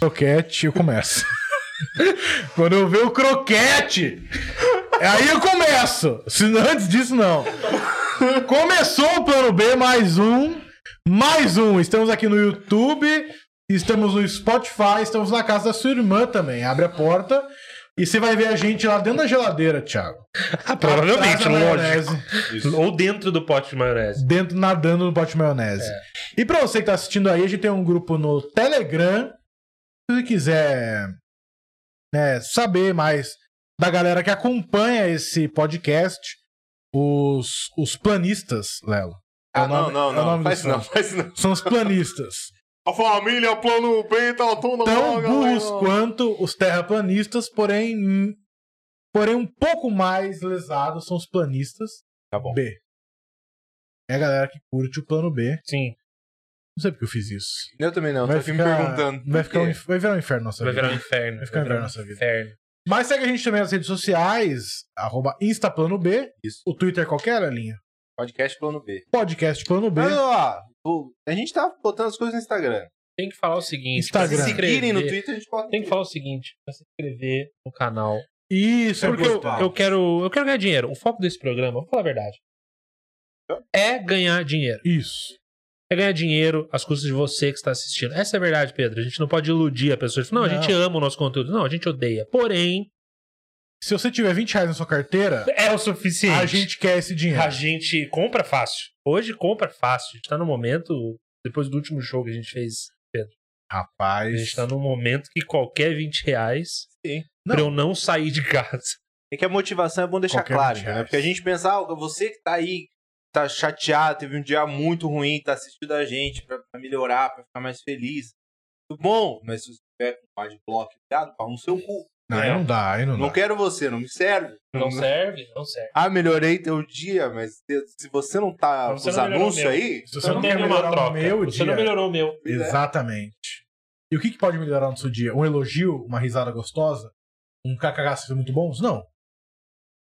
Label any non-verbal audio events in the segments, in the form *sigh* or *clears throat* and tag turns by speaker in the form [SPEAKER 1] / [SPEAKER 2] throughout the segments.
[SPEAKER 1] croquete, eu começo. *laughs* Quando eu ver o croquete, aí eu começo. Se não- antes disso, não. Começou o plano B, mais um. Mais um. Estamos aqui no YouTube, estamos no Spotify, estamos na casa da sua irmã também. Abre a porta e você vai ver a gente lá dentro da geladeira, Thiago.
[SPEAKER 2] Ah, provavelmente,
[SPEAKER 1] Atrás da
[SPEAKER 2] lógico.
[SPEAKER 1] maionese,
[SPEAKER 2] Ou dentro do pote de maionese.
[SPEAKER 1] Dentro, nadando no pote de maionese.
[SPEAKER 3] É.
[SPEAKER 1] E pra você que tá assistindo aí, a gente tem um grupo no Telegram. Se você quiser né, saber mais da galera que acompanha esse podcast, os, os planistas, Lelo. É o
[SPEAKER 3] Ah, não,
[SPEAKER 1] nome-
[SPEAKER 3] não,
[SPEAKER 1] é o
[SPEAKER 3] não.
[SPEAKER 1] nome do
[SPEAKER 3] faz isso não,
[SPEAKER 1] som.
[SPEAKER 3] faz isso não.
[SPEAKER 1] São os
[SPEAKER 3] *laughs*
[SPEAKER 1] planistas.
[SPEAKER 3] A família, o plano B, tá tudo
[SPEAKER 1] tão
[SPEAKER 3] bom,
[SPEAKER 1] burros
[SPEAKER 3] galera?
[SPEAKER 1] quanto os terraplanistas, porém, hum, porém um pouco mais lesados são os planistas
[SPEAKER 3] Tá bom.
[SPEAKER 1] B. É a galera que curte o plano B.
[SPEAKER 2] Sim.
[SPEAKER 1] Não sei porque eu fiz isso.
[SPEAKER 3] Eu também não,
[SPEAKER 1] vai,
[SPEAKER 3] tô aqui me
[SPEAKER 1] ficar-
[SPEAKER 3] perguntando.
[SPEAKER 1] vai,
[SPEAKER 3] por
[SPEAKER 1] ficar um,
[SPEAKER 3] quê.
[SPEAKER 1] inf- vai virar um inferno nossa
[SPEAKER 2] Vai
[SPEAKER 1] vida.
[SPEAKER 2] virar um inferno.
[SPEAKER 1] Vai ficar um inferno na nossa vida.
[SPEAKER 2] Inferno.
[SPEAKER 1] Mas segue a gente também nas redes sociais, arroba instaplanob,
[SPEAKER 3] Isso.
[SPEAKER 1] o Twitter é qualquer, linha.
[SPEAKER 3] Podcast plano B.
[SPEAKER 1] Podcast plano B.
[SPEAKER 3] Mas, ó, o- a gente tá botando as coisas no Instagram.
[SPEAKER 2] Tem que falar o seguinte.
[SPEAKER 1] Instagram.
[SPEAKER 2] pra
[SPEAKER 3] Se
[SPEAKER 2] se
[SPEAKER 3] seguirem no
[SPEAKER 2] inscrever-
[SPEAKER 3] Twitter, a gente bota. no
[SPEAKER 2] Tem que
[SPEAKER 3] Twitter.
[SPEAKER 2] falar o seguinte, pra se inscrever no canal.
[SPEAKER 1] Isso, é
[SPEAKER 2] Porque eu,
[SPEAKER 1] importante.
[SPEAKER 2] eu quero, eu quero ganhar dinheiro. O foco desse programa, vou falar a verdade, é ganhar dinheiro.
[SPEAKER 1] Isso.
[SPEAKER 2] É ganhar dinheiro às custas de você que está assistindo. Essa é a verdade, Pedro. A gente não pode iludir a pessoa. Não, não, a
[SPEAKER 1] Não.
[SPEAKER 2] gente ama o nosso conteúdo. Não, a gente odeia. Porém,
[SPEAKER 1] Se você tiver 20 reais na sua carteira,
[SPEAKER 2] é o suficiente.
[SPEAKER 1] a gente quer esse dinheiro.
[SPEAKER 2] A gente compra fácil. Hoje compra fácil. A gente tá no momento, depois do último jogo que a gente fez, a
[SPEAKER 1] Rapaz.
[SPEAKER 2] gente tá num momento que qualquer 20 reais
[SPEAKER 3] Sim.
[SPEAKER 2] pra eu não sair de casa.
[SPEAKER 3] É que a motivação é bom deixar
[SPEAKER 1] Qualquer
[SPEAKER 3] claro,
[SPEAKER 1] um de
[SPEAKER 3] entendeu?
[SPEAKER 1] reais.
[SPEAKER 3] Porque a gente pensa, ah, você que tá aí, tá chateado, teve um dia muito ruim, tá assistindo a gente pra, pra melhorar, pra ficar mais feliz. Tudo bom, mas se você tiver com mais de bloco ligado, pau no seu cu.
[SPEAKER 1] Não, aí não dá, aí não,
[SPEAKER 3] Não
[SPEAKER 1] dá.
[SPEAKER 3] quero você, não me serve.
[SPEAKER 2] serve? Não serve.
[SPEAKER 3] Ah, melhorei teu dia, mas se- se você não tá
[SPEAKER 2] Mas você
[SPEAKER 3] os
[SPEAKER 2] não melhorou
[SPEAKER 3] anúncios
[SPEAKER 2] meu.
[SPEAKER 3] aí,
[SPEAKER 1] Se você
[SPEAKER 2] Você
[SPEAKER 1] não
[SPEAKER 2] não
[SPEAKER 1] quer
[SPEAKER 2] teve
[SPEAKER 1] melhorar
[SPEAKER 2] uma
[SPEAKER 1] o
[SPEAKER 2] troca.
[SPEAKER 1] meu
[SPEAKER 2] Você
[SPEAKER 1] dia.
[SPEAKER 2] não melhorou o meu.
[SPEAKER 1] Exatamente. E o que, que pode melhorar no seu dia? Um elogio? Uma risada gostosa? Um cacagaço foi muito bons? Não.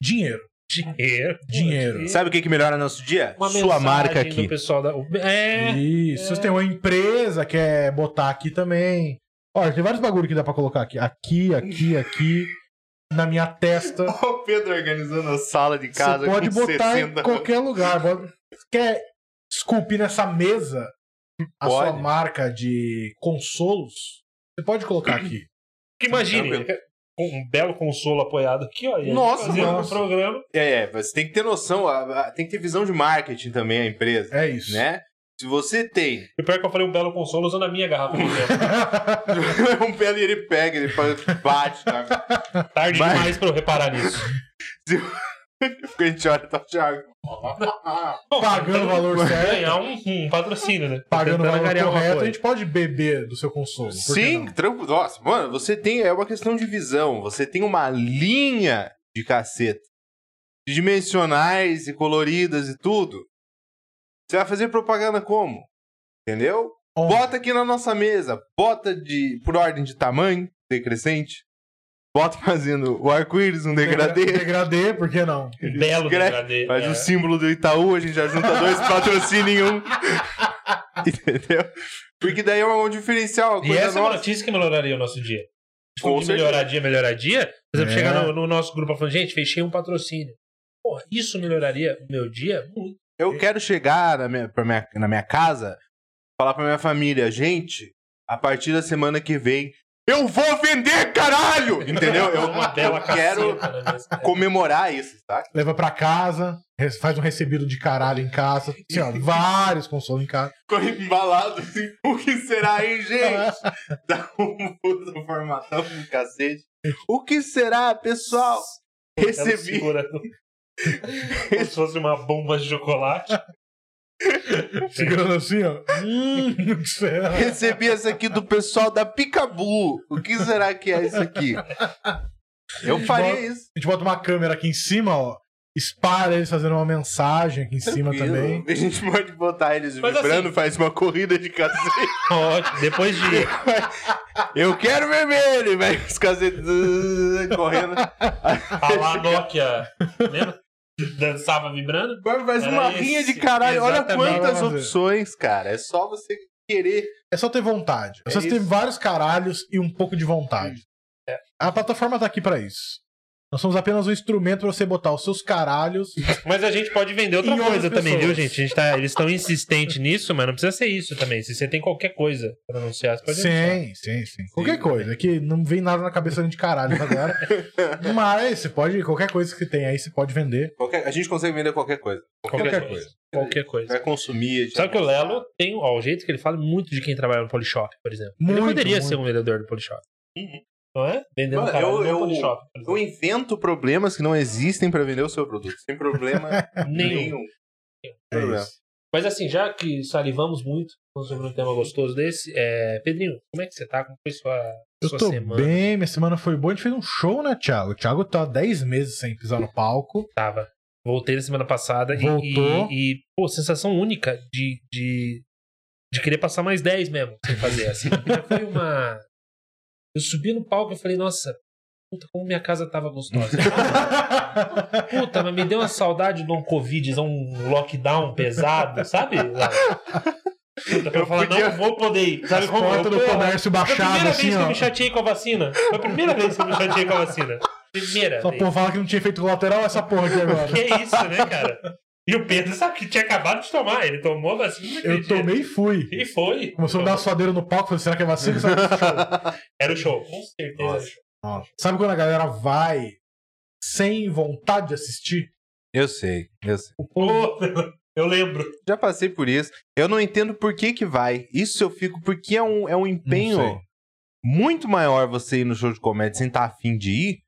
[SPEAKER 1] Dinheiro.
[SPEAKER 2] Dinheiro.
[SPEAKER 1] Dinheiro.
[SPEAKER 3] sabe o que, que melhora nosso dia?
[SPEAKER 2] Uma
[SPEAKER 3] Sua
[SPEAKER 2] mensagem
[SPEAKER 3] marca
[SPEAKER 2] do
[SPEAKER 3] aqui.
[SPEAKER 2] pessoal da... É.
[SPEAKER 1] Isso. Se você tem uma empresa, quer botar aqui também. Olha, tem vários bagulho que dá pra colocar aqui. Aqui, aqui, aqui. Na minha testa.
[SPEAKER 3] *laughs* O Pedro organizando a sala de
[SPEAKER 1] Você pode botar em qualquer lugar. Bota- Quer esculpir nessa mesa a sua
[SPEAKER 3] Pode.
[SPEAKER 1] marca de consolos? Você pode colocar aqui.
[SPEAKER 2] Que imagine. com Um belo consolo apoiado aqui, ó. e a gente
[SPEAKER 3] Nossa,
[SPEAKER 2] fazendo
[SPEAKER 1] nossa.
[SPEAKER 2] um programa.
[SPEAKER 3] É, é, você tem que ter noção, a- a- tem que ter visão de marketing também a empresa,
[SPEAKER 1] É isso. *laughs*
[SPEAKER 3] né? Se você tem *laughs*
[SPEAKER 2] E pior que eu falei um belo consolo usando a minha garrafa de tempo.
[SPEAKER 3] um pé ali, ele pega, ele fa- bate, *laughs* tá?
[SPEAKER 2] Tarde
[SPEAKER 3] Mas-
[SPEAKER 2] demais pra eu reparar nisso.
[SPEAKER 3] Porque a gente olha, tá, Thiago. *laughs*
[SPEAKER 1] Pagando o valor certo.
[SPEAKER 2] Ganhar um, um patrocínio, né?
[SPEAKER 1] pagando o
[SPEAKER 2] Tentando
[SPEAKER 1] valor
[SPEAKER 2] angariar uma
[SPEAKER 1] correto, a
[SPEAKER 2] coisa.
[SPEAKER 1] gente pode beber do seu consolo. por que
[SPEAKER 3] Sim,
[SPEAKER 1] não?
[SPEAKER 3] tranquilo. Nossa, mano, você tem. É uma questão de visão. Você tem uma linha de caceta. de Dimensionais e coloridas e tudo. Você vai fazer propaganda como? Entendeu?
[SPEAKER 1] Onde?
[SPEAKER 3] Bota aqui na nossa mesa. Bota de por ordem de tamanho, decrescente. Bota fazendo o arco-íris,
[SPEAKER 2] *laughs*
[SPEAKER 3] um degradê.
[SPEAKER 1] Degradê, por que não?
[SPEAKER 2] Um belo
[SPEAKER 3] Gra-
[SPEAKER 2] degradê.
[SPEAKER 3] Faz um
[SPEAKER 2] é.
[SPEAKER 3] o símbolo do Itaú, a gente já junta
[SPEAKER 2] *laughs*
[SPEAKER 3] dois patrocínios em um. Entendeu? Porque daí é um diferencial, uma
[SPEAKER 2] E
[SPEAKER 3] coisa
[SPEAKER 2] essa é uma
[SPEAKER 3] nossa.
[SPEAKER 2] notícia que melhoraria o nosso dia.
[SPEAKER 3] Com
[SPEAKER 2] Tipo, de melhoraria, melhoraria. Por exemplo,
[SPEAKER 1] É.
[SPEAKER 2] chegar no, no nosso grupo e falar, gente, fechei um patrocínio. Porra, isso melhoraria o meu dia? muito.
[SPEAKER 3] Eu quero chegar na minha, pra minha- na minha casa, falar pra minha família, gente, a partir da semana que vem, eu vou vender, caralho! Entendeu? Eu,
[SPEAKER 2] É *laughs* uma bela
[SPEAKER 3] eu quero
[SPEAKER 2] caceta né, na
[SPEAKER 3] *laughs*
[SPEAKER 2] minha-
[SPEAKER 3] comemorar isso, tá?
[SPEAKER 1] Leva pra casa, res- faz um recebido de caralho em casa. Assim, ó, vários consolos em casa.
[SPEAKER 3] Ficou embalado assim, o que será, hein,
[SPEAKER 2] *laughs*
[SPEAKER 3] gente? Dá um puta formatão do cacete. O que será, pessoal?
[SPEAKER 2] Ela
[SPEAKER 3] Recebi.
[SPEAKER 2] segura tá no- Como se fosse uma bomba de chocolate.
[SPEAKER 1] Segurando assim, ó. Hum, *laughs* o que será?
[SPEAKER 3] Recebi essa aqui do pessoal da Picabu. O que será que é
[SPEAKER 2] *laughs*
[SPEAKER 3] isso aqui? Eu faria isso.
[SPEAKER 1] A gente bota uma câmera aqui em cima, ó. Espalha eles fazendo uma mensagem aqui em cima
[SPEAKER 3] Tranquilo.
[SPEAKER 1] também.
[SPEAKER 3] A gente pode botar eles
[SPEAKER 2] Mas assim,
[SPEAKER 3] vibrando, faz uma corrida
[SPEAKER 2] *laughs*
[SPEAKER 3] de cacete.
[SPEAKER 2] Ótimo. Depois de
[SPEAKER 3] Eu quero vermelho! E vai os cacetes uh, correndo.
[SPEAKER 2] *laughs* a lá Nokia, lembra? Dançava vibrando.
[SPEAKER 3] Agora faz
[SPEAKER 2] Era
[SPEAKER 3] uma
[SPEAKER 2] esse.
[SPEAKER 3] rinha de caralho. Olha
[SPEAKER 2] Exatamente.
[SPEAKER 3] quantas
[SPEAKER 1] Vamos ver.
[SPEAKER 3] opções, cara. É só você querer.
[SPEAKER 1] É só ter vontade. É só
[SPEAKER 3] É
[SPEAKER 1] ter
[SPEAKER 3] isso.
[SPEAKER 1] vários caralhos e um pouco de vontade. A plataforma tá aqui pra isso. Nós somos apenas um instrumento pra você botar os seus caralhos.
[SPEAKER 2] Mas a gente pode vender
[SPEAKER 1] Em
[SPEAKER 2] outra
[SPEAKER 1] outras
[SPEAKER 2] coisa também,
[SPEAKER 1] pessoas.
[SPEAKER 2] viu, gente? A gente tá, eles estão insistentes nisso, mas não precisa ser isso também. Se você tem qualquer coisa pra anunciar, você pode anunciar.
[SPEAKER 1] Sim, sim, sim. Qualquer coisa. É que não vem nada na cabeça de caralhos agora. Mas você pode, qualquer coisa que tem aí, você pode vender.
[SPEAKER 3] Qualquer- a gente consegue vender qualquer coisa.
[SPEAKER 2] Qualquer,
[SPEAKER 1] Qualquer
[SPEAKER 2] coisa. Qualquer coisa.
[SPEAKER 3] Vai consumir. já-
[SPEAKER 2] Sabe que o Lelo tem. Ó, o jeito que ele fala muito de quem trabalha no Polishop, por exemplo.
[SPEAKER 1] Muito,
[SPEAKER 2] ele poderia
[SPEAKER 1] muito.
[SPEAKER 2] ser um vendedor do Polishop. Não é? Vendendo
[SPEAKER 3] Uhum. Mano,
[SPEAKER 2] caralho
[SPEAKER 3] eu-
[SPEAKER 2] no
[SPEAKER 3] eu-
[SPEAKER 2] Polishop. por
[SPEAKER 3] Eu invento problemas que não existem pra vender o seu produto. Sem problema
[SPEAKER 2] exemplo. *laughs* Nenhum.
[SPEAKER 3] nenhum.
[SPEAKER 1] É
[SPEAKER 3] Problema.
[SPEAKER 1] isso.
[SPEAKER 2] Mas assim, já que salivamos muito sobre um tema gostoso desse, é... Pedrinho, como é que você tá? Como foi sua,
[SPEAKER 1] Eu
[SPEAKER 2] sua
[SPEAKER 1] tô
[SPEAKER 2] semana?
[SPEAKER 1] bem, minha semana foi boa. A gente fez um show, né, Thiago? O Thiago tá há 10 meses sem pisar no *laughs* palco.
[SPEAKER 2] Tava. Voltei na semana passada e-
[SPEAKER 1] Voltou.
[SPEAKER 2] E, e, pô, sensação única de, de, de querer passar mais 10 mesmo sem fazer. Assim, Já foi uma. Eu subi no palco e falei, nossa, puta, como minha casa tava gostosa.
[SPEAKER 1] *laughs*
[SPEAKER 2] Puta, mas me deu uma saudade de um Covid, de um lockdown pesado, sabe? Puta, pra eu,
[SPEAKER 3] Eu
[SPEAKER 2] falar,
[SPEAKER 3] podia-
[SPEAKER 2] não vou poder ir. Sabe
[SPEAKER 1] As
[SPEAKER 2] como eu
[SPEAKER 1] portas do
[SPEAKER 2] porra,
[SPEAKER 1] comércio
[SPEAKER 2] Foi a primeira
[SPEAKER 1] baixadas,
[SPEAKER 2] vez
[SPEAKER 1] assim,
[SPEAKER 2] que eu
[SPEAKER 1] ó.
[SPEAKER 2] me chateei com a vacina. Foi a primeira vez que eu me chateei com a vacina. Primeira
[SPEAKER 1] Essa
[SPEAKER 2] vez.
[SPEAKER 1] porra fala que não tinha feito lateral, essa porra aqui *laughs* agora.
[SPEAKER 2] Que isso, né, cara? E o Pedro sabe que tinha acabado de tomar. Ele tomou a vacina.
[SPEAKER 1] Eu
[SPEAKER 2] naquele dia.
[SPEAKER 1] tomei e fui.
[SPEAKER 2] E foi.
[SPEAKER 1] Começou a dar uma suadeira no palco, falei, será que é vacina? Será que é show? *laughs*
[SPEAKER 2] Era o show. Com certeza.
[SPEAKER 3] Nossa.
[SPEAKER 2] era o show.
[SPEAKER 1] Sabe quando a galera vai sem vontade de assistir?
[SPEAKER 3] Eu sei, eu sei.
[SPEAKER 2] Pô, *laughs* eu lembro.
[SPEAKER 3] Já passei por isso. Eu não entendo por que que vai. Isso eu fico... Porque é um, é um
[SPEAKER 1] Não sei.
[SPEAKER 3] empenho muito maior você ir no show de comédia sem estar afim de ir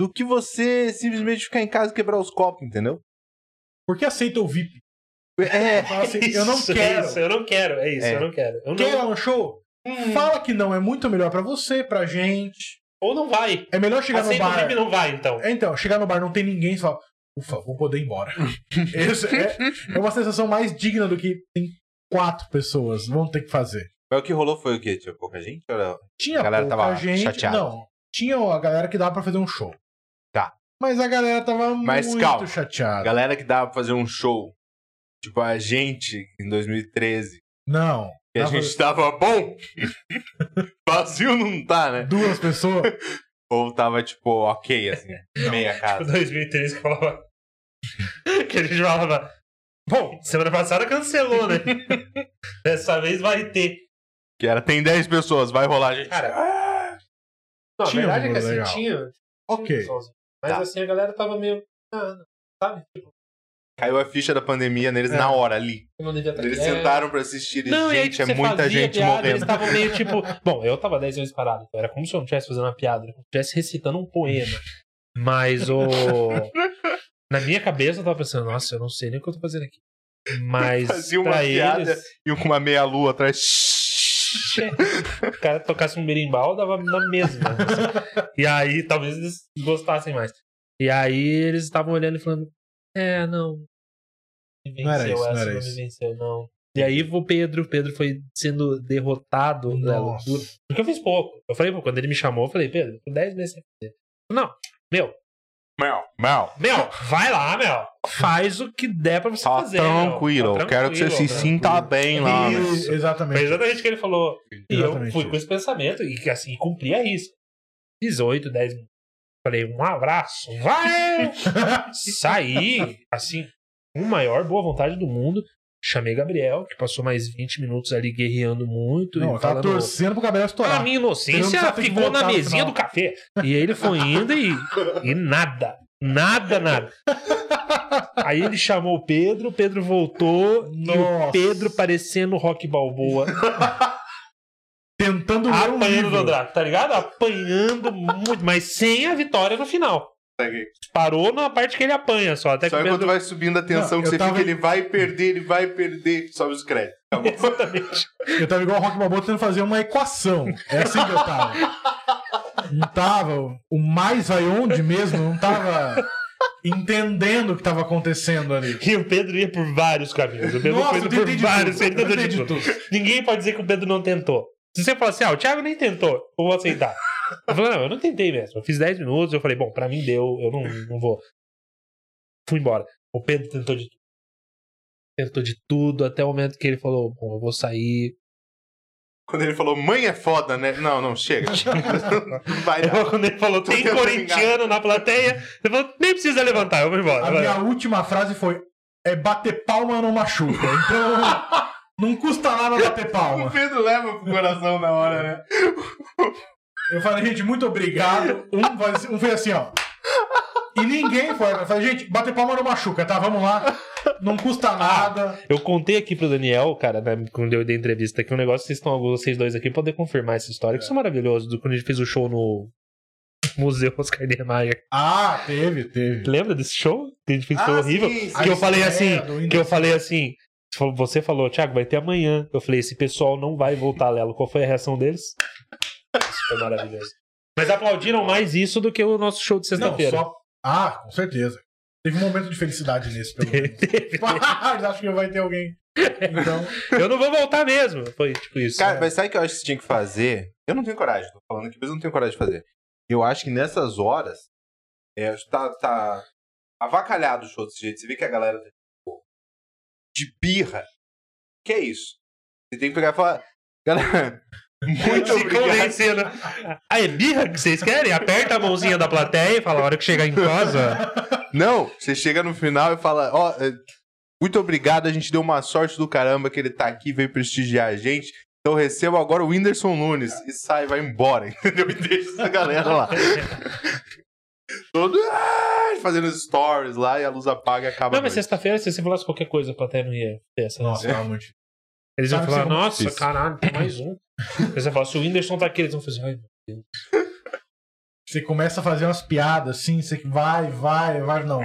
[SPEAKER 3] do que você simplesmente ficar em casa e quebrar os copos, entendeu?
[SPEAKER 1] Por que aceita o VIP?
[SPEAKER 3] É.
[SPEAKER 1] Fala assim, eu não
[SPEAKER 2] Isso, é
[SPEAKER 1] quero.
[SPEAKER 2] Isso, eu não quero. É isso,
[SPEAKER 3] É.
[SPEAKER 2] eu não quero. Eu
[SPEAKER 1] Quer ir
[SPEAKER 2] não... Hum,
[SPEAKER 1] lá no show? Fala que não, é muito melhor pra você, pra gente.
[SPEAKER 2] Ou não vai.
[SPEAKER 1] É melhor chegar
[SPEAKER 2] Aceita
[SPEAKER 1] no
[SPEAKER 2] o
[SPEAKER 1] bar.
[SPEAKER 2] Ribe não vai, então.
[SPEAKER 1] É, Então, chegar no bar não tem ninguém, você fala, ufa, vou poder ir
[SPEAKER 3] *laughs*
[SPEAKER 1] embora. Esse é, é uma sensação mais digna do que tem quatro pessoas, vão ter que fazer.
[SPEAKER 3] Mas o que rolou foi o quê? Tinha pouca gente? Era...
[SPEAKER 1] Tinha
[SPEAKER 3] A galera
[SPEAKER 1] pouca
[SPEAKER 3] tava
[SPEAKER 1] gente,
[SPEAKER 3] chateada.
[SPEAKER 1] não. Tinha a galera que dava pra fazer um show.
[SPEAKER 3] Tá.
[SPEAKER 1] Mas a galera tava
[SPEAKER 3] Mas
[SPEAKER 1] muito
[SPEAKER 3] calma.
[SPEAKER 1] chateada.
[SPEAKER 3] Galera que dava pra fazer um show, tipo a gente em 2013,
[SPEAKER 1] Não.
[SPEAKER 3] que a
[SPEAKER 1] Dava
[SPEAKER 3] gente tava bom, *laughs* vazio não tá, né?
[SPEAKER 1] Duas
[SPEAKER 3] *laughs*
[SPEAKER 1] pessoas.
[SPEAKER 3] Ou tava tipo ok, assim,
[SPEAKER 1] *laughs* Tipo,
[SPEAKER 3] meia
[SPEAKER 2] É. *laughs*
[SPEAKER 3] casa.
[SPEAKER 2] 2003 que falava. *laughs* que a gente falava. Bom, semana passada
[SPEAKER 1] *laughs*
[SPEAKER 2] cancelou, né? Dessa vez vai ter.
[SPEAKER 3] Que era, tem 10 pessoas, vai rolar, gente.
[SPEAKER 2] Cara. Não, a
[SPEAKER 1] Tinha
[SPEAKER 2] verdade é que
[SPEAKER 1] um
[SPEAKER 2] assim,
[SPEAKER 1] legal.
[SPEAKER 2] tinha.
[SPEAKER 1] Ok.
[SPEAKER 2] sozinho. Mas
[SPEAKER 3] Tá.
[SPEAKER 2] assim, a galera tava meio. Ah, não, sabe? Tipo,
[SPEAKER 3] Caiu a ficha da pandemia neles
[SPEAKER 2] É.
[SPEAKER 3] na hora ali.
[SPEAKER 2] eu não devia estar
[SPEAKER 3] Eles
[SPEAKER 2] aqui. É.
[SPEAKER 3] sentaram pra assistir e,
[SPEAKER 2] Não, e aí,
[SPEAKER 3] gente,
[SPEAKER 2] tipo,
[SPEAKER 3] é
[SPEAKER 2] você
[SPEAKER 3] muita
[SPEAKER 2] fazia
[SPEAKER 3] gente
[SPEAKER 2] piada, Eles
[SPEAKER 3] morrendo.
[SPEAKER 2] estavam meio tipo. *laughs* Bom, eu tava 10 anos parado. Então era como se eu não estivesse fazendo uma piada. Como se eu estivesse recitando um poema. Mas
[SPEAKER 3] *laughs*
[SPEAKER 2] o. Na minha cabeça eu tava pensando, nossa, eu não sei nem o que eu tô fazendo aqui. Mas.
[SPEAKER 3] Fazia uma
[SPEAKER 2] pra
[SPEAKER 3] piada.
[SPEAKER 2] eles,
[SPEAKER 3] E um com uma meia lua atrás.
[SPEAKER 2] *laughs* o cara tocasse um berimbau, dava na mesma. assim. E aí, talvez eles gostassem mais. E aí, eles estavam olhando e falando: É, não. Me venceu
[SPEAKER 1] Não era isso, não
[SPEAKER 2] essa,
[SPEAKER 1] era
[SPEAKER 2] não
[SPEAKER 1] isso."
[SPEAKER 2] me venceu, não. E aí, o Pedro, o Pedro foi sendo derrotado. Léo,
[SPEAKER 1] Nossa.
[SPEAKER 2] por- porque eu fiz pouco. Eu falei, pô, quando ele me chamou, eu falei: Pedro, com 10 meses sem fazer. Não, meu,
[SPEAKER 3] Mel, Mel.
[SPEAKER 2] meu, vai lá, meu. Faz o que der pra você
[SPEAKER 3] Tá
[SPEAKER 2] fazer. meu.
[SPEAKER 3] tranquilo.
[SPEAKER 2] Tá
[SPEAKER 3] Eu quero que você se
[SPEAKER 2] tranquilo,
[SPEAKER 3] sinta bem lá. né?
[SPEAKER 1] E-
[SPEAKER 3] meu.
[SPEAKER 2] Isso. Foi
[SPEAKER 1] Exatamente.
[SPEAKER 2] exatamente o que ele falou. E eu
[SPEAKER 1] Exatamente
[SPEAKER 2] fui
[SPEAKER 1] isso.
[SPEAKER 2] com esse pensamento e que, assim, cumpria isso. 18, 10 minutos. Falei, um abraço, vai!
[SPEAKER 1] *laughs*
[SPEAKER 2] Saí, assim, com a maior boa vontade do mundo. Chamei Gabriel, que passou mais 20 minutos ali guerreando muito.
[SPEAKER 1] Não,
[SPEAKER 2] e
[SPEAKER 1] tá
[SPEAKER 2] falando,
[SPEAKER 1] torcendo pro Gabriel
[SPEAKER 2] a
[SPEAKER 1] estourar.
[SPEAKER 2] minha
[SPEAKER 1] Esperando que
[SPEAKER 2] inocência
[SPEAKER 1] você tenha que
[SPEAKER 2] ficou
[SPEAKER 1] voltar
[SPEAKER 2] na
[SPEAKER 1] no
[SPEAKER 2] mesinha
[SPEAKER 1] final.
[SPEAKER 2] do café. E aí ele foi indo e, e nada. Nada, nada. Aí ele chamou o Pedro, o Pedro voltou. E o
[SPEAKER 1] Nossa.
[SPEAKER 2] Pedro parecendo o Rock Balboa
[SPEAKER 1] Tentando ler um
[SPEAKER 2] apanhando
[SPEAKER 1] livro.
[SPEAKER 2] do Draco, tá ligado? Apanhando muito, mas sem a vitória no final. Parou na parte que ele apanha só, até que
[SPEAKER 3] Só
[SPEAKER 2] o
[SPEAKER 3] enquanto
[SPEAKER 2] Pedro...
[SPEAKER 3] vai subindo a tensão
[SPEAKER 1] Não,
[SPEAKER 3] que
[SPEAKER 1] eu
[SPEAKER 3] você
[SPEAKER 1] tava-
[SPEAKER 3] fica, ele vai perder, ele vai perder. Sobe os créditos.
[SPEAKER 2] *laughs* Exatamente.
[SPEAKER 1] Eu tava igual o Rock Balboa tentando fazer uma equação. É assim que eu tava. Não tava. O mais vai onde mesmo? Não tava entendendo o que tava acontecendo ali.
[SPEAKER 2] E o Pedro ia por vários caminhos. O Pedro
[SPEAKER 1] Nossa,
[SPEAKER 2] foi
[SPEAKER 1] eu
[SPEAKER 2] por
[SPEAKER 1] tentei de
[SPEAKER 2] vários.
[SPEAKER 1] tudo.
[SPEAKER 2] Ele
[SPEAKER 1] Eu
[SPEAKER 2] tentou
[SPEAKER 1] tentei
[SPEAKER 2] de
[SPEAKER 1] de
[SPEAKER 2] tudo.
[SPEAKER 1] tudo.
[SPEAKER 2] Ninguém pode dizer que o Pedro não tentou. Se você falar assim, ah, o Thiago nem tentou, eu vou aceitar. Eu falei, não, eu não tentei mesmo. Eu fiz 10 minutos, eu falei, bom, pra mim deu, eu não, não vou. Fui embora. O Pedro tentou de tudo. Tentou de tudo, até o momento que ele falou, bom, eu vou sair,
[SPEAKER 3] Quando ele falou, mãe é foda, né? Não,
[SPEAKER 2] *laughs*
[SPEAKER 3] não, chega. Não vai dar.
[SPEAKER 2] Quando ele falou, tem
[SPEAKER 3] Tô
[SPEAKER 2] corintiano na plateia, ele falou, nem precisa levantar, eu vou embora.
[SPEAKER 1] A
[SPEAKER 2] Vai.
[SPEAKER 1] minha última frase foi: é bater palma não machuca. Então, não custa nada bater
[SPEAKER 3] O
[SPEAKER 1] palma.
[SPEAKER 3] Pedro leva pro coração na hora, né?
[SPEAKER 1] Eu falei, gente, muito obrigado. Um, faz- um fez assim, ó. E ninguém foi. Eu falei, gente, bater palma não machuca, tá? Vamos lá. Não custa nada.
[SPEAKER 2] Eu contei aqui pro Daniel, cara, né, quando eu dei entrevista aqui, um negócio, vocês estão, vocês dois aqui, poder confirmar essa história, que isso é maravilhoso, do, quando a gente fez o show no Museu Oscar Niemeyer.
[SPEAKER 1] Ah, teve, teve.
[SPEAKER 2] Lembra desse show? Que a gente fez, foi
[SPEAKER 3] Ah,
[SPEAKER 2] horrível.
[SPEAKER 3] sim, sim.
[SPEAKER 2] que eu falei assim,
[SPEAKER 1] estreia do Windows
[SPEAKER 2] que eu falei assim, você falou, Thiago, vai ter amanhã. Eu falei, esse pessoal não vai voltar, Lelo. Qual foi a reação deles? Isso foi maravilhoso. Mas aplaudiram mais isso do que o nosso show de
[SPEAKER 1] Não,
[SPEAKER 2] sexta-feira.
[SPEAKER 1] só. Ah, com certeza. Teve um momento de felicidade nesse,
[SPEAKER 2] *laughs*
[SPEAKER 1] pelo menos. Mas *laughs* Acho que vai ter alguém. Então,
[SPEAKER 2] Eu não vou voltar mesmo. Foi tipo isso.
[SPEAKER 3] Cara, mas sabe o que eu acho que você tinha que fazer? Eu não tenho coragem, tô falando aqui, mas eu não tenho coragem de fazer. Eu acho que nessas horas, é, tá, tá avacalhado o show desse jeito. Você vê que a galera tá tipo, de birra. Que é isso? Você tem que pegar e falar. Galera, *laughs* muito
[SPEAKER 2] se
[SPEAKER 3] obrigado.
[SPEAKER 2] convencendo. Ah, é birra que vocês querem? Aperta a mãozinha da plateia e fala, a hora que chegar em casa.
[SPEAKER 3] Não, você chega no final e fala, ó, é, muito obrigado, a gente deu uma sorte do caramba que ele tá aqui, veio prestigiar a gente. Então receba agora o Whindersson Nunes e sai, vai embora, *laughs* entendeu? E deixa essa galera *laughs* lá. Todo "Ah", fazendo stories lá e a luz apaga e acaba.
[SPEAKER 2] Não, mas
[SPEAKER 3] a noite.
[SPEAKER 2] sexta-feira, se você falasse qualquer coisa, a plateia não ia ter essa.
[SPEAKER 1] nossa, pelo amor de
[SPEAKER 2] Eles iam
[SPEAKER 1] Sabe
[SPEAKER 2] falar,
[SPEAKER 1] que você-
[SPEAKER 2] nossa,
[SPEAKER 3] Isso.
[SPEAKER 2] caralho, tem mais um. Aí você fala, se o Whindersson tá aqui, eles vão fazer, ai,
[SPEAKER 1] Você começa a fazer umas piadas assim, você vai, vai, vai. Não.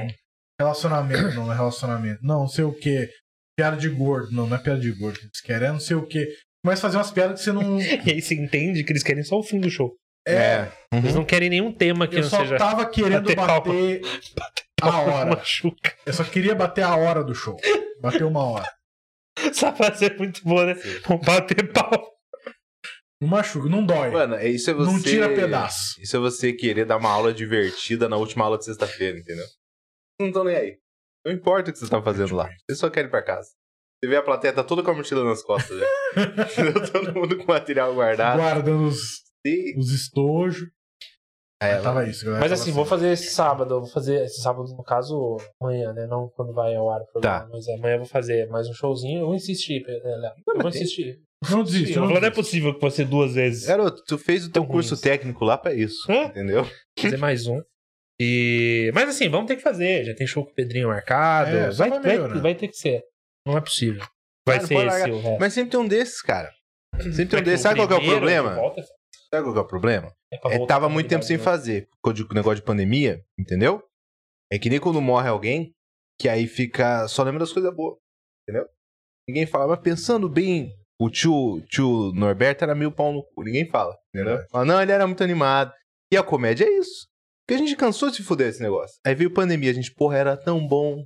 [SPEAKER 1] Relacionamento, não, não é relacionamento. Não, não sei o quê. Piada de gordo. Não, não é piada de gordo. que Eles querem, é não sei o quê. Começa a fazer umas piadas que você
[SPEAKER 2] *laughs*
[SPEAKER 1] não.
[SPEAKER 2] E aí você entende que eles querem só o fim do show.
[SPEAKER 1] É,
[SPEAKER 2] Eles não querem nenhum tema que
[SPEAKER 1] eu
[SPEAKER 2] não
[SPEAKER 1] só
[SPEAKER 2] *laughs* seja
[SPEAKER 1] tava querendo
[SPEAKER 2] bater palma.
[SPEAKER 1] bater a hora.
[SPEAKER 2] machuca.
[SPEAKER 1] Eu só queria bater a hora do show. Bater uma hora.
[SPEAKER 2] Essa frase é muito boa, né? Vamos bater pau.
[SPEAKER 1] Não machuca, não dói.
[SPEAKER 3] Mano, é isso é você.
[SPEAKER 1] Não tira pedaço.
[SPEAKER 3] Isso é você querer dar uma aula divertida na última aula de sexta-feira, entendeu? Não estão nem aí. Não importa o que você tá fazendo lá. Vocês só querem ir pra casa. Você vê a plateia tá toda com a mochila nas costas *laughs* já. Entendeu? Todo mundo com material
[SPEAKER 2] Ah.
[SPEAKER 3] guardado.
[SPEAKER 1] Guardando os,
[SPEAKER 3] E...
[SPEAKER 1] os estojos.
[SPEAKER 3] É,
[SPEAKER 1] Mas tava isso, galera.
[SPEAKER 2] Mas
[SPEAKER 1] Tava
[SPEAKER 2] assim, vou fazer esse sábado. eu Vou fazer esse sábado, no caso, amanhã, né? Não quando vai ao ar o programa.
[SPEAKER 3] Tá.
[SPEAKER 2] Mas é, amanhã eu vou fazer mais um showzinho. Eu vou insistir, é, Léo. Eu vou insistir.
[SPEAKER 1] Não desiste.
[SPEAKER 2] Eu
[SPEAKER 1] não
[SPEAKER 2] vou falar, não é
[SPEAKER 1] desisto.
[SPEAKER 2] possível que você duas vezes.
[SPEAKER 3] Garoto, tu fez o teu
[SPEAKER 2] Tão
[SPEAKER 3] um curso
[SPEAKER 2] ruim
[SPEAKER 3] Hum?
[SPEAKER 2] isso.
[SPEAKER 3] técnico lá pra isso.
[SPEAKER 2] Hã?
[SPEAKER 3] Entendeu?
[SPEAKER 2] fazer mais um. E... Mas assim, vamos ter que fazer. Já tem show com o Pedrinho marcado.
[SPEAKER 1] É, só
[SPEAKER 2] vai,
[SPEAKER 1] vai
[SPEAKER 2] vai,
[SPEAKER 1] melhorar.
[SPEAKER 2] vai ter que ser. Não é possível. Vai
[SPEAKER 3] Cara,
[SPEAKER 2] ser
[SPEAKER 3] bora
[SPEAKER 2] esse
[SPEAKER 3] largar.
[SPEAKER 2] o resto.
[SPEAKER 3] Mas sempre tem um desses, cara. Sempre tem
[SPEAKER 2] Vai
[SPEAKER 3] um
[SPEAKER 2] ter
[SPEAKER 3] desses. Sabe qual que é o
[SPEAKER 2] primeiro,
[SPEAKER 3] problema?
[SPEAKER 2] de volta,
[SPEAKER 3] Sabe qual que é o problema?
[SPEAKER 2] é pra
[SPEAKER 3] É,
[SPEAKER 2] voltar
[SPEAKER 3] tava
[SPEAKER 2] pra
[SPEAKER 3] muito tempo sem
[SPEAKER 2] comunidade, né?
[SPEAKER 3] fazer. Por causa de um negócio de pandemia, entendeu? É que nem quando morre alguém, que aí fica. Só lembra das coisas boas, entendeu? Ninguém fala, mas pensando bem, o tio, tio Norberto era meio pau no cu. Ninguém fala, entendeu? Fala, não, ele era muito animado. E a comédia é isso. Porque a gente cansou de se fuder esse negócio. Aí veio pandemia, a gente, porra, era tão bom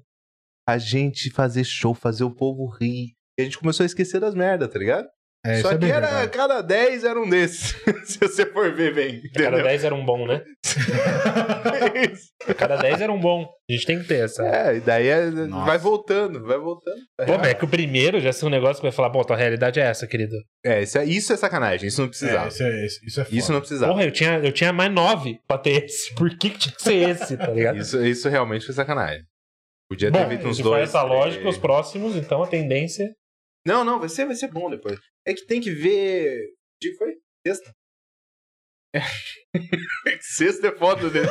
[SPEAKER 3] a gente fazer show, fazer o povo rir. E a gente começou a esquecer das merdas, tá ligado?
[SPEAKER 1] É, isso
[SPEAKER 3] Só
[SPEAKER 1] é
[SPEAKER 3] que
[SPEAKER 1] bem
[SPEAKER 3] era,
[SPEAKER 1] verdade.
[SPEAKER 3] cada 10 era um desses. *laughs* se você for ver bem,
[SPEAKER 2] Cada
[SPEAKER 3] entendeu?
[SPEAKER 2] 10 era um bom, né? Cada 10 era um bom. A gente tem que ter
[SPEAKER 3] *laughs*
[SPEAKER 2] essa.
[SPEAKER 3] É, e daí é-
[SPEAKER 1] Nossa.
[SPEAKER 3] vai voltando, vai voltando.
[SPEAKER 2] Pô, mas é que o primeiro já ser um negócio que vai falar, pô, tua realidade é essa, querido.
[SPEAKER 3] É, isso é, isso é sacanagem, isso não
[SPEAKER 1] É,
[SPEAKER 3] precisava.
[SPEAKER 1] isso é, isso, isso é foda.
[SPEAKER 3] isso não precisava.
[SPEAKER 2] Porra, eu tinha, eu tinha mais 9 pra ter esse. *laughs* Por que, que tinha que ser esse, tá ligado?
[SPEAKER 3] Isso, isso realmente foi sacanagem. Podia ter
[SPEAKER 2] Bom,
[SPEAKER 3] feito uns
[SPEAKER 2] se for
[SPEAKER 3] dois.
[SPEAKER 2] essa lógica,
[SPEAKER 3] três.
[SPEAKER 2] os próximos, então a tendência.
[SPEAKER 3] Não, não, vai ser, vai ser bom depois. É que tem que ver. Que dia foi? Sexta? É. *laughs* Sexta é foda, né?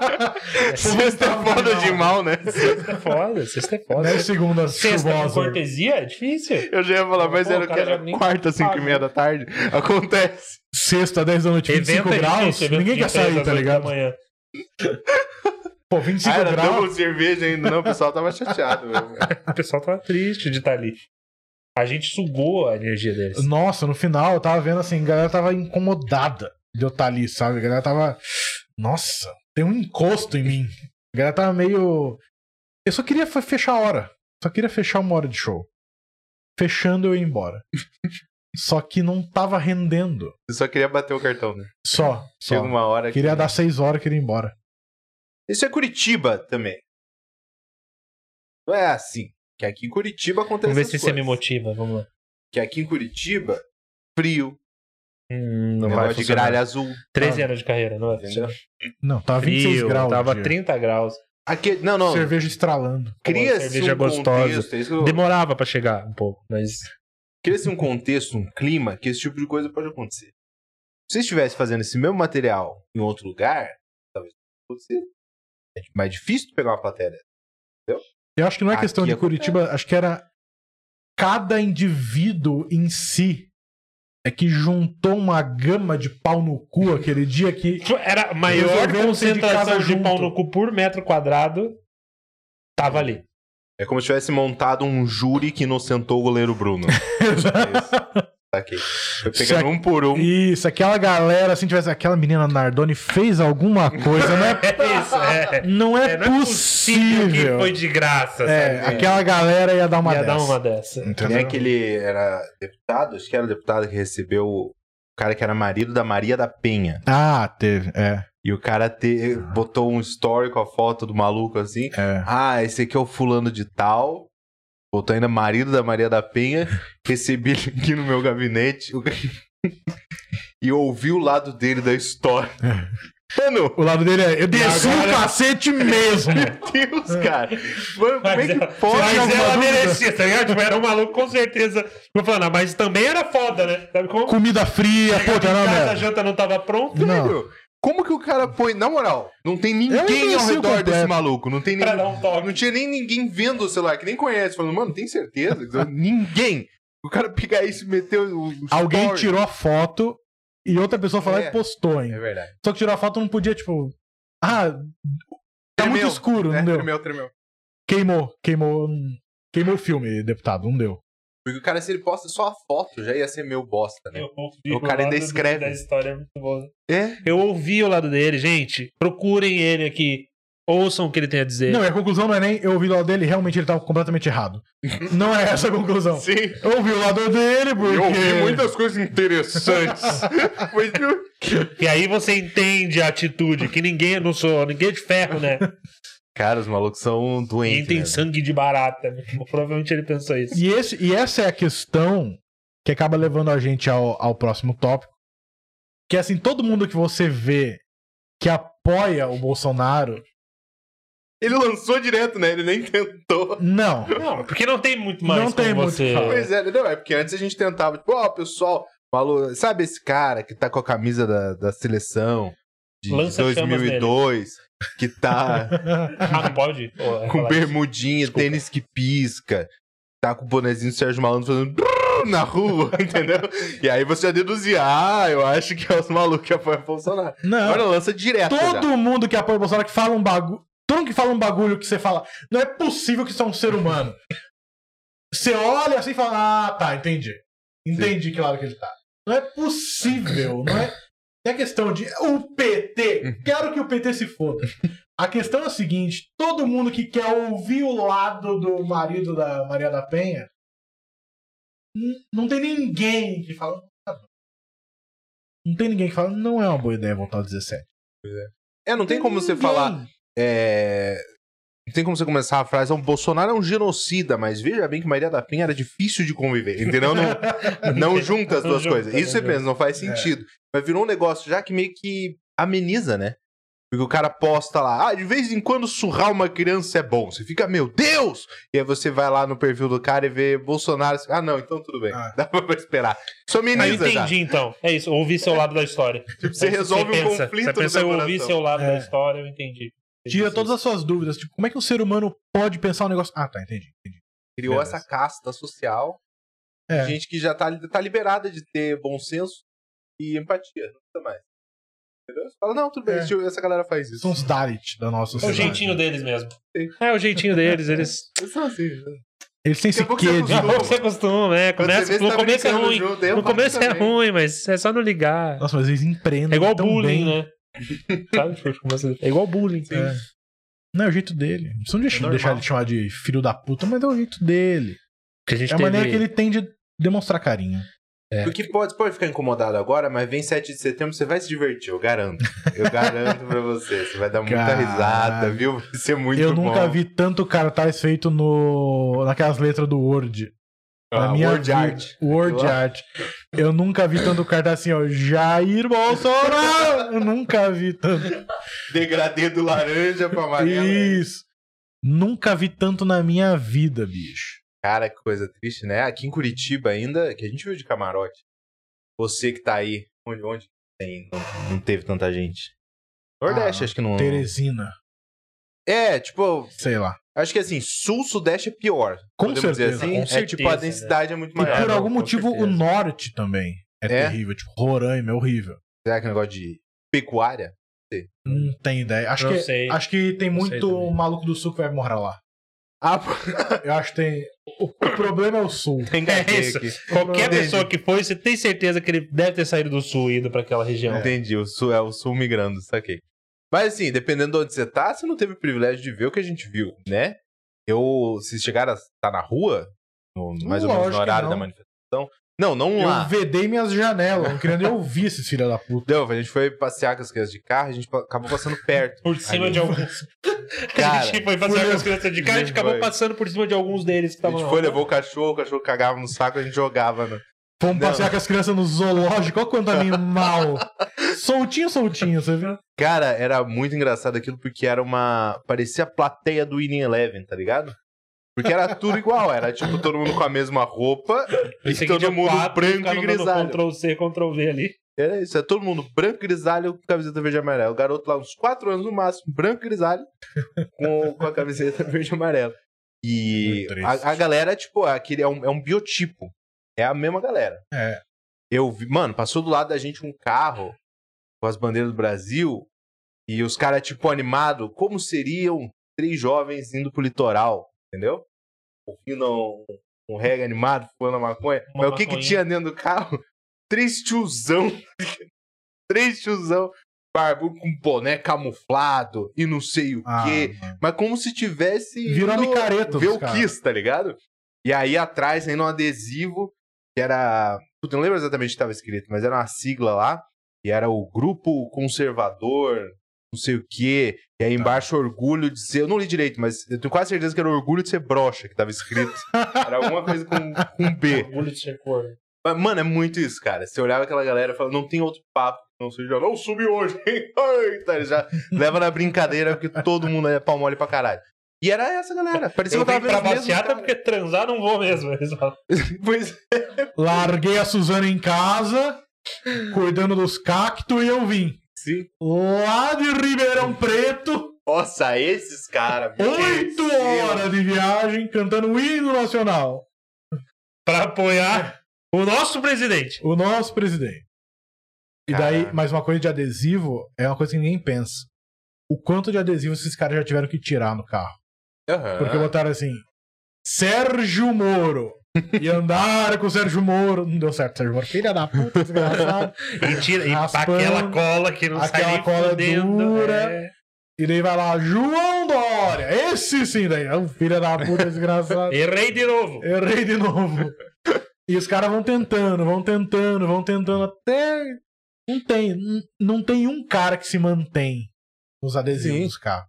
[SPEAKER 3] *laughs* Sexta é foda de mal, né?
[SPEAKER 2] Sexta é foda, sexta é foda.
[SPEAKER 1] *laughs* Dez segundas
[SPEAKER 2] Sexta com
[SPEAKER 1] chuvosas.
[SPEAKER 2] cortesia é difícil.
[SPEAKER 3] Eu já ia falar, mas
[SPEAKER 2] Pô,
[SPEAKER 3] era
[SPEAKER 2] o
[SPEAKER 3] que
[SPEAKER 2] cara
[SPEAKER 3] era
[SPEAKER 2] já nem
[SPEAKER 3] quarta, cinco e
[SPEAKER 2] pagou.
[SPEAKER 3] meia da tarde. Acontece.
[SPEAKER 1] Sexta, 10 da noite, 25
[SPEAKER 2] é
[SPEAKER 1] graus.
[SPEAKER 2] difícil, evento
[SPEAKER 1] Ninguém
[SPEAKER 2] de
[SPEAKER 1] quer
[SPEAKER 2] três
[SPEAKER 1] sair,
[SPEAKER 2] às
[SPEAKER 1] tá
[SPEAKER 2] oito da
[SPEAKER 1] ligado?
[SPEAKER 2] manhã.
[SPEAKER 1] Pô, 25
[SPEAKER 3] Ah, era
[SPEAKER 1] graus.
[SPEAKER 3] double cerveja ainda, não. O pessoal tava chateado. mesmo.
[SPEAKER 2] O pessoal tava triste de estar ali. A gente sugou a energia deles.
[SPEAKER 1] Nossa, no final eu tava vendo assim, a galera tava incomodada de eu estar ali, sabe? A galera tava. Nossa, tem um encosto em mim. A galera tava meio. Eu só queria fe- fechar a hora. Só queria fechar uma hora de show. Fechando eu ia embora.
[SPEAKER 2] *laughs*
[SPEAKER 1] só que não tava rendendo.
[SPEAKER 3] Eu só queria bater o cartão, né?
[SPEAKER 1] Só.
[SPEAKER 3] Chega
[SPEAKER 1] só.
[SPEAKER 3] uma hora que.
[SPEAKER 1] Queria dar 6 horas, queria ir embora.
[SPEAKER 3] Isso é Curitiba também. Não é assim. Que aqui em Curitiba acontece
[SPEAKER 2] Vamos ver
[SPEAKER 3] essas
[SPEAKER 2] se você me
[SPEAKER 3] coisas.
[SPEAKER 2] motiva, vamos lá.
[SPEAKER 3] Que aqui em Curitiba frio,
[SPEAKER 2] Hum, não vai
[SPEAKER 3] negócio de
[SPEAKER 2] funcionar.
[SPEAKER 3] gralha azul.
[SPEAKER 2] 13 anos de carreira, não vai
[SPEAKER 3] Entendeu?
[SPEAKER 2] funcionar.
[SPEAKER 1] Tá Não, tava 26
[SPEAKER 2] Frio,
[SPEAKER 1] graus.
[SPEAKER 2] tava
[SPEAKER 1] de
[SPEAKER 2] 30 graus.
[SPEAKER 3] Aqui, não, não.
[SPEAKER 1] Cerveja estralando.
[SPEAKER 3] Cria-se
[SPEAKER 2] cerveja
[SPEAKER 3] um
[SPEAKER 2] gostosa.
[SPEAKER 3] contexto. é isso que eu-
[SPEAKER 2] Demorava pra chegar um pouco, mas...
[SPEAKER 3] Cria-se um contexto, um clima, que esse tipo de coisa pode acontecer. Se você estivesse fazendo esse mesmo material em outro lugar, talvez fosse mais difícil de pegar uma plateia. dessa.
[SPEAKER 1] Eu acho que não é
[SPEAKER 3] Aqui
[SPEAKER 1] questão de
[SPEAKER 3] é-
[SPEAKER 1] Curitiba, acho que era cada indivíduo em si é que juntou uma gama de pau no cu aquele dia que
[SPEAKER 2] Tipo, Era a maior
[SPEAKER 1] Resolveram ser um de
[SPEAKER 2] concentração
[SPEAKER 1] casa
[SPEAKER 2] de, pau
[SPEAKER 1] junto.
[SPEAKER 2] no cu por metro quadrado. Tava ali.
[SPEAKER 3] É como se tivesse montado um júri que inocentou o goleiro Bruno. tá aqui. Foi
[SPEAKER 1] Saca-
[SPEAKER 3] pegando um por um.
[SPEAKER 1] Isso, aquela galera, assim, tivesse aquela menina Nardoni fez alguma coisa, não é,
[SPEAKER 2] *laughs* É isso, é.
[SPEAKER 1] não é,
[SPEAKER 2] É, não é possível que
[SPEAKER 1] possível.
[SPEAKER 2] foi de graça,
[SPEAKER 1] É,
[SPEAKER 2] sabe?
[SPEAKER 1] aquela galera ia dar uma
[SPEAKER 2] Ia dar
[SPEAKER 1] dessa.
[SPEAKER 2] uma dessa.
[SPEAKER 3] Nem
[SPEAKER 1] Entendeu?
[SPEAKER 3] aquele era deputado, acho que era o deputado que recebeu o cara que era marido da Maria da Penha.
[SPEAKER 1] Ah, teve, é,
[SPEAKER 3] E o cara te- botou um story com a foto do maluco assim.
[SPEAKER 1] é.
[SPEAKER 3] Ah, esse aqui é o fulano de tal. Botou ainda marido da Maria da Penha. Recebi ele aqui no meu gabinete. *laughs* O cara- e ouvi o lado dele da história. Mano,
[SPEAKER 1] O lado dele é, eu desci
[SPEAKER 2] Agora-
[SPEAKER 1] o cacete mesmo.
[SPEAKER 3] Deus, cara. Mano, como é
[SPEAKER 2] Mas,
[SPEAKER 3] que
[SPEAKER 2] ela-
[SPEAKER 3] pode?
[SPEAKER 2] mas
[SPEAKER 1] alguma
[SPEAKER 2] ela
[SPEAKER 1] dúvida?
[SPEAKER 2] merecia, tá ligado? Tipo, era um maluco com certeza. Tô falando, ah, mas também era foda, né? Sabe como?
[SPEAKER 1] *laughs* Comida fria, pô,
[SPEAKER 2] Chegava
[SPEAKER 1] tá
[SPEAKER 2] em
[SPEAKER 1] na
[SPEAKER 2] casa, a
[SPEAKER 1] merda.
[SPEAKER 2] janta não tava pronta.
[SPEAKER 1] Não.
[SPEAKER 3] Velho, Como que o cara põe. Na moral, não tem ninguém
[SPEAKER 1] imbecil
[SPEAKER 3] ao redor
[SPEAKER 1] completo.
[SPEAKER 3] desse maluco. Não tem
[SPEAKER 2] Pra
[SPEAKER 3] ninguém.
[SPEAKER 2] dar um toque.
[SPEAKER 3] Não tinha nem ninguém vendo o celular, que nem conhece. Falando, mano, tem *laughs* certeza? ninguém. O cara pegar isso e meter o. o
[SPEAKER 1] Alguém
[SPEAKER 3] story.
[SPEAKER 1] tirou a foto e outra pessoa falou
[SPEAKER 3] É.
[SPEAKER 1] e postou, hein?
[SPEAKER 3] É verdade.
[SPEAKER 1] Só que tirou a foto não podia, tipo. Ah, tá muito
[SPEAKER 3] Tremeu,
[SPEAKER 1] escuro,
[SPEAKER 3] É,
[SPEAKER 1] não deu.
[SPEAKER 3] tremeu, tremeu.
[SPEAKER 1] Queimou, queimou. Queimou o filme, deputado, não deu.
[SPEAKER 3] Porque o cara, se ele posta só a foto, já ia ser meu bosta, né?
[SPEAKER 2] Eu ouvi
[SPEAKER 3] O cara ainda
[SPEAKER 2] lado do-
[SPEAKER 3] escreve.
[SPEAKER 2] Da história é muito boa.
[SPEAKER 3] É?
[SPEAKER 2] Eu ouvi o lado dele, gente. Procurem ele aqui. Ouçam o que ele tem a dizer.
[SPEAKER 1] Não, e a conclusão não é nem eu ouvi lá dele, realmente ele tava completamente
[SPEAKER 3] *laughs*
[SPEAKER 1] errado. não é essa a conclusão.
[SPEAKER 3] Sim.
[SPEAKER 1] Eu ouvi o lado dele, porque.
[SPEAKER 3] coisas *laughs* interessantes. Foi de-
[SPEAKER 2] E aí você entende a atitude, que ninguém não sou, ninguém é de ferro,
[SPEAKER 3] *laughs*
[SPEAKER 2] né?
[SPEAKER 3] Cara, os malucos são
[SPEAKER 2] Ninguém
[SPEAKER 3] doentes.
[SPEAKER 2] tem
[SPEAKER 3] né?
[SPEAKER 2] sangue de barata. Provavelmente ele pensou isso.
[SPEAKER 1] E, esse, e essa é a questão que acaba levando a gente ao, ao próximo tópico. Que assim, todo mundo que você vê que apoia o Bolsonaro.
[SPEAKER 3] Ele lançou direto, né? Ele nem tentou.
[SPEAKER 1] Não. *laughs*
[SPEAKER 2] Não, porque não tem muito mais
[SPEAKER 1] Não
[SPEAKER 2] como
[SPEAKER 1] tem muito
[SPEAKER 2] você.
[SPEAKER 1] o que falar.
[SPEAKER 3] Pois é, não, é porque antes a gente tentava, tipo, ó, pessoal, falou, sabe esse cara que tá com a camisa da, da seleção de
[SPEAKER 2] Lança chamas
[SPEAKER 3] 2002, que
[SPEAKER 2] *laughs*
[SPEAKER 3] tá
[SPEAKER 2] Ah, não pode? Pô, é
[SPEAKER 3] com
[SPEAKER 2] falar
[SPEAKER 3] bermudinha, tênis que pisca, tá com o bonezinho do Sérgio Malandro fazendo brrr na rua, *laughs* entendeu? E aí você já deduzia, ah, eu acho que é os malucos que apoiam o Bolsonaro.
[SPEAKER 1] Não.
[SPEAKER 3] Agora lança direto. já.
[SPEAKER 1] Ah. Todo mundo que apoia o Bolsonaro que fala um bagulho. Todo mundo que fala um bagulho que você fala, não é possível que isso é um ser humano. Você olha assim e fala, ah, tá, entendi. Entendi que lado que ele tá. Não é possível, não é. Não é questão de o PT, quero que o PT se foda. A questão é a seguinte: todo mundo que quer ouvir o lado do marido da Maria da Penha, n- não tem ninguém que fala. "Tá Não tem ninguém que fala, não é uma boa ideia voltar ao 17.
[SPEAKER 3] É, não tem como você falar. é, Não tem como você começar a frase, "Ah, o Bolsonaro é um genocida, mas veja bem que Maria da Penha era difícil de conviver, entendeu? Não,
[SPEAKER 2] *laughs*
[SPEAKER 3] não junta as
[SPEAKER 2] Não né? É.
[SPEAKER 3] duas
[SPEAKER 2] junta,
[SPEAKER 3] coisas. Isso
[SPEAKER 2] não
[SPEAKER 3] você pensa, não faz sentido. Mas virou um negócio já que meio que ameniza, né? Porque o cara posta lá, ah, de vez em quando surrar uma criança é bom. Você fica, meu Deus! E aí você vai lá no perfil do cara e vê Bolsonaro. Ah, não, então tudo bem.
[SPEAKER 1] Ah.
[SPEAKER 3] Dá pra esperar. Só
[SPEAKER 2] Ah,
[SPEAKER 3] ameniza já.
[SPEAKER 2] entendi então. É isso, ouvi seu lado da história.
[SPEAKER 3] você
[SPEAKER 2] É isso que
[SPEAKER 3] resolve um
[SPEAKER 2] pensa.
[SPEAKER 3] conflito
[SPEAKER 2] Você
[SPEAKER 3] no
[SPEAKER 2] pensa,
[SPEAKER 3] seu
[SPEAKER 2] eu ouvi
[SPEAKER 3] coração.
[SPEAKER 2] seu lado
[SPEAKER 1] É.
[SPEAKER 2] da história, eu entendi. É
[SPEAKER 1] Tira todas as suas dúvidas. Tipo, como é que um ser humano pode pensar um negócio. Ah, tá, entendi. entendi.
[SPEAKER 3] Criou
[SPEAKER 1] Beleza.
[SPEAKER 3] essa casta social.
[SPEAKER 1] É.
[SPEAKER 3] Gente que já tá, tá liberada de ter bom senso e empatia. Não precisa mais. Entendeu? Você fala, não, tudo bem,
[SPEAKER 1] É.
[SPEAKER 3] esse- essa galera faz isso.
[SPEAKER 1] São os Dalit da nossa
[SPEAKER 2] É o
[SPEAKER 1] sociedade.
[SPEAKER 2] jeitinho deles mesmo. É o jeitinho deles,
[SPEAKER 3] *laughs*
[SPEAKER 2] eles.
[SPEAKER 3] Eles são assim.
[SPEAKER 1] Eles têm
[SPEAKER 3] Daqui
[SPEAKER 1] esse
[SPEAKER 3] a pouco você
[SPEAKER 1] quê de.
[SPEAKER 3] acostuma.
[SPEAKER 2] Você acostuma, né?
[SPEAKER 3] Quando
[SPEAKER 2] Começa,
[SPEAKER 3] você vê, você
[SPEAKER 2] no
[SPEAKER 3] tá
[SPEAKER 2] começo é
[SPEAKER 3] brincando
[SPEAKER 2] ruim.
[SPEAKER 3] junto, aí eu
[SPEAKER 2] No
[SPEAKER 3] faço
[SPEAKER 2] começo é
[SPEAKER 3] também. Ah,
[SPEAKER 2] ruim, mas é só não ligar.
[SPEAKER 1] Nossa, mas eles empreendem.
[SPEAKER 2] É igual
[SPEAKER 1] tão
[SPEAKER 2] bullying,
[SPEAKER 1] bem.
[SPEAKER 3] *laughs*
[SPEAKER 2] né? Sabe? Tipo, começa- É igual bullying.
[SPEAKER 1] É. Não, é o jeito dele. Não precisa deixar,
[SPEAKER 3] normal.
[SPEAKER 1] deixar ele chamar de filho da puta, mas é o jeito dele.
[SPEAKER 2] Que a gente
[SPEAKER 1] É a
[SPEAKER 2] teve-
[SPEAKER 1] maneira que ele tem de demonstrar carinho.
[SPEAKER 3] É. Porque pode, pode ficar incomodado agora, mas vem 7 de setembro, você vai se divertir, eu garanto. Eu garanto pra você. Você vai dar muita
[SPEAKER 1] Caralho.
[SPEAKER 3] risada, viu? Vai ser muito
[SPEAKER 1] Eu
[SPEAKER 3] bom.
[SPEAKER 1] nunca vi tanto cartaz feito no... naquelas letras do Word. Na
[SPEAKER 3] Ah,
[SPEAKER 1] minha
[SPEAKER 3] word
[SPEAKER 1] vida-
[SPEAKER 3] art.
[SPEAKER 1] Word
[SPEAKER 3] Aquilo lá.
[SPEAKER 1] art. Eu nunca vi tanto cartaz assim, ó. Jair Bolsonaro! Eu nunca vi tanto.
[SPEAKER 3] Degradê do laranja pra amarelo.
[SPEAKER 1] Isso. Nunca vi tanto na minha vida, bicho.
[SPEAKER 3] Cara, que coisa triste, né? Aqui em Curitiba ainda, que a gente viu de camarote. Você que tá aí, onde, onde tem, não, não teve tanta gente. Nordeste,
[SPEAKER 1] Ah,
[SPEAKER 3] acho que não.
[SPEAKER 1] Teresina,
[SPEAKER 3] É, tipo,
[SPEAKER 1] sei lá.
[SPEAKER 3] acho que assim, sul-sudeste é pior.
[SPEAKER 1] Com
[SPEAKER 3] podemos dizer
[SPEAKER 1] certeza, né?
[SPEAKER 3] assim.
[SPEAKER 4] com
[SPEAKER 3] é tipo,
[SPEAKER 4] certeza,
[SPEAKER 3] a densidade é muito
[SPEAKER 1] E
[SPEAKER 3] maior.
[SPEAKER 1] por
[SPEAKER 2] não,
[SPEAKER 1] algum
[SPEAKER 2] com
[SPEAKER 1] motivo o
[SPEAKER 2] certeza.
[SPEAKER 1] norte também é,
[SPEAKER 3] É?
[SPEAKER 1] terrível. Tipo, Roraima é horrível.
[SPEAKER 3] Será que é um negócio de pecuária?
[SPEAKER 1] Não tem ideia. Acho,
[SPEAKER 2] Não
[SPEAKER 1] que,
[SPEAKER 2] sei.
[SPEAKER 1] acho que tem
[SPEAKER 2] Não sei
[SPEAKER 1] muito
[SPEAKER 2] também.
[SPEAKER 1] maluco do sul que vai morar lá.
[SPEAKER 3] Ah, *laughs*
[SPEAKER 1] Eu acho que tem. O, o problema *laughs* é o sul.
[SPEAKER 3] tem gatinho
[SPEAKER 2] isso.
[SPEAKER 3] aqui.
[SPEAKER 2] Qualquer
[SPEAKER 1] é
[SPEAKER 3] Entendi.
[SPEAKER 2] pessoa que foi, você tem certeza que ele deve ter saído do sul e ido pra aquela região.
[SPEAKER 3] Entendi, o sul é o sul migrando, saquei. Mas assim, dependendo de onde você tá, você não teve o privilégio de ver o que a gente viu, né? Eu, se chegar a estar na rua, no- mais ou menos
[SPEAKER 1] Lógico
[SPEAKER 3] no
[SPEAKER 1] que
[SPEAKER 3] horário
[SPEAKER 1] não.
[SPEAKER 3] da manifestação. Não, não
[SPEAKER 1] Eu
[SPEAKER 3] lá.
[SPEAKER 1] vedei minhas janelas, não queria nem ouvir esses filhos da puta.
[SPEAKER 3] Não, a gente foi passear com as crianças de carro, a gente pa- acabou passando
[SPEAKER 1] *laughs*
[SPEAKER 3] perto.
[SPEAKER 2] Por cima
[SPEAKER 3] Ali.
[SPEAKER 2] de *laughs* alguns. a
[SPEAKER 3] Cara,
[SPEAKER 2] gente foi fazer com as crianças de cara, a gente
[SPEAKER 3] Foi.
[SPEAKER 2] acabou passando por cima de alguns deles que
[SPEAKER 3] A
[SPEAKER 2] estavam
[SPEAKER 3] gente
[SPEAKER 2] lá.
[SPEAKER 3] foi, levou o cachorro, o cachorro cagava no saco, a gente jogava. No...
[SPEAKER 1] Vamos
[SPEAKER 3] Não.
[SPEAKER 1] passear com as crianças no zoológico, olha quanto
[SPEAKER 3] *laughs*
[SPEAKER 1] animal. soltinho, soltinho, você viu?
[SPEAKER 3] Cara, era muito engraçado aquilo porque era uma. Parecia a plateia do Winning Eleven, tá ligado? Porque era tudo igual, era tipo todo mundo com a mesma roupa e
[SPEAKER 2] Esse aqui
[SPEAKER 3] todo
[SPEAKER 2] tinha
[SPEAKER 3] mundo
[SPEAKER 2] um quatro,
[SPEAKER 3] branco e
[SPEAKER 2] ficaram dando
[SPEAKER 3] grisalho.
[SPEAKER 2] Ctrl C, Ctrl V ali.
[SPEAKER 3] Era isso, é todo mundo branco, grisalho, camiseta verde e amarela. O garoto lá, uns 4 anos no máximo, branco, grisalho, com, com a camiseta *laughs* verde e amarela. E
[SPEAKER 1] Muito triste.
[SPEAKER 3] a, a galera, tipo, é aquele, é, um, é um biotipo. É a mesma galera.
[SPEAKER 1] É.
[SPEAKER 3] Eu vi, mano, passou do lado da gente um carro com as bandeiras do Brasil e os caras, tipo, animado, como seriam três jovens indo pro litoral, entendeu? Ouvindo um, um reggae animado, fumando maconha.
[SPEAKER 2] Uma
[SPEAKER 3] Mas o que que
[SPEAKER 2] maconha.
[SPEAKER 3] tinha dentro do carro? *laughs* Três tiozão. *laughs* três tiozão. Barbudo com boné camuflado e não sei o
[SPEAKER 1] Ah,
[SPEAKER 3] quê. Mas como se tivesse.
[SPEAKER 1] Virou
[SPEAKER 3] ido
[SPEAKER 1] micareta
[SPEAKER 3] Ver
[SPEAKER 1] dos
[SPEAKER 3] o
[SPEAKER 1] caras.
[SPEAKER 3] Kiss, tá ligado? E aí atrás, ainda um adesivo, que era. Puta, eu não lembro exatamente o que estava escrito, mas era uma sigla lá. E era o Grupo Conservador, não sei o quê. E aí embaixo, orgulho de ser. Eu não li direito, mas eu tenho quase certeza que era orgulho de ser broxa que tava escrito. Era alguma coisa com, com B.
[SPEAKER 2] Orgulho de ser corno.
[SPEAKER 3] Mas, mano, é muito isso, cara. Você olhava aquela galera e falava, não tem outro papo, não seja, não subi hoje, hein? *laughs* Eita, ele já leva na brincadeira porque todo mundo é pau mole pra caralho. E era essa galera. Parecia
[SPEAKER 2] Eu
[SPEAKER 3] que eu
[SPEAKER 2] vim
[SPEAKER 3] tava
[SPEAKER 2] pra
[SPEAKER 3] vendo os mesmos
[SPEAKER 2] passeata porque transar não vou mesmo. *laughs* Eles falam.
[SPEAKER 3] caras. Pois é.
[SPEAKER 1] Larguei a Suzana em casa, cuidando dos cactos e eu vim.
[SPEAKER 3] Sim.
[SPEAKER 1] Lá de Ribeirão Preto,
[SPEAKER 3] Nossa, esses caras. meu
[SPEAKER 1] oito
[SPEAKER 3] Deus.
[SPEAKER 2] é
[SPEAKER 1] horas de viagem, cantando o hino nacional.
[SPEAKER 2] Pra apoiar o nosso presidente.
[SPEAKER 1] O nosso presidente. E daí,
[SPEAKER 3] Caraca.
[SPEAKER 1] mas uma coisa de adesivo é uma coisa que ninguém pensa. O quanto de adesivo esses caras já tiveram que tirar no carro?
[SPEAKER 3] Aham.
[SPEAKER 2] Ah.
[SPEAKER 1] Porque botaram assim: Sérgio Moro. E andaram com o Sérgio Moro. Não deu certo, Sérgio Moro. Filha da puta, desgraçado.
[SPEAKER 2] E tira e
[SPEAKER 1] Raspando,
[SPEAKER 2] aquela cola que não sai
[SPEAKER 1] aquela
[SPEAKER 2] nem
[SPEAKER 1] cola
[SPEAKER 2] fudendo,
[SPEAKER 1] dura.
[SPEAKER 2] é.
[SPEAKER 1] E daí vai lá, João Dória. Esse sim, daí. É um filho da puta
[SPEAKER 2] *laughs*
[SPEAKER 1] desgraçado.
[SPEAKER 2] Errei de novo.
[SPEAKER 1] Errei de novo. E os caras vão tentando, vão tentando, vão tentando até. Não tem. n- Não tem um cara que se mantém nos adesivos
[SPEAKER 3] Sim.
[SPEAKER 1] dos carros.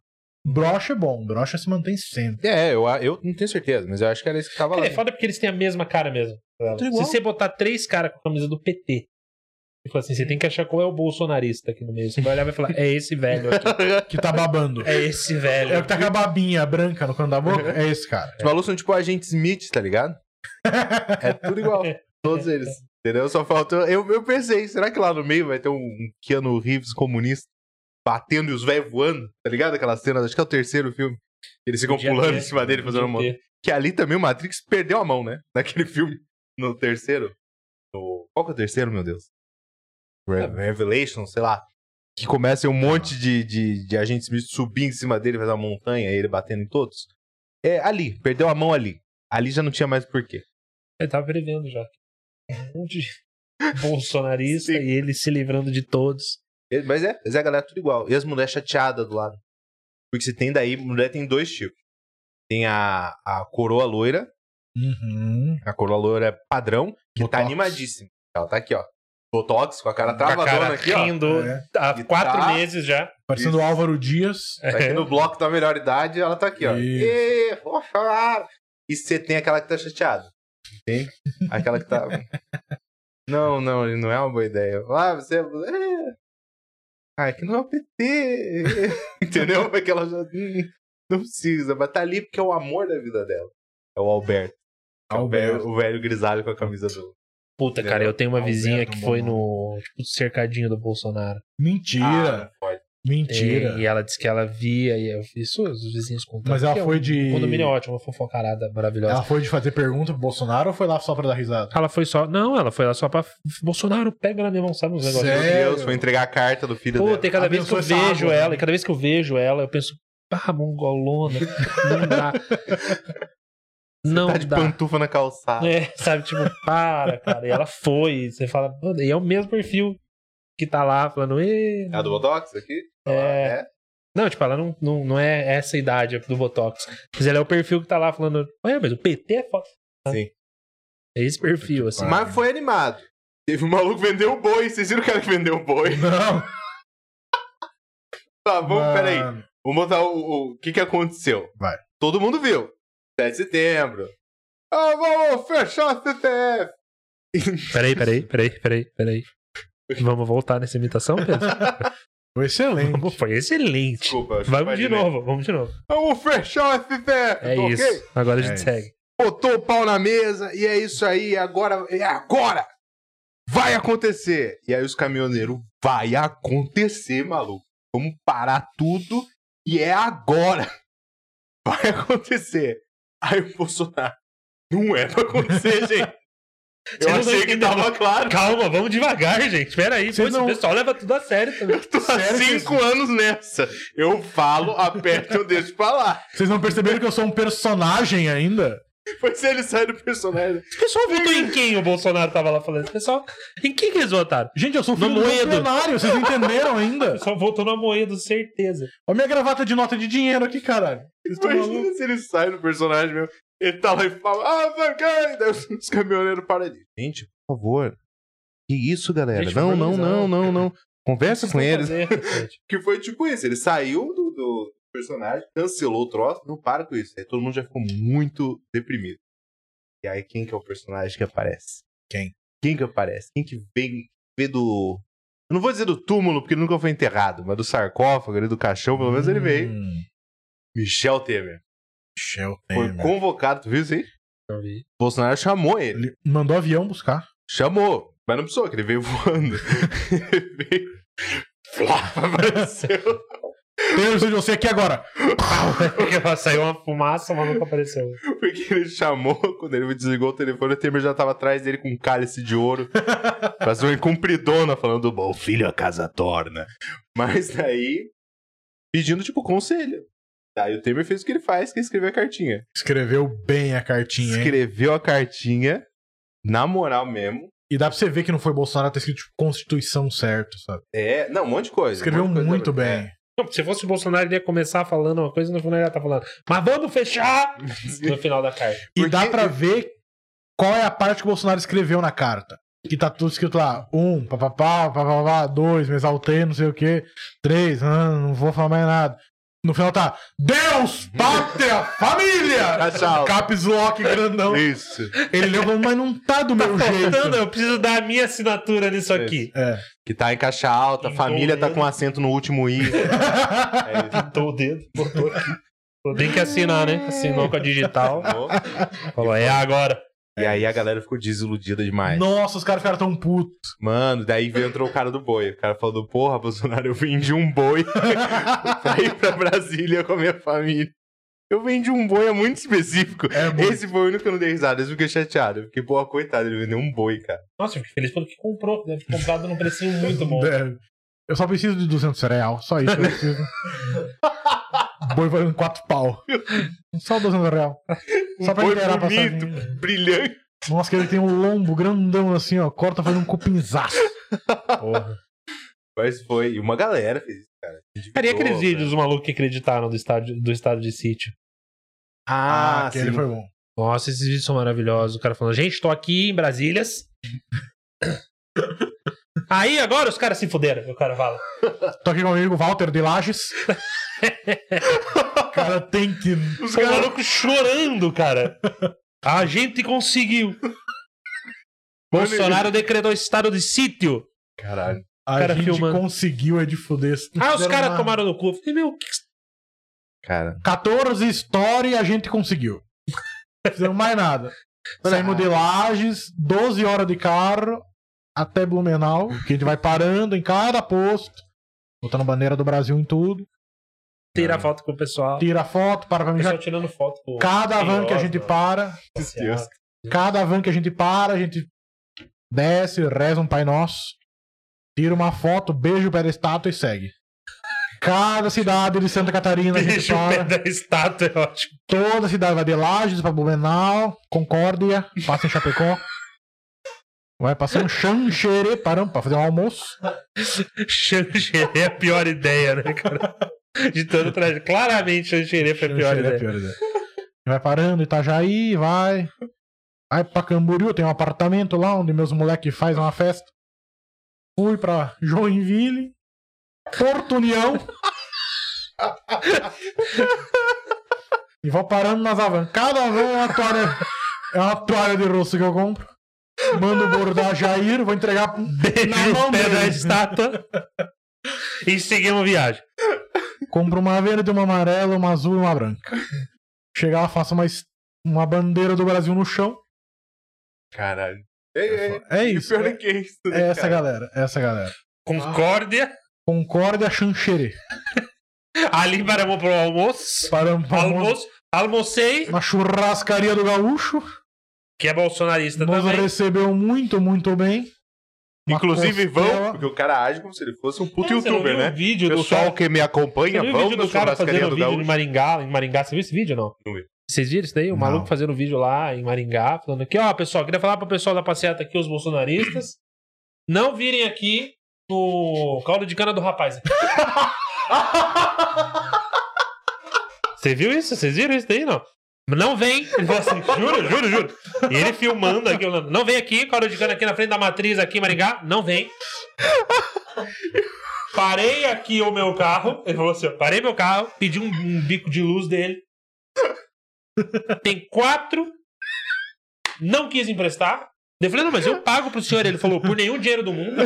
[SPEAKER 1] Brocha é bom, brocha se mantém sempre.
[SPEAKER 3] É, eu, eu não tenho certeza, mas eu acho que era isso que tava lá.
[SPEAKER 2] É foda porque eles têm a mesma cara mesmo.
[SPEAKER 1] Tudo
[SPEAKER 2] Se
[SPEAKER 1] igual.
[SPEAKER 2] você botar três caras com a camisa do PT, você fala assim, você tem que achar qual é o bolsonarista aqui no meio. Você vai olhar e vai falar, é esse velho aqui.
[SPEAKER 1] Que tá babando.
[SPEAKER 2] É esse velho.
[SPEAKER 1] É o que tá com a babinha branca no canto da boca? É esse cara.
[SPEAKER 3] Os malucos são tipo agentes Smith, tá ligado? É tudo igual. Todos eles. Entendeu? Só faltou. Eu, eu pensei, será que lá no meio vai ter um, um Keanu Reeves comunista batendo e os velhos voando? Tá ligado? Aquela cena, acho que é o terceiro filme. Eles ficam
[SPEAKER 2] Podia
[SPEAKER 3] pulando
[SPEAKER 2] ter,
[SPEAKER 3] em cima dele, fazendo uma.
[SPEAKER 2] podia ter.
[SPEAKER 3] Que ali também o Matrix perdeu a mão, né? *laughs* Naquele filme. No terceiro. No... Qual que é o terceiro, meu Deus? Re- Revelation, sei lá. Que começa um monte de, de, de agentes Smith subir em cima dele, fazer uma montanha, ele batendo em todos. É ali, perdeu a mão ali. Ali já não tinha mais porquê.
[SPEAKER 2] Eu tava prevendo já. Um monte de bolsonarista
[SPEAKER 3] Sim.
[SPEAKER 2] e ele se livrando de todos.
[SPEAKER 3] É, Mas é, mas é a galera tudo igual. E as mulheres chateadas do lado. Porque você tem daí, mulher tem dois tipos. Tem a, a coroa loira,
[SPEAKER 1] Uhum.
[SPEAKER 3] a coroa loira é padrão, que tá
[SPEAKER 1] Botox.
[SPEAKER 3] animadíssima. Ela tá aqui, ó. Botox, com a cara
[SPEAKER 2] Com a
[SPEAKER 3] travadona
[SPEAKER 2] cara
[SPEAKER 3] Tá aqui, ó.
[SPEAKER 2] rindo
[SPEAKER 1] É.
[SPEAKER 2] há
[SPEAKER 3] E
[SPEAKER 2] quatro
[SPEAKER 3] tá-
[SPEAKER 2] meses já.
[SPEAKER 1] Parecendo o Álvaro Dias.
[SPEAKER 3] Tá
[SPEAKER 2] né?
[SPEAKER 3] aqui no bloco da melhor idade, ela tá aqui, ó.
[SPEAKER 1] Isso.
[SPEAKER 3] Ê, vou chorar. E você tem aquela que tá chateada. Entende? Aquela que tá. Não, não, ele não é uma boa ideia. Ah, você é. é. Ah, é que não é o PT. *laughs* Entendeu? Porque ela já. hum, Não precisa, mas tá ali porque é o amor da vida dela. É o Alberto. É o velho, o velho grisalho com a camisa do.
[SPEAKER 2] *laughs* Puta, cara, eu tenho uma vizinha que foi no tipo, cercadinho do Bolsonaro.
[SPEAKER 1] Mentira.
[SPEAKER 3] Ah, pode.
[SPEAKER 1] Mentira.
[SPEAKER 2] E, e ela disse que ela via, e eu fiz isso, os vizinhos contando.
[SPEAKER 1] Mas ela
[SPEAKER 2] Que é um
[SPEAKER 1] foi de.
[SPEAKER 2] Condomínio ótimo, uma fofocarada maravilhosa.
[SPEAKER 1] Ela foi de fazer pergunta pro Bolsonaro ou foi lá só pra dar risada?
[SPEAKER 2] Ela foi só. Não, ela foi lá só pra. Bolsonaro, pega na minha mão, sabe uns negócios.
[SPEAKER 1] Sério?
[SPEAKER 3] Meu Deus, foi entregar a carta do filho
[SPEAKER 2] Pô,
[SPEAKER 3] dela.
[SPEAKER 2] tem cada vez que eu
[SPEAKER 1] Abençoe essa
[SPEAKER 2] vejo
[SPEAKER 1] água,
[SPEAKER 2] ela,
[SPEAKER 1] né?
[SPEAKER 2] e cada vez que eu vejo ela, eu penso, ah, mongolona, não *laughs* dá. Não
[SPEAKER 3] Tá de
[SPEAKER 2] dá.
[SPEAKER 3] pantufa na calçada.
[SPEAKER 2] É, sabe, tipo, para, cara. E ela foi, e você fala, mano, e é o mesmo perfil que tá lá falando, "Ê,
[SPEAKER 3] É a do Botox aqui?
[SPEAKER 2] É. Não, tipo, ela não, não, não é essa idade do Botox. Mas ela é o perfil que tá lá falando, ué, mas o PT é foda.
[SPEAKER 3] Sim.
[SPEAKER 2] É esse perfil, assim.
[SPEAKER 3] Mas foi animado. Teve um maluco que vendeu o boi. Vocês viram o cara que vendeu o
[SPEAKER 1] *laughs*
[SPEAKER 3] boi?
[SPEAKER 1] Não.
[SPEAKER 3] Tá, vamos,
[SPEAKER 1] mano.
[SPEAKER 3] peraí. Vamos botar o, o, o que que aconteceu.
[SPEAKER 1] Vai.
[SPEAKER 3] Todo mundo viu. 7 de setembro. Ah, vamos fechar a CTF.
[SPEAKER 2] Peraí, peraí, peraí, peraí,
[SPEAKER 3] *laughs*
[SPEAKER 2] peraí. Vamos voltar nessa imitação, Pedro?
[SPEAKER 1] Foi excelente.
[SPEAKER 2] Vamos, foi excelente.
[SPEAKER 3] Desculpa. acho que
[SPEAKER 2] Vamos
[SPEAKER 3] vai
[SPEAKER 2] de
[SPEAKER 3] meio.
[SPEAKER 2] novo, vamos de novo.
[SPEAKER 3] Vamos fechar a CTF.
[SPEAKER 2] É
[SPEAKER 3] tá ok?
[SPEAKER 2] isso. Agora a
[SPEAKER 1] É
[SPEAKER 2] gente
[SPEAKER 1] isso.
[SPEAKER 2] segue.
[SPEAKER 3] Botou o pau na mesa e é isso aí. Agora, é agora. Vai acontecer. E aí os caminhoneiros, vai acontecer, maluco. Vamos parar tudo e é agora. *laughs* Vai acontecer. Aí o Bolsonaro, não é pra
[SPEAKER 2] *laughs*
[SPEAKER 3] acontecer, gente.
[SPEAKER 2] Você
[SPEAKER 3] Eu
[SPEAKER 2] não tá
[SPEAKER 3] achei que
[SPEAKER 2] entendendo.
[SPEAKER 3] tava claro.
[SPEAKER 2] Calma, vamos devagar, gente. Peraí,
[SPEAKER 1] Você
[SPEAKER 2] pô, esse
[SPEAKER 1] não-
[SPEAKER 2] pessoal leva tudo a sério também.
[SPEAKER 3] *laughs* Tô há
[SPEAKER 1] Sério que
[SPEAKER 3] cinco anos nessa. Eu falo, aperto, eu deixo pra lá.
[SPEAKER 1] Vocês não perceberam que eu sou um personagem ainda?
[SPEAKER 3] Pois ele sai do personagem.
[SPEAKER 2] O pessoal votou em quem o Bolsonaro tava lá falando? O pessoal, em quem que eles votaram?
[SPEAKER 1] Gente, eu sou filho
[SPEAKER 2] No
[SPEAKER 1] do
[SPEAKER 2] Moedo.
[SPEAKER 1] milionário, vocês não entenderam
[SPEAKER 2] O
[SPEAKER 3] *laughs*
[SPEAKER 1] ainda?
[SPEAKER 2] pessoal votou na moeda, certeza.
[SPEAKER 1] Olha minha gravata de nota de dinheiro aqui, caralho. Vocês tão malucos?
[SPEAKER 3] Imagina se ele sai do personagem mesmo. Ele tá lá e fala, ah, vai, cara. Daí os *laughs* os caminhoneiros param ali. Gente, por favor. Que isso, galera?
[SPEAKER 2] Gente,
[SPEAKER 3] não,
[SPEAKER 2] vamos
[SPEAKER 3] não, não,
[SPEAKER 2] organizar.
[SPEAKER 3] não, não. Conversa com eles.
[SPEAKER 2] Fazer, gente.
[SPEAKER 3] tá Que foi tipo isso. Ele saiu do, do personagem, cancelou o troço, não para com isso. Aí todo mundo já ficou muito deprimido. E aí quem que é o personagem que aparece?
[SPEAKER 1] Quem?
[SPEAKER 3] Quem que aparece? Quem que vem, vê do... Eu não vou dizer do túmulo, porque ele nunca foi enterrado, mas do sarcófago ali, do caixão, pelo menos ele veio.
[SPEAKER 1] Hum,
[SPEAKER 3] Michel Temer.
[SPEAKER 1] Michel
[SPEAKER 3] Foi
[SPEAKER 1] Temer.
[SPEAKER 3] convocado, tu viu isso aí?
[SPEAKER 2] Não *laughs* vi.
[SPEAKER 3] Bolsonaro chamou ele.
[SPEAKER 1] Ele mandou avião buscar.
[SPEAKER 3] Chamou. Mas não precisou, que ele veio voando. *laughs* ele veio. Flá,
[SPEAKER 1] *laughs*
[SPEAKER 3] apareceu.
[SPEAKER 1] Eu preciso de você aqui agora.
[SPEAKER 2] Porque Saiu uma fumaça, o maluco apareceu.
[SPEAKER 3] Porque ele chamou, quando ele desligou o telefone, o Temer já tava atrás dele com um cálice
[SPEAKER 1] *laughs*
[SPEAKER 3] de ouro. Passou em cumpridona, falando, bom, filho, a casa torna. Mas daí, pedindo, tipo, conselho. Daí o Temer fez o que ele faz, que é escrever a cartinha.
[SPEAKER 1] Escreveu bem a cartinha, hein?
[SPEAKER 3] Escreveu a cartinha, na moral mesmo.
[SPEAKER 1] E dá pra você ver que não foi Bolsonaro, tá escrito tipo, Constituição certo, sabe?
[SPEAKER 3] É, não, um monte de coisa. um
[SPEAKER 1] Escreveu
[SPEAKER 3] monte de coisa.
[SPEAKER 1] muito
[SPEAKER 3] É.
[SPEAKER 1] bem.
[SPEAKER 2] Não, se fosse o Bolsonaro, ele ia começar falando uma coisa e no final ele ia estar falando. Mas vamos fechar! No final da carta.
[SPEAKER 1] E dá
[SPEAKER 3] Porque
[SPEAKER 1] pra
[SPEAKER 3] eu-
[SPEAKER 1] ver qual é a parte que o Bolsonaro escreveu na carta. Que tá tudo escrito lá. Um, papapá, papapá, dois, me exaltei, não sei o quê. Três, ah, não vou falar mais nada. No final tá. Deus, pátria, família!
[SPEAKER 3] Tchau.
[SPEAKER 1] Caps Lock grandão.
[SPEAKER 3] É. Isso.
[SPEAKER 1] Ele leu, falou, mas não tá do
[SPEAKER 2] *laughs*
[SPEAKER 1] meu
[SPEAKER 2] Faltando,
[SPEAKER 1] jeito.
[SPEAKER 2] eu preciso dar a minha assinatura nisso
[SPEAKER 3] Isso.
[SPEAKER 2] aqui.
[SPEAKER 1] É.
[SPEAKER 3] Que tá em caixa alta, a família tá com acento no
[SPEAKER 1] *laughs*
[SPEAKER 3] último I. É
[SPEAKER 2] Pintou o dedo, botou aqui. Tem que assinar, né? Assinou com a digital.
[SPEAKER 3] isso.
[SPEAKER 2] Falou, é agora.
[SPEAKER 3] E aí a galera ficou desiludida demais.
[SPEAKER 1] Nossa, os caras ficaram tão putos.
[SPEAKER 3] Mano, daí veio- entrou o cara do boi. O cara falou, porra, Bolsonaro, eu vendi um boi *laughs* pra ir pra Brasília com a minha família. Eu vendi um boi, é muito específico.
[SPEAKER 1] É muito.
[SPEAKER 3] Esse foi o único que eu não dei risada, eu fiquei chateado. Eu fiquei, porra, coitado, ele vendeu um boi, cara.
[SPEAKER 2] Nossa, eu fiquei feliz pelo que comprou. Deve ter comprado num precinho muito *laughs* bom.
[SPEAKER 1] É. Eu só preciso de 200 real, só isso que eu preciso. Boi valendo 4 pau. Só 200 real. Só pra
[SPEAKER 3] Boi
[SPEAKER 1] inteirar a
[SPEAKER 3] bonito.
[SPEAKER 1] passagem.
[SPEAKER 3] Brilhante.
[SPEAKER 1] Nossa, que ele tem um lombo grandão assim, ó. Corta fazendo um cupinzaço.
[SPEAKER 2] Porra.
[SPEAKER 3] Mas foi, e uma galera fez isso, cara.
[SPEAKER 2] Cara, e aqueles
[SPEAKER 3] Pô,
[SPEAKER 2] vídeos do maluco que acreditaram do estádio, do estádio de sítio?
[SPEAKER 3] Ah,
[SPEAKER 1] que ele
[SPEAKER 3] sim.
[SPEAKER 1] foi bom.
[SPEAKER 2] Nossa, esses vídeos são maravilhosos. O cara falando, gente, tô aqui em Brasílias. Aí agora os caras se fuderam, o cara fala.
[SPEAKER 1] Tô aqui com o amigo Walter de Lages. cara tem que.
[SPEAKER 3] Os
[SPEAKER 2] O
[SPEAKER 3] caras
[SPEAKER 1] Uhum.
[SPEAKER 2] maluco chorando, cara. A gente conseguiu. Bolsonaro decretou estado de sítio.
[SPEAKER 3] Caralho.
[SPEAKER 1] A
[SPEAKER 2] Cara
[SPEAKER 1] gente
[SPEAKER 2] filmando.
[SPEAKER 1] conseguiu é de fuder. Não
[SPEAKER 2] Ah, os
[SPEAKER 1] fizeram
[SPEAKER 2] caras
[SPEAKER 1] nada.
[SPEAKER 2] tomaram no cu. Eu falei, meu, que...
[SPEAKER 3] Cara.
[SPEAKER 1] 14 story e a gente conseguiu. Não fizeram mais nada. Saímos de Lages, 12 horas de carro até Blumenau, que a gente vai parando em cada posto, botando bandeira do Brasil em tudo, É.
[SPEAKER 2] tira foto com o pessoal.
[SPEAKER 1] tira foto, para pra
[SPEAKER 2] O pessoal
[SPEAKER 1] mijar.
[SPEAKER 2] tirando foto com
[SPEAKER 1] Cada
[SPEAKER 2] Tem
[SPEAKER 1] van que a
[SPEAKER 2] hora,
[SPEAKER 1] gente
[SPEAKER 2] né?
[SPEAKER 1] para,
[SPEAKER 3] Deus.
[SPEAKER 1] cada van que a gente para, a gente desce, reza um Pai Nosso, tira uma foto, beijo pela estátua e segue. Cada cidade de Santa Catarina a gente
[SPEAKER 2] Deixa o pé
[SPEAKER 1] para.
[SPEAKER 2] da estátua, é ótimo.
[SPEAKER 1] Toda a cidade vai de Lages pra Blumenau, Concórdia, passa em Chapecó. Vai passando Xanxerê, paramos pra fazer um almoço.
[SPEAKER 2] Xanxerê é a pior ideia, né, cara? De todo traje. Claramente, Xanxerê foi a pior
[SPEAKER 1] Xanxerê é
[SPEAKER 2] ideia.
[SPEAKER 1] a pior ideia. Vai parando, Itajaí, vai. Vai pra Camboriú, tem um apartamento lá onde meus moleques fazem uma festa. Fui pra Joinville, Porto União. e vou parando nas avan. Cada van é uma toalha, é uma toalha de rosto que eu compro. Mando bordar Jair, vou entregar na
[SPEAKER 2] Deixa
[SPEAKER 1] mão
[SPEAKER 2] o pé da
[SPEAKER 1] dele. Ah.
[SPEAKER 2] estátua. E seguimos viagem.
[SPEAKER 1] Compro uma verde, uma amarela, uma azul e uma branca. Chegar lá, faço uma, es- uma bandeira do Brasil no chão.
[SPEAKER 3] Caralho. É, é,
[SPEAKER 1] É
[SPEAKER 3] e
[SPEAKER 1] isso.
[SPEAKER 3] pior
[SPEAKER 1] É,
[SPEAKER 3] é que isso,
[SPEAKER 1] é
[SPEAKER 3] né,
[SPEAKER 1] essa
[SPEAKER 3] cara?
[SPEAKER 1] galera, é essa galera.
[SPEAKER 2] Concórdia.
[SPEAKER 1] Concórdia Xanxerê.
[SPEAKER 2] Ali paramos pro almoço.
[SPEAKER 1] Paramos pra almoço
[SPEAKER 2] Almoço. Almocei,
[SPEAKER 1] na churrascaria do Gaúcho.
[SPEAKER 2] que é bolsonarista
[SPEAKER 1] Nos
[SPEAKER 2] também.
[SPEAKER 1] recebeu muito, muito bem. Uma
[SPEAKER 3] Inclusive vão,
[SPEAKER 1] costela.
[SPEAKER 3] porque o cara age como se ele fosse um puto
[SPEAKER 2] Ah, você não
[SPEAKER 3] youtuber,
[SPEAKER 2] viu o
[SPEAKER 3] né? O
[SPEAKER 2] vídeo do
[SPEAKER 3] pessoal
[SPEAKER 2] cara-
[SPEAKER 3] que me
[SPEAKER 2] Você
[SPEAKER 3] acompanha,
[SPEAKER 2] viu o
[SPEAKER 3] vão
[SPEAKER 2] vídeo
[SPEAKER 3] na
[SPEAKER 2] do cara
[SPEAKER 3] churrascaria
[SPEAKER 2] fazendo
[SPEAKER 3] do
[SPEAKER 2] vídeo em
[SPEAKER 3] Gaúcho.
[SPEAKER 2] Maringá, em Maringá, você viu esse vídeo ou
[SPEAKER 3] Não
[SPEAKER 2] não?
[SPEAKER 3] vi.
[SPEAKER 2] Vocês viram isso daí? O
[SPEAKER 1] Não.
[SPEAKER 2] um maluco fazendo vídeo lá em Maringá, falando aqui, ó, pessoal, queria falar pro pessoal da passeata aqui, os bolsonaristas, não virem aqui no caldo de cana do rapaz. *laughs* Você viu isso? Vocês viram isso daí, não? Não vem! Ele falou assim, juro, juro, juro. E ele filmando aqui, falando, não vem aqui, caldo de cana aqui na frente da matriz aqui em Maringá, não vem. Parei aqui o meu carro. Ele falou assim: ó, parei meu carro, pedi um, um bico de luz dele. Tem quatro. Não quis emprestar. Eu falei, não, mas eu pago pro senhor. Ele falou, por nenhum dinheiro do mundo.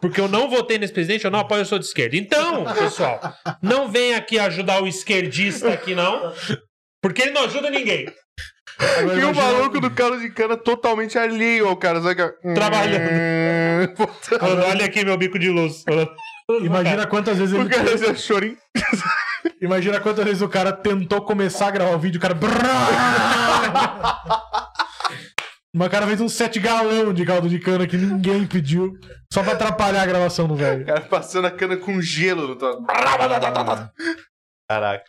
[SPEAKER 2] Porque eu não votei nesse presidente, eu não apoio, eu sou de esquerda. Então, pessoal, não vem aqui ajudar o esquerdista aqui, não. Porque ele não ajuda ninguém.
[SPEAKER 1] Agora
[SPEAKER 3] E o
[SPEAKER 1] imagina-
[SPEAKER 3] um maluco do caldo de cana totalmente alheio ao cara, só que... hum,
[SPEAKER 2] Trabalhando. Falando, olha aqui meu bico de luz.
[SPEAKER 1] Imagina quantas vezes
[SPEAKER 3] *laughs* O
[SPEAKER 1] ele.
[SPEAKER 3] cara já chorinho.
[SPEAKER 1] Imagina quantas vezes o cara tentou começar a gravar o vídeo, o cara. *laughs* Uma cara fez uns sete galão de caldo de cana que ninguém pediu. Só pra atrapalhar a gravação do velho.
[SPEAKER 3] O cara passando a cana com gelo no toque.
[SPEAKER 1] Ah.
[SPEAKER 3] Caraca.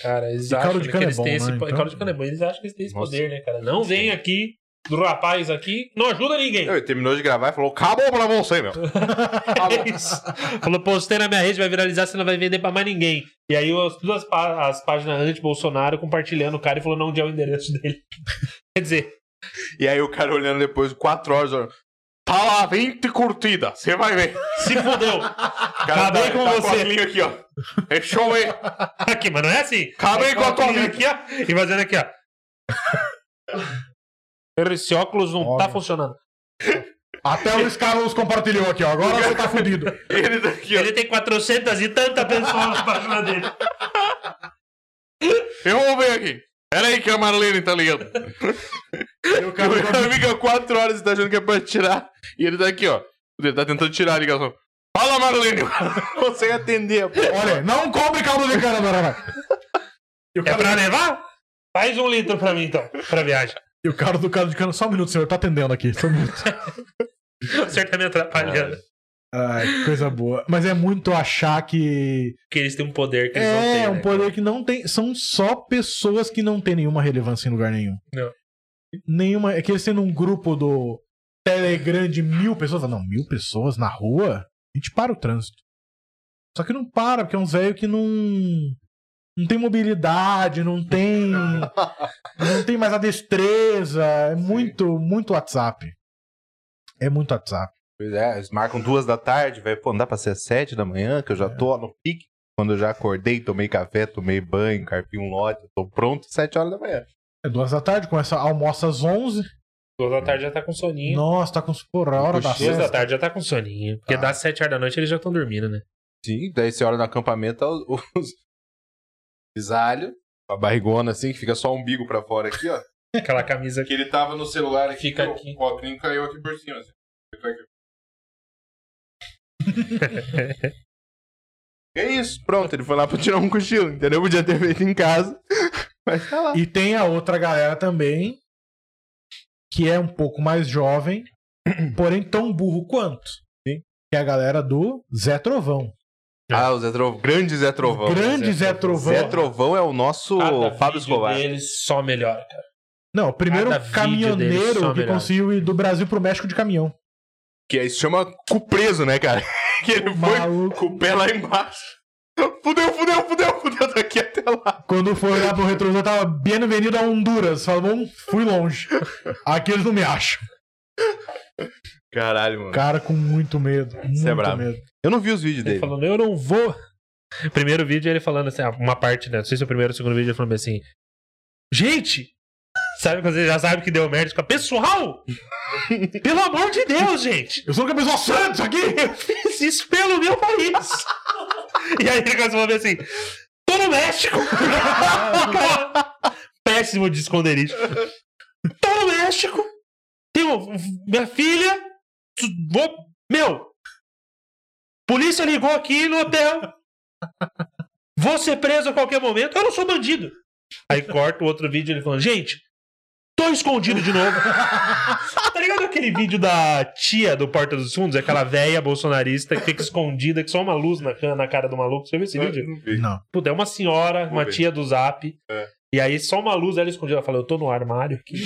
[SPEAKER 2] Cara, eles
[SPEAKER 1] E caldo
[SPEAKER 2] acham
[SPEAKER 1] de
[SPEAKER 2] né,
[SPEAKER 1] cana
[SPEAKER 2] que
[SPEAKER 1] é
[SPEAKER 2] eles
[SPEAKER 1] bom,
[SPEAKER 2] têm esse
[SPEAKER 1] né,
[SPEAKER 2] po-
[SPEAKER 1] então?
[SPEAKER 2] caldo de cana é bom, eles acham que eles têm esse
[SPEAKER 3] Nossa.
[SPEAKER 2] poder, né, cara? Não vem aqui do rapaz aqui, não ajuda
[SPEAKER 3] *laughs*
[SPEAKER 2] ninguém.
[SPEAKER 3] Não, Ele terminou de gravar e falou, acabou pra você, meu.
[SPEAKER 2] É *laughs* isso. Falou, postei na minha rede, vai viralizar, você não vai vender pra mais ninguém. E aí as, todas as, pá- as páginas anti-Bolsonaro compartilhando o cara e falou não onde é o endereço dele. *laughs* Quer dizer,
[SPEAKER 3] E aí o cara olhando depois, quatro horas, olhando, tá lá 20 curtidas, você vai ver.
[SPEAKER 2] se fudeu.
[SPEAKER 3] O cara
[SPEAKER 2] Acabei
[SPEAKER 3] tá-
[SPEAKER 2] com
[SPEAKER 3] tá
[SPEAKER 2] você.
[SPEAKER 3] a linha aqui, ó. É Fechou aí.
[SPEAKER 2] Aqui, mas não é assim.
[SPEAKER 3] Acabei com a tua
[SPEAKER 2] Colocando
[SPEAKER 3] vida.
[SPEAKER 2] aqui, ó, e fazendo aqui,
[SPEAKER 3] *laughs*
[SPEAKER 2] ó. Esse óculos não tá
[SPEAKER 1] Óbvio.
[SPEAKER 2] funcionando.
[SPEAKER 1] Até o Luiz Carlos compartilhou aqui, ó. Agora você tá
[SPEAKER 3] *laughs*
[SPEAKER 1] fudido.
[SPEAKER 3] Ele daqui, ó.
[SPEAKER 2] Ele tem 400 e tanta pessoas na página dele.
[SPEAKER 3] Eu vou ver aqui. Pera aí que a Marlene tá ligando.
[SPEAKER 1] E o cara
[SPEAKER 3] o cara fica quatro horas e tá achando que é pra tirar. E ele tá aqui, ó. Ele tá tentando tirar a ligação. Fala, Marlene. O cara não consegue atender. pô.
[SPEAKER 1] Olha, não compre caldo de cana, Guaraná. E o,
[SPEAKER 2] É
[SPEAKER 1] cara,
[SPEAKER 2] pra levar? Faz um litro pra mim, então, pra viagem.
[SPEAKER 1] e o cara do caldo de cana, só um minuto, senhor, tá atendendo aqui, só um minuto.
[SPEAKER 2] *laughs* O senhor tá me atrapalhando.
[SPEAKER 1] Ai, que coisa boa. Mas é muito achar que.
[SPEAKER 2] Porque eles têm um poder que eles não
[SPEAKER 1] é,
[SPEAKER 2] têm.
[SPEAKER 1] um
[SPEAKER 2] né?
[SPEAKER 1] poder que não tem. São só pessoas que não têm nenhuma relevância em lugar nenhum.
[SPEAKER 2] Não.
[SPEAKER 1] Nenhuma. É que eles têm um grupo do Telegram de mil pessoas. fala, Não, mil pessoas na rua? A gente para o trânsito. Só que não para, porque é uns velho que não. Não tem mobilidade, não
[SPEAKER 2] *laughs*
[SPEAKER 1] tem. não tem mais a destreza. É muito, muito WhatsApp. É muito WhatsApp.
[SPEAKER 3] Pois é, eles marcam duas da tarde, velho. Pô, não dá pra ser às sete da manhã, que eu já tô no pique. Quando eu já acordei, tomei café, tomei banho, carpi um lote, tô pronto às sete horas da manhã.
[SPEAKER 1] É duas da tarde, começa almoça às 11.
[SPEAKER 2] Duas da tarde já tá com soninho.
[SPEAKER 1] Nossa, tá com porra, a hora da
[SPEAKER 3] Cochila.
[SPEAKER 2] Duas da
[SPEAKER 1] festa.
[SPEAKER 2] tarde já tá com soninho. Porque
[SPEAKER 1] Tá.
[SPEAKER 2] das sete horas da noite eles já estão dormindo, né?
[SPEAKER 3] Sim, daí você olha no acampamento, tá os, os grisalho, a barrigona assim, que fica só o umbigo pra fora aqui, ó.
[SPEAKER 2] Aquela camisa
[SPEAKER 3] Que ele tava no celular aqui,
[SPEAKER 2] Fica
[SPEAKER 3] o-
[SPEAKER 2] aqui.
[SPEAKER 3] o copinho caiu aqui por cima. Assim. Ficou aqui.
[SPEAKER 2] *laughs*
[SPEAKER 3] é isso, pronto, ele foi lá pra tirar um cochilo, entendeu? Podia ter feito em casa, *laughs* mas tá lá.
[SPEAKER 1] E tem a outra galera também, que é um pouco mais jovem, porém tão burro quanto.
[SPEAKER 3] Sim.
[SPEAKER 1] Que é a galera do Zé Trovão.
[SPEAKER 3] Ah, o Zé Trovão, grande Zé Trovão.
[SPEAKER 1] Grande Zé
[SPEAKER 2] Zé
[SPEAKER 1] Trovão.
[SPEAKER 3] Zé Trovão é o nosso
[SPEAKER 2] Cada
[SPEAKER 3] Fábio
[SPEAKER 2] vídeo
[SPEAKER 3] Escobar.
[SPEAKER 2] dele só melhora.
[SPEAKER 1] Não, o primeiro
[SPEAKER 2] Cada vídeo dele
[SPEAKER 1] caminhoneiro
[SPEAKER 2] só
[SPEAKER 1] que
[SPEAKER 2] melhor.
[SPEAKER 1] conseguiu ir do Brasil pro México de caminhão.
[SPEAKER 3] Que aí se chama cu preso, né, cara? *laughs* Que ele foi
[SPEAKER 1] Maluco.
[SPEAKER 3] com o pé lá embaixo. Fudeu, fudeu, fudeu, fudeu daqui até lá.
[SPEAKER 1] Quando foi olhar pro retrovisor, tava bem-vindo a Honduras. Falou, bom, fui longe. Aqui eles não me acham.
[SPEAKER 3] Caralho, mano.
[SPEAKER 1] Cara com muito medo. Muito
[SPEAKER 3] é brabo.
[SPEAKER 1] medo.
[SPEAKER 3] Eu não vi os vídeos
[SPEAKER 2] Ele
[SPEAKER 3] dele.
[SPEAKER 2] falando, eu não vou. Primeiro vídeo ele falando assim, ah, uma parte, né? Não sei se é o primeiro ou o segundo vídeo ele falando assim. Gente! Sabe quando você já sabe que deu merda? Fica, *laughs* pessoal! Pelo amor de Deus, gente!
[SPEAKER 1] Eu sou uma pessoa santa isso aqui!
[SPEAKER 2] Eu *laughs* fiz isso pelo meu país! e aí ele começa a falar assim: tô no México! *laughs* Cara, péssimo de esconderijo. Tô no México! Tenho minha filha. Vou, meu! Polícia ligou aqui no hotel. Vou ser preso a qualquer momento. Eu não sou bandido. Aí corta o outro vídeo ele falando, gente, tô escondido de novo. tá ligado aquele vídeo da tia do Porta dos Fundos? Aquela velha bolsonarista que fica escondida, que só uma luz na, ca- na cara do maluco. Você viu esse vídeo?
[SPEAKER 1] Não.
[SPEAKER 2] *laughs* Puta, é uma senhora,
[SPEAKER 3] Vou
[SPEAKER 2] uma
[SPEAKER 3] ver.
[SPEAKER 2] tia do zap. E aí só uma luz ela escondida. Ela fala, eu tô no armário aqui.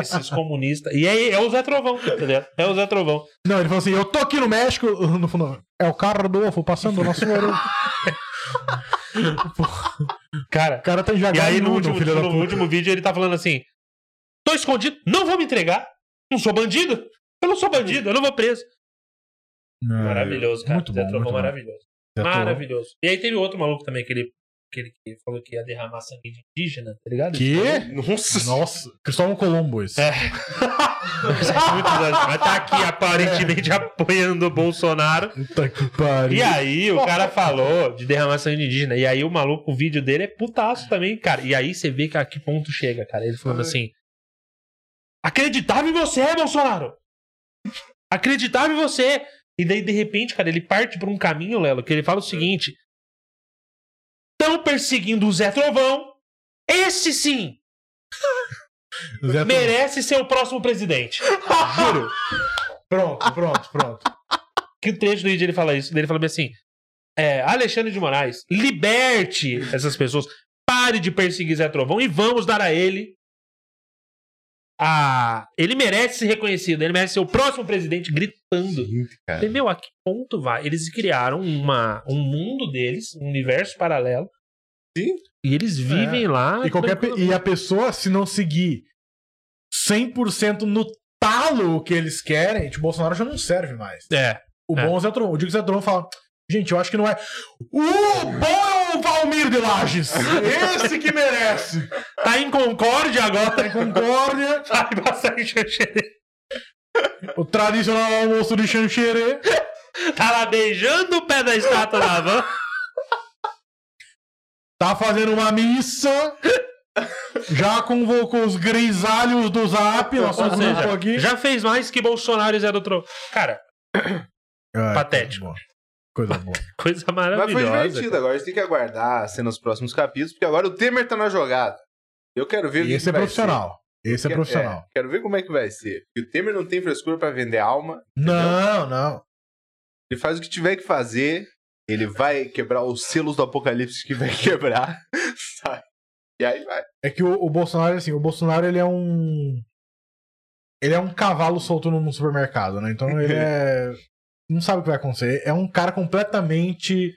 [SPEAKER 2] Esses comunistas. E aí é o Zé Trovão, tá ligado? É o Zé Trovão.
[SPEAKER 1] Não, ele falou assim: eu tô aqui no México, *laughs* no fundo. É o Cardoso passando o nosso orelho.
[SPEAKER 2] Cara,
[SPEAKER 1] O cara tá
[SPEAKER 2] E
[SPEAKER 1] enjagado
[SPEAKER 2] aí, no
[SPEAKER 1] nu,
[SPEAKER 2] último,
[SPEAKER 1] filho da
[SPEAKER 2] no
[SPEAKER 1] puta.
[SPEAKER 2] último vídeo, ele tá falando assim: tô escondido, não vou me entregar, não sou bandido, eu não sou bandido, eu não vou preso.
[SPEAKER 1] Não.
[SPEAKER 2] Maravilhoso, cara.
[SPEAKER 1] É, Muito bom,
[SPEAKER 2] Zé Trovão
[SPEAKER 1] muito bom.
[SPEAKER 2] maravilhoso.
[SPEAKER 1] Zé Trovão.
[SPEAKER 2] Maravilhoso. E aí teve outro maluco também, aquele, aquele que falou que ia derramar sangue de indígena, tá
[SPEAKER 1] *laughs*
[SPEAKER 2] ligado?
[SPEAKER 1] Que?
[SPEAKER 3] Nossa.
[SPEAKER 1] Nossa, Cristóvão Colombo esse.
[SPEAKER 2] É. Muito exagerado. Mas tá aqui aparentemente apoiando o Bolsonaro.
[SPEAKER 1] Puta que
[SPEAKER 2] E
[SPEAKER 1] pariu.
[SPEAKER 2] aí o cara falou de derramar sangue de indígena. E aí o maluco, o vídeo dele é putaço também, cara. E aí você vê que a que ponto chega, cara. Ele falando assim: Acreditava em você, Bolsonaro! Acreditava em você! E daí, de repente, cara, ele parte por um caminho, Lelo, que ele fala o seguinte: Estão perseguindo o Zé Trovão. Esse sim
[SPEAKER 1] Zé Trovão.
[SPEAKER 2] merece ser o próximo presidente. Juro.
[SPEAKER 1] *laughs* Pronto, pronto, pronto.
[SPEAKER 2] que trecho do vídeo ele fala isso? Ele fala bem assim: é, Alexandre de Moraes, liberte essas pessoas, pare de perseguir Zé Trovão e vamos dar a ele. a ele merece ser reconhecido, ele merece ser o próximo presidente gritando.
[SPEAKER 1] é.
[SPEAKER 2] Eu falei, Meu, a que ponto vai? Eles criaram uma, um mundo deles, um universo paralelo.
[SPEAKER 3] Sim.
[SPEAKER 2] E eles vivem lá.
[SPEAKER 1] É. E, qualquer pe- e a pessoa, se não seguir 100% no talo o que eles querem, tipo, o Bolsonaro já não serve mais.
[SPEAKER 2] É.
[SPEAKER 1] O
[SPEAKER 2] É.
[SPEAKER 1] bom é o Zé Tron. O Diego Zé Tron fala. Gente, eu acho que não é. O bom é o Valmir de
[SPEAKER 2] *laughs*
[SPEAKER 1] Lages! Esse que merece!
[SPEAKER 2] Tá em concórdia agora.
[SPEAKER 1] Concórdia,
[SPEAKER 2] Vai passar em Xanxerê.
[SPEAKER 1] o tradicional almoço de Xanxerê.
[SPEAKER 2] Tá lá beijando o pé da estátua da van.
[SPEAKER 1] Tá fazendo uma missa. Já convocou os grisalhos do Zap, um nosso
[SPEAKER 2] Ou
[SPEAKER 1] grupo
[SPEAKER 2] seja,
[SPEAKER 1] aqui.
[SPEAKER 2] já fez mais que Bolsonaro e Zé do Trovão. Cara,
[SPEAKER 1] Ai,
[SPEAKER 2] patético.
[SPEAKER 1] Coisa boa. Coisa
[SPEAKER 3] *laughs*
[SPEAKER 1] boa.
[SPEAKER 2] coisa
[SPEAKER 3] Mas foi
[SPEAKER 2] maravilhosa.
[SPEAKER 3] divertido, agora a gente tem que aguardar a cena nos próximos capítulos, porque agora o Temer tá na jogada. Eu quero ver o
[SPEAKER 1] E
[SPEAKER 3] que
[SPEAKER 1] esse
[SPEAKER 3] que
[SPEAKER 1] é
[SPEAKER 3] vai
[SPEAKER 1] profissional. Esse
[SPEAKER 3] ser.
[SPEAKER 1] é profissional.
[SPEAKER 3] É, quero ver como é que vai ser. Porque o Temer não tem frescura pra vender alma,
[SPEAKER 1] Não, não.
[SPEAKER 3] ele faz o que tiver que fazer, ele vai quebrar os selos do apocalipse que vai *laughs* quebrar, sabe? E aí vai.
[SPEAKER 1] É que o, o Bolsonaro, assim, o Bolsonaro ele é um. Ele é um cavalo solto num supermercado, né? Então ele
[SPEAKER 3] *laughs*
[SPEAKER 1] é. Não sabe o que vai acontecer. É um cara completamente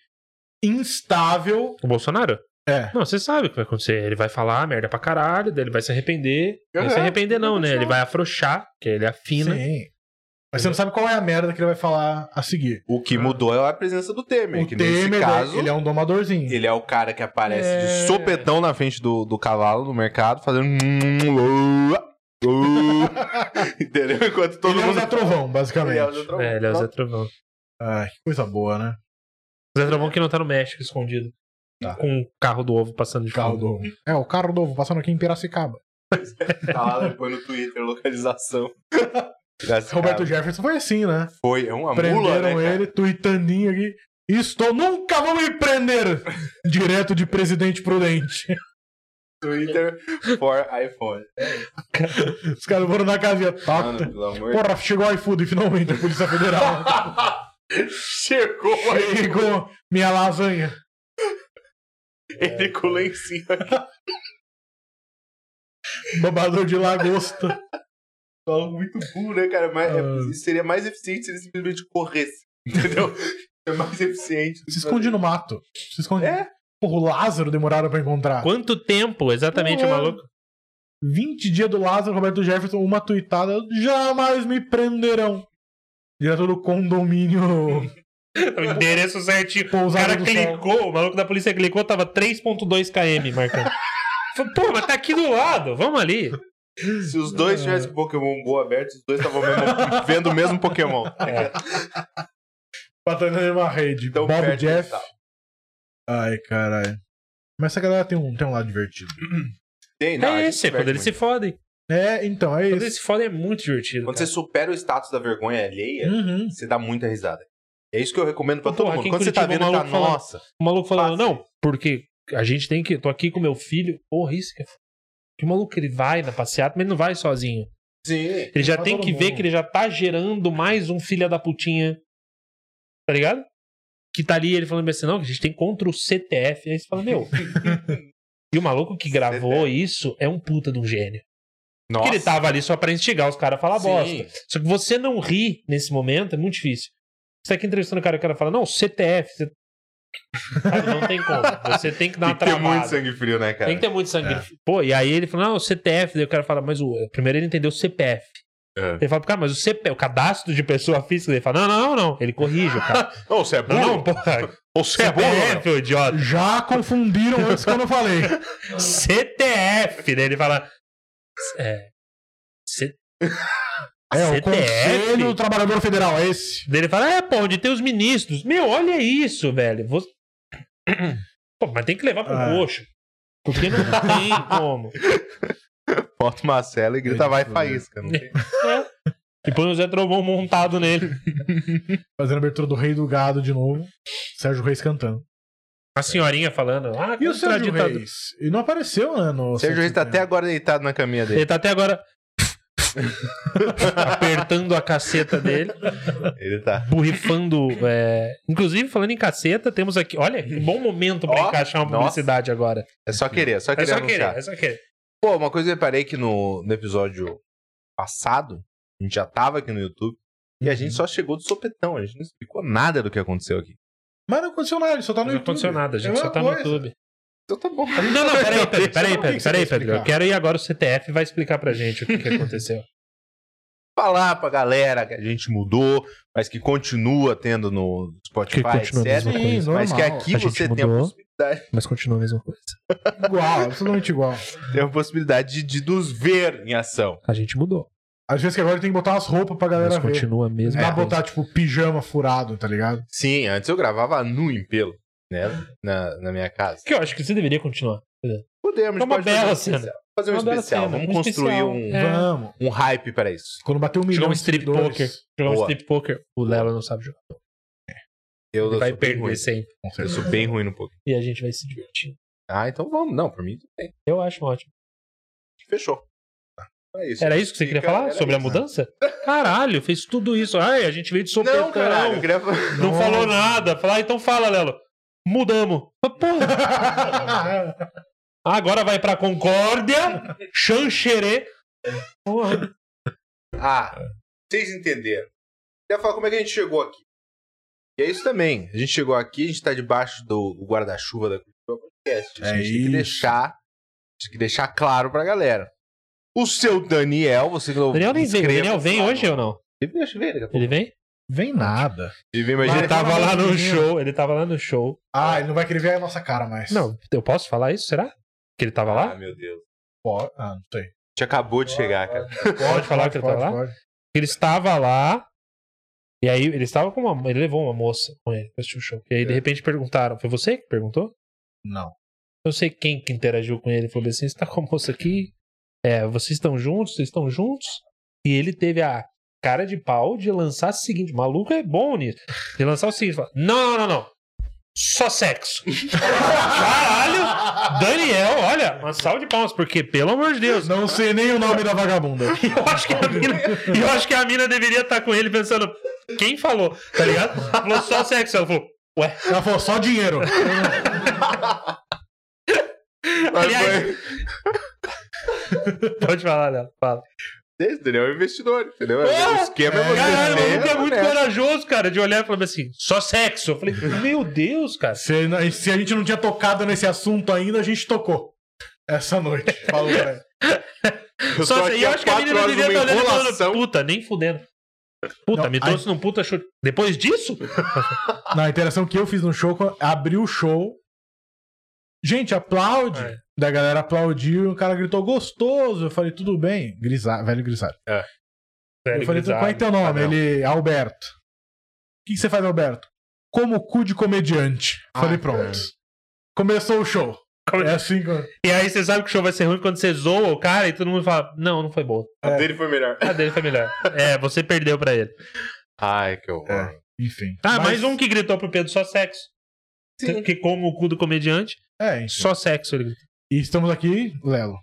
[SPEAKER 1] instável.
[SPEAKER 2] O Bolsonaro?
[SPEAKER 1] É.
[SPEAKER 2] Não, você sabe o que vai acontecer. Ele vai falar merda pra caralho, daí ele vai se arrepender. Não vai se
[SPEAKER 3] Aham,
[SPEAKER 2] é arrepender, não, né? Ele vai afrouxar, que ele afina.
[SPEAKER 1] Sim. Mas você não sabe qual é a merda que ele vai falar a seguir.
[SPEAKER 3] O que mudou é a presença do Temer,
[SPEAKER 1] Ah. O
[SPEAKER 3] que
[SPEAKER 1] Temer,
[SPEAKER 3] nesse caso,
[SPEAKER 1] ele é um domadorzinho.
[SPEAKER 3] ele é o cara que aparece
[SPEAKER 4] É.
[SPEAKER 3] de sopetão na frente do, do cavalo no mercado, fazendo. *laughs*
[SPEAKER 1] *laughs*
[SPEAKER 3] Entendeu? Enquanto todo
[SPEAKER 1] Ele é o
[SPEAKER 3] mundo.
[SPEAKER 1] Zé Trovão,
[SPEAKER 3] Ele
[SPEAKER 1] basicamente.
[SPEAKER 3] é o Zé Trovão.
[SPEAKER 4] É, ele é o Zé Trovão.
[SPEAKER 1] Ai, que coisa boa, né?
[SPEAKER 4] O Zé Trovão que não tá no México escondido.
[SPEAKER 1] Tá.
[SPEAKER 4] Com o carro do ovo passando de
[SPEAKER 1] Carro
[SPEAKER 4] fundo.
[SPEAKER 1] novo. É, o carro novo, passando aqui em Piracicaba.
[SPEAKER 3] Tá lá depois no Twitter, *laughs* localização.
[SPEAKER 1] Roberto
[SPEAKER 3] Roberto
[SPEAKER 1] Jefferson foi assim, né?
[SPEAKER 3] foi, é uma é mula, né?
[SPEAKER 1] Prenderam
[SPEAKER 3] cara?
[SPEAKER 1] ele, tuitandinho aqui. Estou, nunca vão me
[SPEAKER 3] *laughs*
[SPEAKER 1] prender! Direto de Presidente Prudente.
[SPEAKER 3] Twitter for iPhone.
[SPEAKER 1] Os caras foram na casinha.
[SPEAKER 3] Mano,
[SPEAKER 1] Tá.
[SPEAKER 3] pelo amor de
[SPEAKER 1] Porra, chegou o iFood finalmente, a Polícia
[SPEAKER 3] *laughs* Tá.
[SPEAKER 1] Federal.
[SPEAKER 3] Chegou aí,
[SPEAKER 1] Chegou minha lasanha.
[SPEAKER 3] ele com o lencinho aqui.
[SPEAKER 1] Babador de lagosta.
[SPEAKER 3] Fala muito burro, né, cara? Mas é-
[SPEAKER 1] Ah.
[SPEAKER 3] isso seria mais eficiente se ele simplesmente corresse.
[SPEAKER 1] *laughs*
[SPEAKER 3] Entendeu? É mais eficiente.
[SPEAKER 1] Se esconde no mato. Se esconde.
[SPEAKER 3] É.
[SPEAKER 1] Porra, o Lázaro demoraram pra encontrar.
[SPEAKER 2] Quanto tempo, exatamente,
[SPEAKER 1] Porra.
[SPEAKER 2] maluco?
[SPEAKER 1] 20 dias do Lázaro, Roberto Jefferson, uma tuitada. Jamais me prenderão. Direto do condomínio.
[SPEAKER 3] *laughs*
[SPEAKER 2] O endereço certinho. O
[SPEAKER 1] Pousada
[SPEAKER 2] cara
[SPEAKER 1] do
[SPEAKER 2] clicou, o maluco da polícia clicou, tava 3.2
[SPEAKER 1] *laughs*
[SPEAKER 2] km marcando. Falei, Pô, mas tá aqui do lado, vamos ali.
[SPEAKER 3] Se os
[SPEAKER 1] é.
[SPEAKER 3] dois tivessem Pokémon Go aberto, os dois estavam mesmo- *laughs* vendo o mesmo Pokémon. É,
[SPEAKER 1] Batendo na mesma rede.
[SPEAKER 3] Então,
[SPEAKER 1] Bob
[SPEAKER 3] perto
[SPEAKER 1] Jeff.
[SPEAKER 3] e tal.
[SPEAKER 1] Ai, caralho. Mas essa galera tem um, tem um lado divertido.
[SPEAKER 3] Tem, não, a
[SPEAKER 2] É
[SPEAKER 3] gente
[SPEAKER 2] esse, é quando
[SPEAKER 3] perde
[SPEAKER 2] eles se
[SPEAKER 3] muito.
[SPEAKER 2] fodem.
[SPEAKER 1] É, então, é
[SPEAKER 2] Quando
[SPEAKER 1] isso.
[SPEAKER 2] eles se fodem é muito divertido.
[SPEAKER 3] Quando
[SPEAKER 2] cara.
[SPEAKER 3] você supera o status da vergonha alheia,
[SPEAKER 1] Uhum.
[SPEAKER 3] você dá muita risada. É isso que eu recomendo pra
[SPEAKER 2] Porra,
[SPEAKER 3] todo
[SPEAKER 2] aqui
[SPEAKER 3] mundo.
[SPEAKER 2] em
[SPEAKER 3] Quando você tá
[SPEAKER 2] Curitiba,
[SPEAKER 3] vendo,
[SPEAKER 2] o
[SPEAKER 3] tá,
[SPEAKER 2] maluco falando-
[SPEAKER 3] nossa.
[SPEAKER 2] O maluco falando,
[SPEAKER 3] Fácil.
[SPEAKER 2] não, porque a gente tem que. Tô aqui com meu filho. Porra, isso que é. foda. Que o maluco ele vai na passeata, mas ele não vai sozinho.
[SPEAKER 3] Sim.
[SPEAKER 2] Ele já
[SPEAKER 1] Pra
[SPEAKER 2] tem
[SPEAKER 1] todo
[SPEAKER 2] que ver
[SPEAKER 1] mundo.
[SPEAKER 2] que ele já tá gerando mais um filha da putinha. Tá ligado? Que tá ali ele falando assim, não, que a gente tem contra o CTF. Aí você fala,
[SPEAKER 3] *laughs*
[SPEAKER 2] meu. e o maluco que gravou isso é um puta de um gênio.
[SPEAKER 3] Nossa.
[SPEAKER 2] Porque
[SPEAKER 3] tá
[SPEAKER 2] ele tava ali só pra instigar os caras a falar bosta.
[SPEAKER 3] Sim.
[SPEAKER 2] Só que você não ri nesse momento é muito difícil. Você tá aqui entrevistando o cara e o cara fala, não, CTF. Você... Sabe, não tem como. Você tem que dar uma
[SPEAKER 3] *laughs* Tem que ter
[SPEAKER 2] travada.
[SPEAKER 3] muito sangue frio, né, cara?
[SPEAKER 2] Tem que ter muito sangue. Pô, e aí ele falou, não, o CTF. Daí o cara fala, mas o... primeiro ele entendeu o CPF.
[SPEAKER 3] É.
[SPEAKER 2] Ele fala, cara, mas o CP, o cadastro de pessoa física, ele fala, não, não, não, não. Ele corrige o cara.
[SPEAKER 3] *laughs* Não, você é
[SPEAKER 2] não,
[SPEAKER 3] burro.
[SPEAKER 2] não, porra.
[SPEAKER 3] Você é burro.
[SPEAKER 2] CPF, ô idiota.
[SPEAKER 1] Já
[SPEAKER 3] *laughs*
[SPEAKER 1] confundiram antes quando eu falei.
[SPEAKER 2] CTF. Daí né? ele fala. É. C...
[SPEAKER 1] É, o
[SPEAKER 2] CTF?
[SPEAKER 1] Conselho Trabalhador Federal, é esse.
[SPEAKER 2] Daí ele fala, é, pô, onde tem os ministros. Meu, olha isso, velho. Você- *clears throat* Pô, mas tem que levar pro
[SPEAKER 1] Ah.
[SPEAKER 2] coxo. Porque não
[SPEAKER 1] *laughs*
[SPEAKER 2] tem como.
[SPEAKER 3] Bota uma cela e grita, vai faísca. Não tem-
[SPEAKER 2] E põe Tipo, o Zé Trovão montado nele.
[SPEAKER 1] Fazendo a abertura do Rei do Gado de novo. Sérgio Reis cantando.
[SPEAKER 2] A senhorinha falando. Ah,
[SPEAKER 1] E o
[SPEAKER 2] contra a
[SPEAKER 1] Sérgio
[SPEAKER 2] ditadura.
[SPEAKER 1] Reis? Ele não apareceu, né? No
[SPEAKER 3] Sérgio Reis tá até agora deitado na caminha dele.
[SPEAKER 2] Ele tá até agora *laughs* apertando a caceta dele,
[SPEAKER 3] Ele tá.
[SPEAKER 2] borrifando. é, Inclusive, falando em caceta, temos aqui. Olha, que bom momento pra
[SPEAKER 3] Ó,
[SPEAKER 2] encaixar uma
[SPEAKER 3] nossa.
[SPEAKER 2] publicidade agora.
[SPEAKER 3] É só querer, é só
[SPEAKER 2] É
[SPEAKER 3] querer
[SPEAKER 2] só
[SPEAKER 3] anunciar.
[SPEAKER 2] querer, é só querer.
[SPEAKER 1] Tá
[SPEAKER 3] Pô, uma coisa que eu reparei que no, no episódio passado, a gente já tava aqui no YouTube, e a gente
[SPEAKER 2] Uhum.
[SPEAKER 3] só chegou do sopetão, a gente não explicou nada do que aconteceu aqui.
[SPEAKER 1] Mas não aconteceu nada, ele só tá no
[SPEAKER 2] Não
[SPEAKER 1] YouTube.
[SPEAKER 2] aconteceu nada, a gente
[SPEAKER 1] É a
[SPEAKER 2] só tá no
[SPEAKER 1] mesma coisa.
[SPEAKER 2] YouTube.
[SPEAKER 3] Então tá bom.
[SPEAKER 2] Não, não, peraí, Pedro,
[SPEAKER 1] Não,
[SPEAKER 2] peraí,
[SPEAKER 1] o que
[SPEAKER 2] Pedro,
[SPEAKER 1] que você
[SPEAKER 2] peraí,
[SPEAKER 1] vai
[SPEAKER 2] Pedro. Eu
[SPEAKER 1] explicar?
[SPEAKER 2] quero ir agora o CTF vai explicar pra gente o que, que *laughs* aconteceu.
[SPEAKER 3] Falar pra galera que a gente mudou, mas que continua tendo no Spotify,
[SPEAKER 2] Que continua a mesma
[SPEAKER 3] etc.
[SPEAKER 1] Sim,
[SPEAKER 2] coisa.
[SPEAKER 3] Mas que
[SPEAKER 1] normal.
[SPEAKER 3] aqui
[SPEAKER 2] A gente
[SPEAKER 3] você tem a,
[SPEAKER 2] mudou.
[SPEAKER 3] possibilidade,
[SPEAKER 2] Mas continua a mesma coisa.
[SPEAKER 1] Igual, absolutamente igual.
[SPEAKER 3] tem a possibilidade de, de nos ver em ação.
[SPEAKER 2] A gente mudou.
[SPEAKER 1] Às vezes que agora tem que botar as roupas pra galera
[SPEAKER 2] Mas é.
[SPEAKER 1] ver.
[SPEAKER 2] continua a mesma
[SPEAKER 3] É,
[SPEAKER 1] Não dá pra
[SPEAKER 2] coisa.
[SPEAKER 1] botar, tipo, pijama furado, tá ligado?
[SPEAKER 3] Sim, antes eu gravava nu em pelo, né? Na, na minha casa.
[SPEAKER 2] Que eu acho que você deveria continuar.
[SPEAKER 3] Podemos,
[SPEAKER 2] É uma
[SPEAKER 3] pode
[SPEAKER 2] bela
[SPEAKER 3] fazer um
[SPEAKER 2] cena.
[SPEAKER 3] especial. Fazer um
[SPEAKER 2] Uma bela
[SPEAKER 3] especial,
[SPEAKER 2] cena,
[SPEAKER 3] vamos
[SPEAKER 2] um
[SPEAKER 3] construir
[SPEAKER 2] especial,
[SPEAKER 3] um,
[SPEAKER 2] É.
[SPEAKER 1] Vamos.
[SPEAKER 3] um hype pra isso.
[SPEAKER 1] Quando bater um milhão
[SPEAKER 2] Jogar um
[SPEAKER 1] de
[SPEAKER 2] strip
[SPEAKER 1] seguidores-
[SPEAKER 2] poker. Jogar um
[SPEAKER 3] Boa.
[SPEAKER 2] strip poker. O Léo não sabe jogar.
[SPEAKER 3] Eu, eu
[SPEAKER 2] Ele vai
[SPEAKER 3] sou bem ruim.
[SPEAKER 2] perder sempre.
[SPEAKER 1] Com
[SPEAKER 3] Eu
[SPEAKER 1] certeza. *laughs*
[SPEAKER 3] sou bem ruim no pouco.
[SPEAKER 2] E a gente vai se divertir.
[SPEAKER 3] Ah, então vamos. Não, pra mim tudo bem.
[SPEAKER 2] Eu acho ótimo.
[SPEAKER 3] Fechou. É isso.
[SPEAKER 2] Era isso que você queria
[SPEAKER 3] Fica-
[SPEAKER 2] falar?
[SPEAKER 3] era
[SPEAKER 2] Sobre a
[SPEAKER 3] isso.
[SPEAKER 2] mudança? Caralho, fez tudo isso. Ai, a gente veio de sopetão.
[SPEAKER 3] Não, caralho. eu queria falar-
[SPEAKER 2] Não
[SPEAKER 1] Nossa.
[SPEAKER 2] falou nada. Fala, ah, então fala, Lelo.
[SPEAKER 3] *laughs*
[SPEAKER 2] Mudamos. Mas, porra, agora vai pra Concórdia, Xanxerê.
[SPEAKER 3] É.
[SPEAKER 2] Porra. É.
[SPEAKER 3] Ah, vocês entenderam. Queria falar como é que a gente chegou aqui. E é isso também. A gente chegou aqui, a gente tá debaixo do do guarda-chuva da Cultura Podcast. A
[SPEAKER 1] É
[SPEAKER 3] gente tem que
[SPEAKER 1] isso.
[SPEAKER 3] deixar. Tem que deixar claro pra galera. O seu Daniel, você que não.
[SPEAKER 2] Daniel nem veio.
[SPEAKER 3] inscreva-
[SPEAKER 2] Daniel vem hoje ou não?
[SPEAKER 3] Ele veio, acho que veio daqui a pouco.
[SPEAKER 2] Ele vem?
[SPEAKER 1] Vem nada.
[SPEAKER 3] Ele veio, mas
[SPEAKER 2] Ele
[SPEAKER 3] ele-
[SPEAKER 2] tava lá no
[SPEAKER 1] menino.
[SPEAKER 2] show. Ele tava lá no show.
[SPEAKER 1] Ah, ele não vai querer ver a nossa cara mais.
[SPEAKER 2] Não, eu posso falar isso? Será? Que ele tava
[SPEAKER 3] Ah,
[SPEAKER 2] lá?
[SPEAKER 3] meu Deus.
[SPEAKER 1] Pode. Ah, não sei.
[SPEAKER 3] Te acabou de chegar, cara.
[SPEAKER 2] Pode falar que ele tava lá? Ele estava lá. E aí ele estava com uma. Ele levou uma moça com ele pra assistir o show. E aí, de
[SPEAKER 1] É.
[SPEAKER 2] repente, perguntaram: Foi você que perguntou?
[SPEAKER 1] Não.
[SPEAKER 2] Eu sei quem que interagiu com ele. Falou assim: Você tá com a moça aqui? É, vocês estão juntos? Vocês estão juntos? E ele teve a cara de pau de lançar o seguinte: Maluco é bom nisso. De lançar o seguinte: falar, Não, não, não, não. Só sexo. Caralho! Daniel, olha, uma salva de palmas, porque, pelo amor de Deus.
[SPEAKER 1] Não sei nem o nome da vagabunda.
[SPEAKER 2] Eu acho que a mina, eu acho que a mina deveria estar com ele pensando, quem falou? Tá ligado? Falou só sexo. Ela falou, ué.
[SPEAKER 1] Ela falou só dinheiro.
[SPEAKER 2] *laughs*
[SPEAKER 3] Mas
[SPEAKER 2] Aliás-
[SPEAKER 3] foi-
[SPEAKER 2] Pode falar, Léo. Fala.
[SPEAKER 3] Esse Daniel é um investidor, entendeu? o esquema é você.
[SPEAKER 2] Caralho, o
[SPEAKER 3] ter-
[SPEAKER 2] maluco Ah! é muito
[SPEAKER 3] né?
[SPEAKER 2] corajoso, cara, de olhar e falar assim, só sexo. Eu falei, meu Deus, cara.
[SPEAKER 1] Se, se a gente não tinha tocado nesse assunto ainda, a gente tocou. Essa noite. Falou, né?
[SPEAKER 3] Eu tô
[SPEAKER 2] Só
[SPEAKER 3] aqui
[SPEAKER 2] E eu
[SPEAKER 3] há
[SPEAKER 2] acho que a
[SPEAKER 3] quatro
[SPEAKER 2] menina
[SPEAKER 3] horas
[SPEAKER 2] deveria estar
[SPEAKER 3] numa
[SPEAKER 2] olhando e
[SPEAKER 3] enrolação.
[SPEAKER 2] falando, puta, nem fudendo. Puta,
[SPEAKER 1] Não,
[SPEAKER 2] me trouxe num puta chute. Depois disso?
[SPEAKER 1] Na interação que eu fiz no show, quando abriu o show. Gente, aplaude.
[SPEAKER 2] É.
[SPEAKER 1] Da galera aplaudiu, o cara gritou gostoso. Eu falei, tudo bem. Grisar, velho grisalho. Eu falei,
[SPEAKER 2] Velho,
[SPEAKER 1] qual é teu nome?
[SPEAKER 3] padrão.
[SPEAKER 2] né?
[SPEAKER 1] Ele, Alberto. O que, que você faz, Alberto? Como cu de comediante.
[SPEAKER 3] Ah,
[SPEAKER 1] falei, pronto.
[SPEAKER 3] é.
[SPEAKER 1] Começou o show.
[SPEAKER 2] Come-
[SPEAKER 1] É assim que-
[SPEAKER 2] E aí você sabe que o show vai ser ruim quando você zoa o cara e todo mundo fala, não, não foi boa.
[SPEAKER 3] A dele foi melhor.
[SPEAKER 2] A dele foi melhor. É, você perdeu pra ele.
[SPEAKER 3] Ai, que horror.
[SPEAKER 1] É. Enfim.
[SPEAKER 2] Ah,
[SPEAKER 1] Mas-
[SPEAKER 2] mais um que gritou pro Pedro só sexo.
[SPEAKER 3] Sim.
[SPEAKER 2] Que como o cu do comediante,
[SPEAKER 1] É, enfim.
[SPEAKER 2] só sexo ele gritou.
[SPEAKER 1] E estamos aqui, Lelo.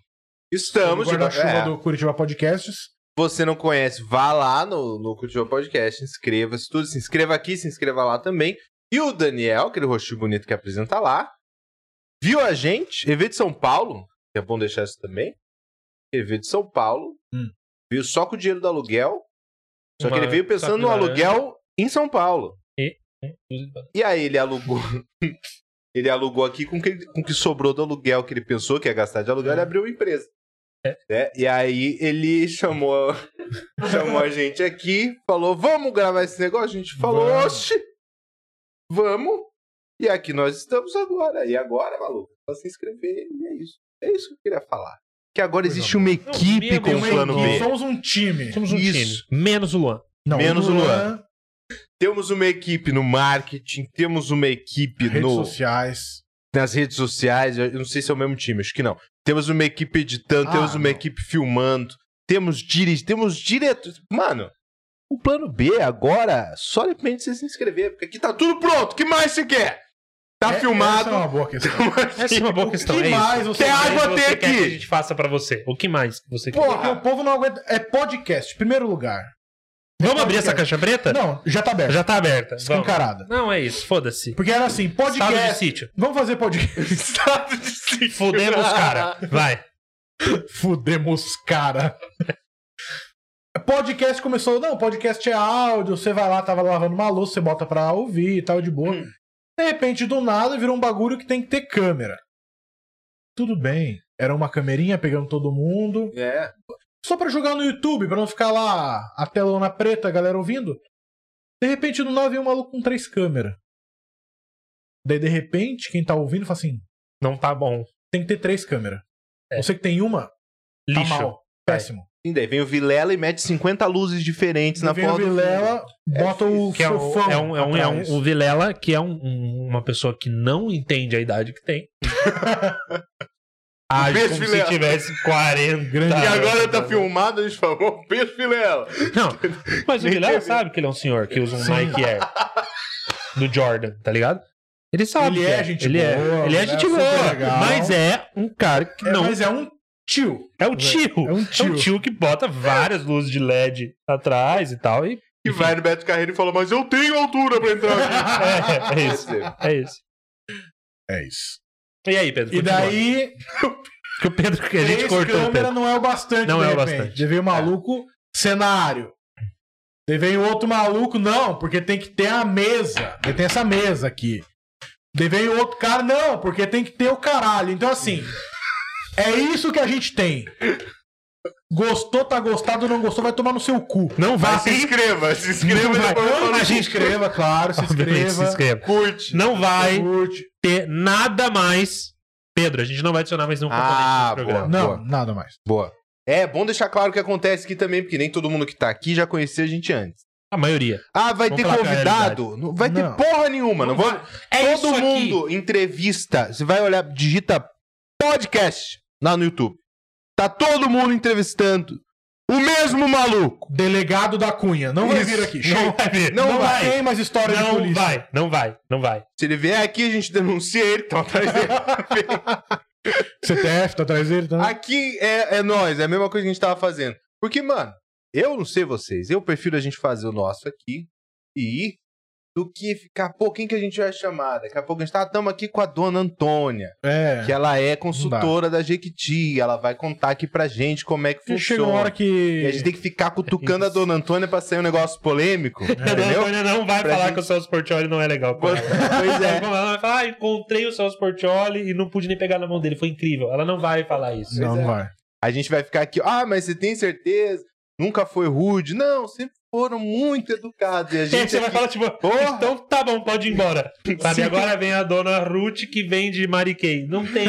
[SPEAKER 3] Estamos
[SPEAKER 1] no
[SPEAKER 3] de
[SPEAKER 1] guarda-chuva
[SPEAKER 3] é.
[SPEAKER 1] do Curitiba Podcasts.
[SPEAKER 3] você não conhece, vá lá no, no Curtiu Podcast, inscreva-se, tudo. Se inscreva aqui, se inscreva lá também. E o Daniel, aquele rostinho bonito que apresenta lá, viu a gente, EV de São Paulo, que é bom deixar isso também. EV de São Paulo,
[SPEAKER 1] Hum.
[SPEAKER 3] viu só com o dinheiro do aluguel, só que
[SPEAKER 2] Uma
[SPEAKER 3] ele veio pensando no
[SPEAKER 2] saco de laranja.
[SPEAKER 3] aluguel em São Paulo. E aí ele alugou. ele alugou aqui com o que, ele- com o que sobrou do aluguel que ele pensou que ia gastar de aluguel, ele
[SPEAKER 1] É.
[SPEAKER 3] abriu uma empresa. Né? E aí ele chamou, *laughs* chamou a gente aqui, falou: vamos gravar esse negócio? A gente falou,
[SPEAKER 1] Vamos.
[SPEAKER 3] oxe! Vamos! E aqui nós estamos agora. E agora, maluco, é só se inscrever e é isso. É isso que eu queria falar. Que agora
[SPEAKER 1] Coisa
[SPEAKER 3] existe uma equipe
[SPEAKER 2] minha
[SPEAKER 3] com
[SPEAKER 1] Tem
[SPEAKER 3] o
[SPEAKER 1] uma
[SPEAKER 3] plano
[SPEAKER 1] equipe,
[SPEAKER 3] B.
[SPEAKER 1] Somos um time.
[SPEAKER 2] Somos um
[SPEAKER 3] Isso.
[SPEAKER 2] time. Menos o Luan.
[SPEAKER 1] Não,
[SPEAKER 3] Menos o Luan. Temos uma equipe no marketing, temos uma equipe
[SPEAKER 1] Redes
[SPEAKER 3] no,
[SPEAKER 1] sociais.
[SPEAKER 3] nas redes sociais. Eu não sei se é o mesmo time, acho que não. Temos uma equipe editando,
[SPEAKER 1] Ah,
[SPEAKER 3] temos uma
[SPEAKER 1] não.
[SPEAKER 3] equipe filmando, temos dirige, temos direto. Mano, o plano B agora só depende de você se inscrever, porque aqui tá tudo pronto. O que mais você quer? Tá
[SPEAKER 1] É- Essa
[SPEAKER 3] filmado. *laughs*
[SPEAKER 1] é uma boa questão.
[SPEAKER 2] Essa é uma boa questão.
[SPEAKER 1] o que
[SPEAKER 2] é isso.
[SPEAKER 1] mais você
[SPEAKER 2] O que
[SPEAKER 3] quer?
[SPEAKER 2] mais
[SPEAKER 3] Água
[SPEAKER 2] você
[SPEAKER 3] tem
[SPEAKER 2] quer que
[SPEAKER 3] aqui.
[SPEAKER 2] a gente faça pra você? O que mais que você quer?
[SPEAKER 3] Porra.
[SPEAKER 1] Porque o povo não aguenta. É podcast, primeiro lugar.
[SPEAKER 2] Vamos abrir essa caixa preta?
[SPEAKER 1] Não, já tá aberto.
[SPEAKER 2] Já tá aberta. Vamos.
[SPEAKER 1] Escancarada.
[SPEAKER 2] Não, é isso. Foda-se.
[SPEAKER 1] Porque era assim,
[SPEAKER 2] Estado de
[SPEAKER 1] podcast.
[SPEAKER 2] sítio.
[SPEAKER 1] Vamos fazer podcast.
[SPEAKER 3] Estado de sítio.
[SPEAKER 2] Fudemos, cara. Vai.
[SPEAKER 1] *laughs* Fudemos, cara. Podcast começou, não, podcast é áudio, você vai lá, tava lavando uma louça, você bota pra ouvir e tal, de
[SPEAKER 3] Hum.
[SPEAKER 1] boa. De repente, do nada, virou um bagulho que tem que ter câmera. Tudo bem, era uma camerinha pegando todo mundo.
[SPEAKER 3] É.
[SPEAKER 1] Só pra jogar no YouTube, pra não ficar lá a telona preta, a galera ouvindo. De repente, do nada, vem um maluco com três câmeras. Daí, de repente, quem tá ouvindo fala assim,
[SPEAKER 2] Não tá bom.
[SPEAKER 1] tem que ter três câmeras.
[SPEAKER 2] É.
[SPEAKER 1] Você que tem uma, tá
[SPEAKER 2] Lixo. É.
[SPEAKER 1] mal, péssimo.
[SPEAKER 3] E daí vem o Vilela e mete 50 luzes diferentes na
[SPEAKER 1] vem o
[SPEAKER 3] foto.
[SPEAKER 1] Vilela, bota o
[SPEAKER 2] Que é um,
[SPEAKER 1] fofão.
[SPEAKER 2] é um, é um, é um-
[SPEAKER 1] atrás.
[SPEAKER 2] o Vilela, que é um- um- uma pessoa que não entende a idade que tem. Age
[SPEAKER 3] Beijo,
[SPEAKER 2] como
[SPEAKER 3] Vilela.
[SPEAKER 2] se tivesse 40.
[SPEAKER 1] Grande
[SPEAKER 3] E agora tá filmado, a gente falou, beijo, Vilela.
[SPEAKER 2] Não, mas o
[SPEAKER 3] Nem
[SPEAKER 2] Vilela
[SPEAKER 3] teve.
[SPEAKER 2] sabe que ele é um senhor que usa um
[SPEAKER 1] Sim.
[SPEAKER 2] Nike Air do Jordan, tá ligado? Ele sabe.
[SPEAKER 1] Ele
[SPEAKER 2] que
[SPEAKER 1] é gente
[SPEAKER 2] ele
[SPEAKER 1] boa,
[SPEAKER 2] É, ele é
[SPEAKER 1] né?
[SPEAKER 2] gente
[SPEAKER 1] Super
[SPEAKER 2] boa,
[SPEAKER 1] legal.
[SPEAKER 2] mas é um cara que
[SPEAKER 1] É,
[SPEAKER 2] não.
[SPEAKER 1] Mas é um tio.
[SPEAKER 2] É o tio.
[SPEAKER 1] É um
[SPEAKER 2] É um
[SPEAKER 1] tio.
[SPEAKER 2] tio que bota várias luzes de LED atrás e tal. E
[SPEAKER 3] E vai no Beto Carreiro e fala, mas eu tenho altura
[SPEAKER 1] *laughs*
[SPEAKER 3] pra entrar aqui.
[SPEAKER 2] é, é isso. É isso.
[SPEAKER 1] Ah, É isso.
[SPEAKER 2] E aí, Pedro?
[SPEAKER 1] E
[SPEAKER 2] continua.
[SPEAKER 1] daí, é
[SPEAKER 2] Que o Pedro que a gente
[SPEAKER 1] três
[SPEAKER 2] cortou. o
[SPEAKER 1] câmeras
[SPEAKER 2] Pedro.
[SPEAKER 1] não é o bastante.
[SPEAKER 2] Não
[SPEAKER 1] de
[SPEAKER 2] é o
[SPEAKER 1] repente.
[SPEAKER 2] bastante.
[SPEAKER 1] Daí vem o maluco, cenário. Daí vem o outro maluco, não, porque tem que ter a mesa. Daí tem essa mesa aqui. Daí vem o outro cara,
[SPEAKER 2] *laughs*
[SPEAKER 1] não, porque tem que ter o caralho. Então, assim, é isso que a gente tem. Gostou, tá gostado, não gostou, vai tomar no seu cu.
[SPEAKER 2] Não vai
[SPEAKER 1] Tá
[SPEAKER 2] se
[SPEAKER 1] bem?
[SPEAKER 2] inscreva. Se
[SPEAKER 1] Não
[SPEAKER 2] inscreva.
[SPEAKER 1] vai.
[SPEAKER 2] depois eu falo
[SPEAKER 1] Mas
[SPEAKER 2] isso.
[SPEAKER 1] se inscreva, claro, se
[SPEAKER 2] *laughs* Obviamente,
[SPEAKER 1] inscreva.
[SPEAKER 2] se inscreva.
[SPEAKER 3] Curte.
[SPEAKER 2] Não vai
[SPEAKER 1] Curte.
[SPEAKER 2] ter nada mais. Pedro, a gente não vai adicionar mais nenhum componente
[SPEAKER 3] Ah,
[SPEAKER 2] no programa.
[SPEAKER 1] Não,
[SPEAKER 3] Boa.
[SPEAKER 1] nada mais.
[SPEAKER 3] Boa. É, bom deixar claro o que acontece aqui também, porque nem todo mundo que tá aqui já conhecia a gente antes.
[SPEAKER 2] A maioria.
[SPEAKER 3] Ah, vai
[SPEAKER 2] Vamos
[SPEAKER 3] ter
[SPEAKER 2] falar com a
[SPEAKER 3] convidado? Não vai ter
[SPEAKER 1] Não.
[SPEAKER 3] porra nenhuma. Não vou...
[SPEAKER 2] É
[SPEAKER 3] Todo
[SPEAKER 2] isso aqui.
[SPEAKER 3] mundo, entrevista. Você vai olhar, digita podcast lá no YouTube. Tá todo mundo entrevistando. O mesmo maluco.
[SPEAKER 1] Delegado da Cunha. Não vai
[SPEAKER 3] Isso.
[SPEAKER 1] vir
[SPEAKER 2] *laughs*
[SPEAKER 1] aqui.
[SPEAKER 2] Não
[SPEAKER 1] Chega.
[SPEAKER 2] vai ver.
[SPEAKER 1] Não,
[SPEAKER 2] Não, vai.
[SPEAKER 1] tem mais história de
[SPEAKER 2] Não
[SPEAKER 1] polícia.
[SPEAKER 2] vai. Não vai. Não vai.
[SPEAKER 3] Se ele vier aqui, a gente denuncia ele. Então, atrás dele.
[SPEAKER 1] CTF tá atrás dele também.
[SPEAKER 3] aqui é, é nós, é a mesma coisa que a gente tava fazendo. Porque, mano, eu não sei vocês. Eu prefiro a gente fazer o nosso aqui e ir do que ficar, pô, quem que a gente vai chamar? Daqui a pouco a gente tá, estamos aqui com a dona Antônia.
[SPEAKER 1] É.
[SPEAKER 3] que ela é consultora da Jequiti, ela vai contar aqui pra gente como é que
[SPEAKER 1] Porque
[SPEAKER 3] funciona.
[SPEAKER 1] chega uma hora que.
[SPEAKER 3] E a gente tem que ficar cutucando a dona Antônia pra sair um negócio polêmico,
[SPEAKER 2] A dona *laughs*
[SPEAKER 3] entendeu?
[SPEAKER 2] Antônia não vai
[SPEAKER 3] Pra
[SPEAKER 2] falar
[SPEAKER 3] gente-
[SPEAKER 2] que o Celso Portioli não é legal. com ela.
[SPEAKER 3] pois é.
[SPEAKER 2] Ela vai falar, ah, encontrei o Celso Portioli e não pude nem pegar na mão dele. Foi incrível. Ela não vai falar isso.
[SPEAKER 1] Não, não vai.
[SPEAKER 3] A gente vai ficar aqui, ah, mas você tem certeza? Nunca foi rude? Não, sempre foram muito educados. E a
[SPEAKER 2] E aí
[SPEAKER 3] gente
[SPEAKER 2] *laughs* você
[SPEAKER 3] é
[SPEAKER 2] vai
[SPEAKER 3] aqui,
[SPEAKER 2] falar, tipo,
[SPEAKER 3] porra,
[SPEAKER 2] então tá bom, pode ir embora. Sabe,
[SPEAKER 1] Sim.
[SPEAKER 2] agora vem a dona Ruth que vem de Mariquei. Não
[SPEAKER 3] *laughs*
[SPEAKER 2] tem.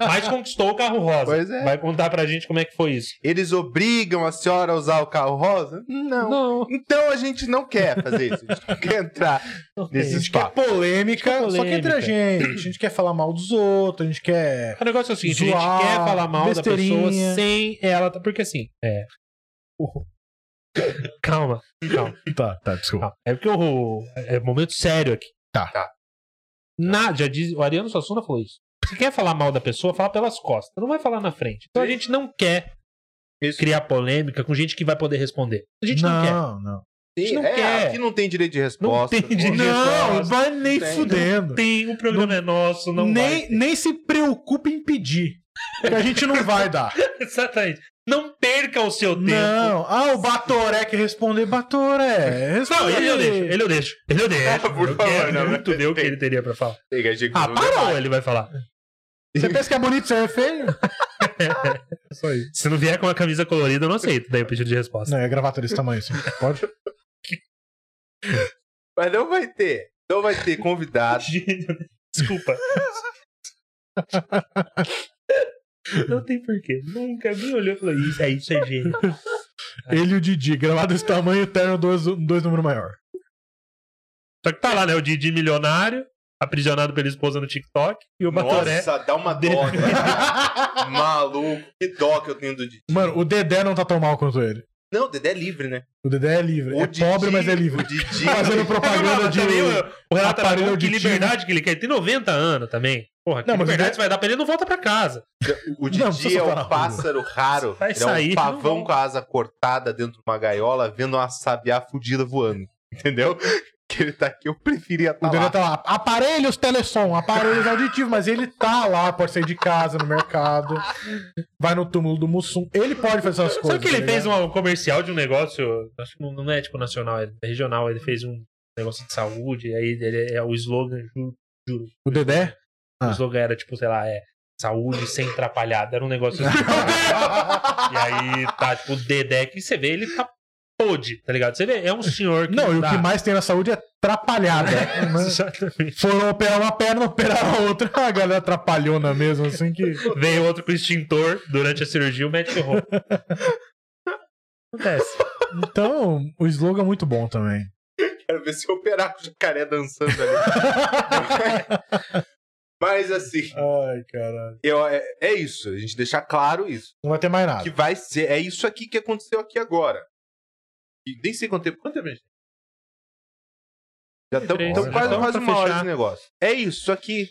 [SPEAKER 2] Mas conquistou o carro rosa.
[SPEAKER 3] Pois é.
[SPEAKER 2] Vai contar pra gente como é que foi isso.
[SPEAKER 3] eles obrigam a senhora a usar o carro rosa? Não. Então a gente não quer fazer isso, a gente não quer entrar
[SPEAKER 1] A
[SPEAKER 3] nesses
[SPEAKER 1] gente quer
[SPEAKER 3] papos.
[SPEAKER 1] polêmica,
[SPEAKER 2] Acho que é
[SPEAKER 1] Tá. só que entre a gente. A gente quer falar mal dos outros, a gente quer.
[SPEAKER 2] O negócio é o seguinte, a
[SPEAKER 1] Zoar,
[SPEAKER 2] gente quer falar mal da
[SPEAKER 1] besteirinha.
[SPEAKER 2] pessoa sem ela. Porque assim, é. *laughs* calma, calma,
[SPEAKER 1] Tá, tá, desculpa.
[SPEAKER 2] calma. É porque o. É momento sério aqui.
[SPEAKER 1] Tá.
[SPEAKER 3] Tá.
[SPEAKER 2] Na, já diz, o Ariano Suassuna falou isso. Você quer falar mal da pessoa, fala pelas costas. Não vai falar na frente. Então a gente não quer
[SPEAKER 3] Isso.
[SPEAKER 2] criar polêmica com gente que vai poder responder. A gente não, quer.
[SPEAKER 1] não, não.
[SPEAKER 3] A gente
[SPEAKER 2] não
[SPEAKER 3] é,
[SPEAKER 2] quer.
[SPEAKER 3] aqui não tem direito de
[SPEAKER 2] Não
[SPEAKER 3] resposta.
[SPEAKER 2] tem direito de
[SPEAKER 1] Não,
[SPEAKER 2] resposta.
[SPEAKER 1] vai nem
[SPEAKER 3] Tem.
[SPEAKER 1] fudendo.
[SPEAKER 2] Tem, o programa é nosso, não vai.
[SPEAKER 1] nem, nem se preocupe em pedir. Porque a gente não vai *laughs* dar.
[SPEAKER 2] *laughs* Exatamente. Não perca o seu tempo.
[SPEAKER 1] não. Ah, o Batoré que responder. Batoré.
[SPEAKER 2] Não,
[SPEAKER 1] Responde.
[SPEAKER 2] ele eu deixo, ele eu deixo, ele eu deixo.
[SPEAKER 3] *laughs* Por
[SPEAKER 2] eu
[SPEAKER 3] favor,
[SPEAKER 2] quero
[SPEAKER 3] não,
[SPEAKER 2] muito ver o que ele teria pra falar.
[SPEAKER 3] Chega, chega,
[SPEAKER 2] Ah,
[SPEAKER 3] não
[SPEAKER 2] parou, ele vai falar.
[SPEAKER 1] Você pensa que é bonito, você é *laughs* feio? É
[SPEAKER 2] Se não vier com uma camisa colorida, eu não aceito. Daí o pedido
[SPEAKER 1] *laughs*
[SPEAKER 2] de resposta.
[SPEAKER 1] Não, é gravata desse tamanho, assim. Pode?
[SPEAKER 3] Mas não vai ter. Não vai
[SPEAKER 2] *laughs*
[SPEAKER 3] ter convidado.
[SPEAKER 2] Desculpa. *laughs* Não tem porquê. Nunca me olhou e falou: Isso é isso, é gênio.
[SPEAKER 1] Ele e o Didi, gravata desse tamanho, terno dois, dois números maior.
[SPEAKER 2] Só que tá lá, né? O Didi milionário, aprisionado pela esposa no TikTok, e o Batoré.
[SPEAKER 3] Nossa, dá uma dó. Maluco, que dó que eu tenho do Didi.
[SPEAKER 1] Mano, o Dedé não tá tão mal quanto ele.
[SPEAKER 3] Não, o Dedé é livre, né?
[SPEAKER 1] O Dedé é livre.
[SPEAKER 3] O
[SPEAKER 1] é
[SPEAKER 3] Didi-
[SPEAKER 1] pobre, mas é livre.
[SPEAKER 3] O Didi. *laughs* Tá
[SPEAKER 1] Fazendo
[SPEAKER 2] Não,
[SPEAKER 1] propaganda
[SPEAKER 2] mas
[SPEAKER 1] de.
[SPEAKER 2] também é o- o
[SPEAKER 1] aparelho
[SPEAKER 2] Renato Araújo, que
[SPEAKER 1] auditivo.
[SPEAKER 2] liberdade que ele quer. Ele tem 90 anos também. Porra, que
[SPEAKER 1] Não, mas
[SPEAKER 2] liberdade
[SPEAKER 1] ele-
[SPEAKER 2] você vai dar pra ele, ele não volta pra casa.
[SPEAKER 3] O
[SPEAKER 1] Não,
[SPEAKER 3] Didi
[SPEAKER 1] precisa
[SPEAKER 3] é
[SPEAKER 1] soltar na
[SPEAKER 3] um
[SPEAKER 1] rua.
[SPEAKER 3] pássaro raro.
[SPEAKER 2] Vai
[SPEAKER 3] Ele é um
[SPEAKER 2] sair, não
[SPEAKER 3] pavão
[SPEAKER 2] vai.
[SPEAKER 3] com a asa cortada dentro de uma gaiola, vendo uma sabiá fudida voando. *laughs* Entendeu? Que ele tá aqui, eu preferia
[SPEAKER 1] O
[SPEAKER 3] estar
[SPEAKER 1] Dedé
[SPEAKER 3] lá.
[SPEAKER 1] tá lá. Aparelhos telesom, aparelhos auditivos, mas ele tá lá, pode sair de casa, no mercado. Vai no túmulo do Mussum. Ele pode fazer essas coisas.
[SPEAKER 2] Sabe que ele
[SPEAKER 1] tá
[SPEAKER 2] fez
[SPEAKER 1] ligado?
[SPEAKER 2] um um comercial de um negócio, acho que não não é tipo nacional, é regional, ele fez um negócio de saúde, aí ele, é o slogan, ju-
[SPEAKER 1] O Dedé? Ah.
[SPEAKER 2] o slogan era tipo, sei lá, é saúde sem atrapalhada, era um
[SPEAKER 1] *laughs*
[SPEAKER 2] negócio assim. e aí tá, tipo, o Dedé que você vê, ele tá pôde, tá ligado? Você vê, é um senhor que
[SPEAKER 1] Não, e o
[SPEAKER 2] tá-
[SPEAKER 1] que mais tem na saúde é atrapalhada. né?
[SPEAKER 2] Exatamente.
[SPEAKER 1] Foram operar uma perna, operaram a outra. A galera atrapalhona mesmo, assim que.
[SPEAKER 2] Veio outro com extintor durante a cirurgia, o médico errou. Acontece.
[SPEAKER 1] Então, o slogan é muito bom também.
[SPEAKER 3] Quero ver se eu operar o jacaré dançando
[SPEAKER 1] *laughs*
[SPEAKER 3] ali. Mas assim,
[SPEAKER 1] Ai, caralho.
[SPEAKER 3] eu, é, é isso. A gente deixar claro isso.
[SPEAKER 1] Não vai ter mais nada.
[SPEAKER 3] que vai ser. É isso aqui que aconteceu aqui agora. E nem sei quanto tempo. Quanto tempo, gente? Já
[SPEAKER 2] Três,
[SPEAKER 3] estamos
[SPEAKER 1] né?
[SPEAKER 3] quase,
[SPEAKER 2] Então,
[SPEAKER 3] quase
[SPEAKER 2] pra
[SPEAKER 3] uma hora
[SPEAKER 2] fechar.
[SPEAKER 3] de negócio. É isso aqui.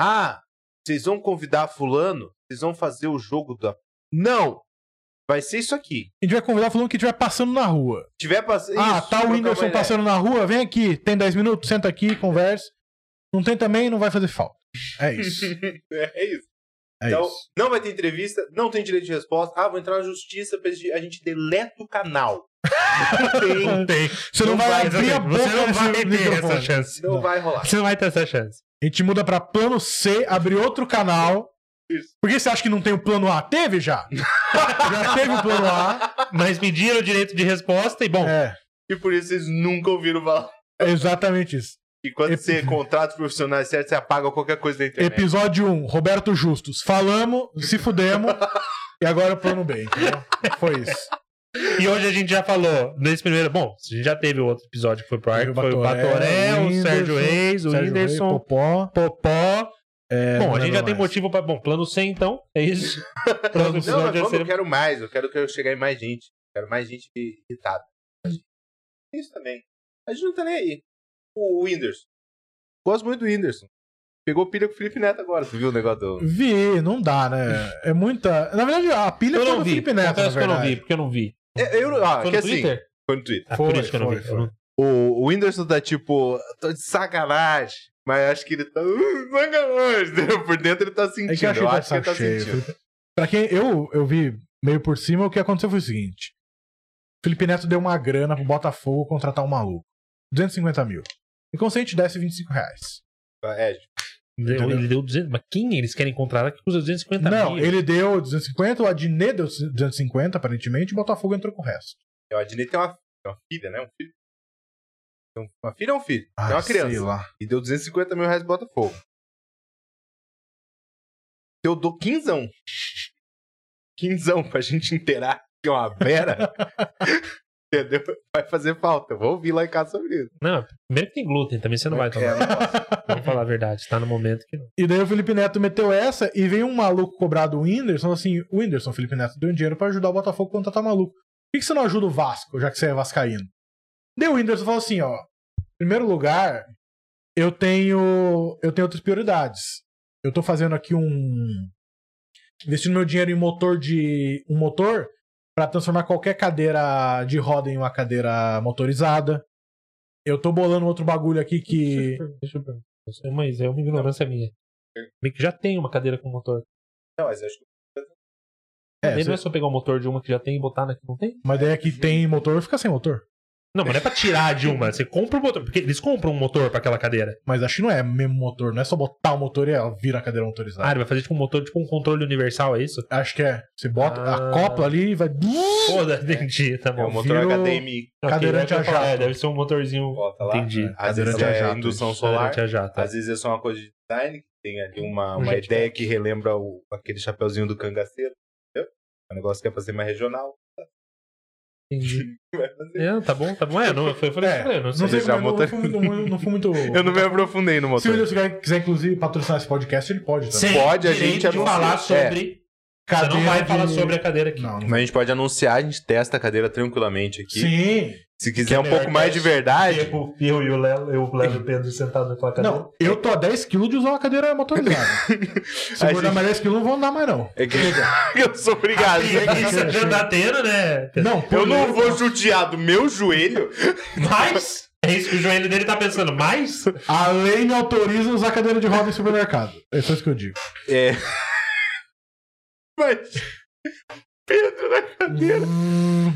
[SPEAKER 3] Ah, vocês vão convidar fulano? Vocês vão fazer o jogo da. Não! Vai ser isso aqui.
[SPEAKER 1] A gente vai convidar falando que estiver passando na rua.
[SPEAKER 3] Se Tiver pass...
[SPEAKER 1] ah,
[SPEAKER 3] isso,
[SPEAKER 1] tá o
[SPEAKER 3] trocar uma
[SPEAKER 1] Whindersson
[SPEAKER 3] ideia.
[SPEAKER 1] passando na rua, vem aqui, tem 10 minutos, senta aqui, conversa. Não tem também, não vai fazer falta. É isso.
[SPEAKER 3] É isso.
[SPEAKER 1] É
[SPEAKER 3] Então,
[SPEAKER 1] isso.
[SPEAKER 3] não vai ter entrevista, não tem direito de resposta. Ah, vou entrar na justiça, pra gente- a gente deleta
[SPEAKER 1] *laughs*
[SPEAKER 3] o canal. Não tem,
[SPEAKER 2] Tem.
[SPEAKER 1] Você não,
[SPEAKER 2] Não
[SPEAKER 1] vai,
[SPEAKER 2] vai,
[SPEAKER 1] abrir a
[SPEAKER 2] exatamente.
[SPEAKER 1] boca
[SPEAKER 2] Você não
[SPEAKER 1] nesse
[SPEAKER 2] vai ter
[SPEAKER 1] microfone.
[SPEAKER 2] essa chance.
[SPEAKER 3] não vai rolar.
[SPEAKER 2] Você não vai ter essa chance.
[SPEAKER 1] A gente muda pra plano C, abrir outro canal Por que você acha que não tem o plano A? Teve já. já teve o plano A.
[SPEAKER 2] Mas me diram o direito de resposta e, bom,
[SPEAKER 1] É,
[SPEAKER 3] E por isso vocês nunca ouviram falar.
[SPEAKER 1] é exatamente isso.
[SPEAKER 3] E quando
[SPEAKER 1] Ep-
[SPEAKER 3] você contrata os profissionais certos, você apaga qualquer coisa da internet.
[SPEAKER 1] Episódio 1, Roberto Justus. Falamos, se fudemos, e agora o plano B. entendeu? Foi isso.
[SPEAKER 2] e hoje a gente já falou nesse primeiro. Bom, a gente já teve o outro episódio que foi pro ar, que foi o Batoré, o, Sérgio Reis, o
[SPEAKER 1] Sérgio Reis,
[SPEAKER 2] Whindersson,
[SPEAKER 1] Popó.
[SPEAKER 2] Popó.
[SPEAKER 1] é, não
[SPEAKER 2] bom, a gente
[SPEAKER 1] lembro
[SPEAKER 2] já tem
[SPEAKER 1] mais.
[SPEAKER 2] motivo pra. Bom, plano C então, é isso. plano C
[SPEAKER 3] Não, mas
[SPEAKER 2] já
[SPEAKER 3] vamos, eu
[SPEAKER 2] seria.
[SPEAKER 3] quero mais. Eu quero que eu chegar em mais gente. Quero mais gente irritada. Isso também. A gente não tá nem aí. O Whindersson. Gosto muito do Whindersson. Pegou pilha com o Felipe Neto agora. Tu viu o negócio do...
[SPEAKER 1] Vi, não dá, né? É muita. Na verdade, a pilha
[SPEAKER 2] Eu
[SPEAKER 1] foi
[SPEAKER 2] não
[SPEAKER 1] do
[SPEAKER 2] vi.
[SPEAKER 1] Felipe Neto.
[SPEAKER 2] Confesso
[SPEAKER 1] na
[SPEAKER 2] que eu não
[SPEAKER 1] verdade.
[SPEAKER 2] vi, porque eu não vi.
[SPEAKER 3] É, Eu, ah,
[SPEAKER 2] Foi
[SPEAKER 3] que
[SPEAKER 2] no
[SPEAKER 3] assim...
[SPEAKER 2] Twitter?
[SPEAKER 3] Foi no Twitter.
[SPEAKER 2] Ah,
[SPEAKER 1] Foi,
[SPEAKER 2] por isso que eu não
[SPEAKER 1] foi,
[SPEAKER 2] vi.
[SPEAKER 1] foi.
[SPEAKER 2] Eu não-
[SPEAKER 3] O, o Whindersson tá tipo... Tô de sacanagem. Mas acho que ele tá... "Uh, Sacanagem. Por dentro ele tá sentindo.
[SPEAKER 1] É que eu achei
[SPEAKER 3] eu
[SPEAKER 1] que
[SPEAKER 3] acho que
[SPEAKER 1] saco
[SPEAKER 3] ele tá sentindo.
[SPEAKER 1] cheio. Pra quem eu, eu vi meio por cima, o que aconteceu foi o seguinte: Felipe Neto deu uma grana pro Botafogo contratar um maluco. 250 mil. E consciente desse 25 reais.
[SPEAKER 3] É,
[SPEAKER 2] Ele ele deu 200, mas quem eles querem contratar que custa 250
[SPEAKER 1] Não,
[SPEAKER 2] mil?
[SPEAKER 1] ele deu 250, o Adnet deu 250, aparentemente, e o Botafogo entrou com o resto.
[SPEAKER 3] O Adnet É, tem uma, tem uma filha, né? Um filho. Tem um- Uma filha ou um filho? tem
[SPEAKER 2] É
[SPEAKER 1] Ah,
[SPEAKER 3] uma criança.
[SPEAKER 1] Sei lá.
[SPEAKER 3] E deu 250 mil reais pro Botafogo. Eu dou quinzão. *laughs* Quinzão pra gente inteirar que é uma
[SPEAKER 2] *laughs*
[SPEAKER 3] bera. Entendeu? Vai fazer falta. Eu Vou ouvir lá em casa sobre isso.
[SPEAKER 2] Não, primeiro que tem glúten, também você não vai
[SPEAKER 3] É,
[SPEAKER 2] tomar. Vamos falar a verdade, tá no momento que não.
[SPEAKER 1] E daí o Felipe Neto meteu essa e veio um maluco cobrar do Whindersson, assim, o Whindersson, Felipe Neto, deu um dinheiro pra ajudar o Botafogo a contratar maluco. Por que, que você não ajuda o Vasco, já que você é vascaíno? Daí o Whindersson falou assim, ó, em primeiro lugar, eu tenho eu tenho outras prioridades. Eu tô fazendo aqui um investindo meu dinheiro em motor de um motor pra transformar qualquer cadeira de roda em uma cadeira motorizada. Eu tô bolando outro bagulho aqui que
[SPEAKER 2] Deixa eu- Deixa eu perguntar. Mas é uma ignorância minha.
[SPEAKER 3] É.
[SPEAKER 2] Meio que já tem uma cadeira com motor.
[SPEAKER 3] Não, mas acho que
[SPEAKER 1] é,
[SPEAKER 2] Daí
[SPEAKER 1] você-
[SPEAKER 2] não é né? só pegar o motor de uma que já tem e botar na que não tem?
[SPEAKER 1] Mas daí é que tem motor, fica sem motor.
[SPEAKER 2] Não, mas não é pra tirar de uma. Você compra o motor. Porque eles compram um motor pra aquela cadeira.
[SPEAKER 1] Mas acho que não é mesmo motor, não é só botar o motor e ela vira a cadeira
[SPEAKER 2] Ah,
[SPEAKER 1] motorizada.
[SPEAKER 2] ele vai fazer tipo um motor, tipo um controle universal, é
[SPEAKER 3] Ah.
[SPEAKER 2] isso?
[SPEAKER 1] Acho que é. Você bota,
[SPEAKER 2] Ah.
[SPEAKER 1] acopla ali e vai.
[SPEAKER 2] Foda, entendi, tá
[SPEAKER 3] é o
[SPEAKER 2] bom.
[SPEAKER 3] motor
[SPEAKER 1] Viro-
[SPEAKER 3] HDMI.
[SPEAKER 2] Ok,
[SPEAKER 1] cadeirante
[SPEAKER 2] é o que eu ia
[SPEAKER 1] a
[SPEAKER 2] falar,
[SPEAKER 1] jato.
[SPEAKER 2] É, deve ser um motorzinho.
[SPEAKER 3] Bota lá.
[SPEAKER 2] Entendi.
[SPEAKER 3] Às
[SPEAKER 1] Cadeira
[SPEAKER 3] vezes
[SPEAKER 1] de
[SPEAKER 3] é
[SPEAKER 1] jato,
[SPEAKER 3] indução
[SPEAKER 1] isso.
[SPEAKER 3] solar.
[SPEAKER 2] Cadeirante a jato. é.
[SPEAKER 3] Às vezes é só uma coisa de design, que tem ali
[SPEAKER 2] Um
[SPEAKER 3] uma, uma
[SPEAKER 2] jetpack.
[SPEAKER 3] ideia que relembra o- aquele chapeuzinho do cangaceiro, entendeu? É um negócio que é pra ser mais regional.
[SPEAKER 2] Entendi. É, tá bom, tá bom. É, não, eu falei, eu falei,
[SPEAKER 1] É,
[SPEAKER 2] eu não sei.
[SPEAKER 1] Não sei
[SPEAKER 3] já
[SPEAKER 1] como, eu não
[SPEAKER 3] motor-
[SPEAKER 1] fui muito.
[SPEAKER 3] *laughs*
[SPEAKER 1] muito- Não fui muito...
[SPEAKER 3] Eu não me aprofundei
[SPEAKER 1] Se
[SPEAKER 3] no
[SPEAKER 1] o
[SPEAKER 3] motor.
[SPEAKER 1] Williams quiser- quiser, inclusive, patrocinar esse podcast, ele pode. tá? Também.
[SPEAKER 2] Sem
[SPEAKER 3] Pode, a
[SPEAKER 2] direito
[SPEAKER 3] gente
[SPEAKER 2] de
[SPEAKER 3] anuncia.
[SPEAKER 2] falar
[SPEAKER 3] É.
[SPEAKER 2] sobre. Você não vai falar sobre a cadeira aqui.
[SPEAKER 1] Não, não.
[SPEAKER 3] Mas a gente pode anunciar, a gente testa a cadeira tranquilamente aqui.
[SPEAKER 1] Sim.
[SPEAKER 3] Se
[SPEAKER 2] Que
[SPEAKER 3] quiser
[SPEAKER 2] é
[SPEAKER 3] um pouco
[SPEAKER 2] melhor
[SPEAKER 3] mais de
[SPEAKER 2] teste.
[SPEAKER 3] verdade,
[SPEAKER 2] Tipo, eu e o Léo, eu, o Léo e o Pedro sentados naquela cadeira.
[SPEAKER 1] Não, eu tô a 10kg de usar uma cadeira motorizada.
[SPEAKER 3] *laughs*
[SPEAKER 1] Se
[SPEAKER 3] A
[SPEAKER 1] eu guardar
[SPEAKER 3] gente-
[SPEAKER 1] mais 10kg, não vou andar mais, não.
[SPEAKER 3] *laughs* é que *laughs* eu sou obrigado.
[SPEAKER 2] E
[SPEAKER 3] *laughs*
[SPEAKER 2] isso já tá tendo, né? Pedro?
[SPEAKER 1] Não,
[SPEAKER 3] Eu
[SPEAKER 1] por
[SPEAKER 3] não
[SPEAKER 1] lei-
[SPEAKER 3] vou judiar do meu joelho.
[SPEAKER 2] Mas é isso que o joelho dele tá pensando. Mas
[SPEAKER 1] A lei me autoriza a usar cadeira de roda em supermercado. É só isso que eu digo.
[SPEAKER 3] É. *laughs* Mas. Pedro na cadeira.
[SPEAKER 1] Hum,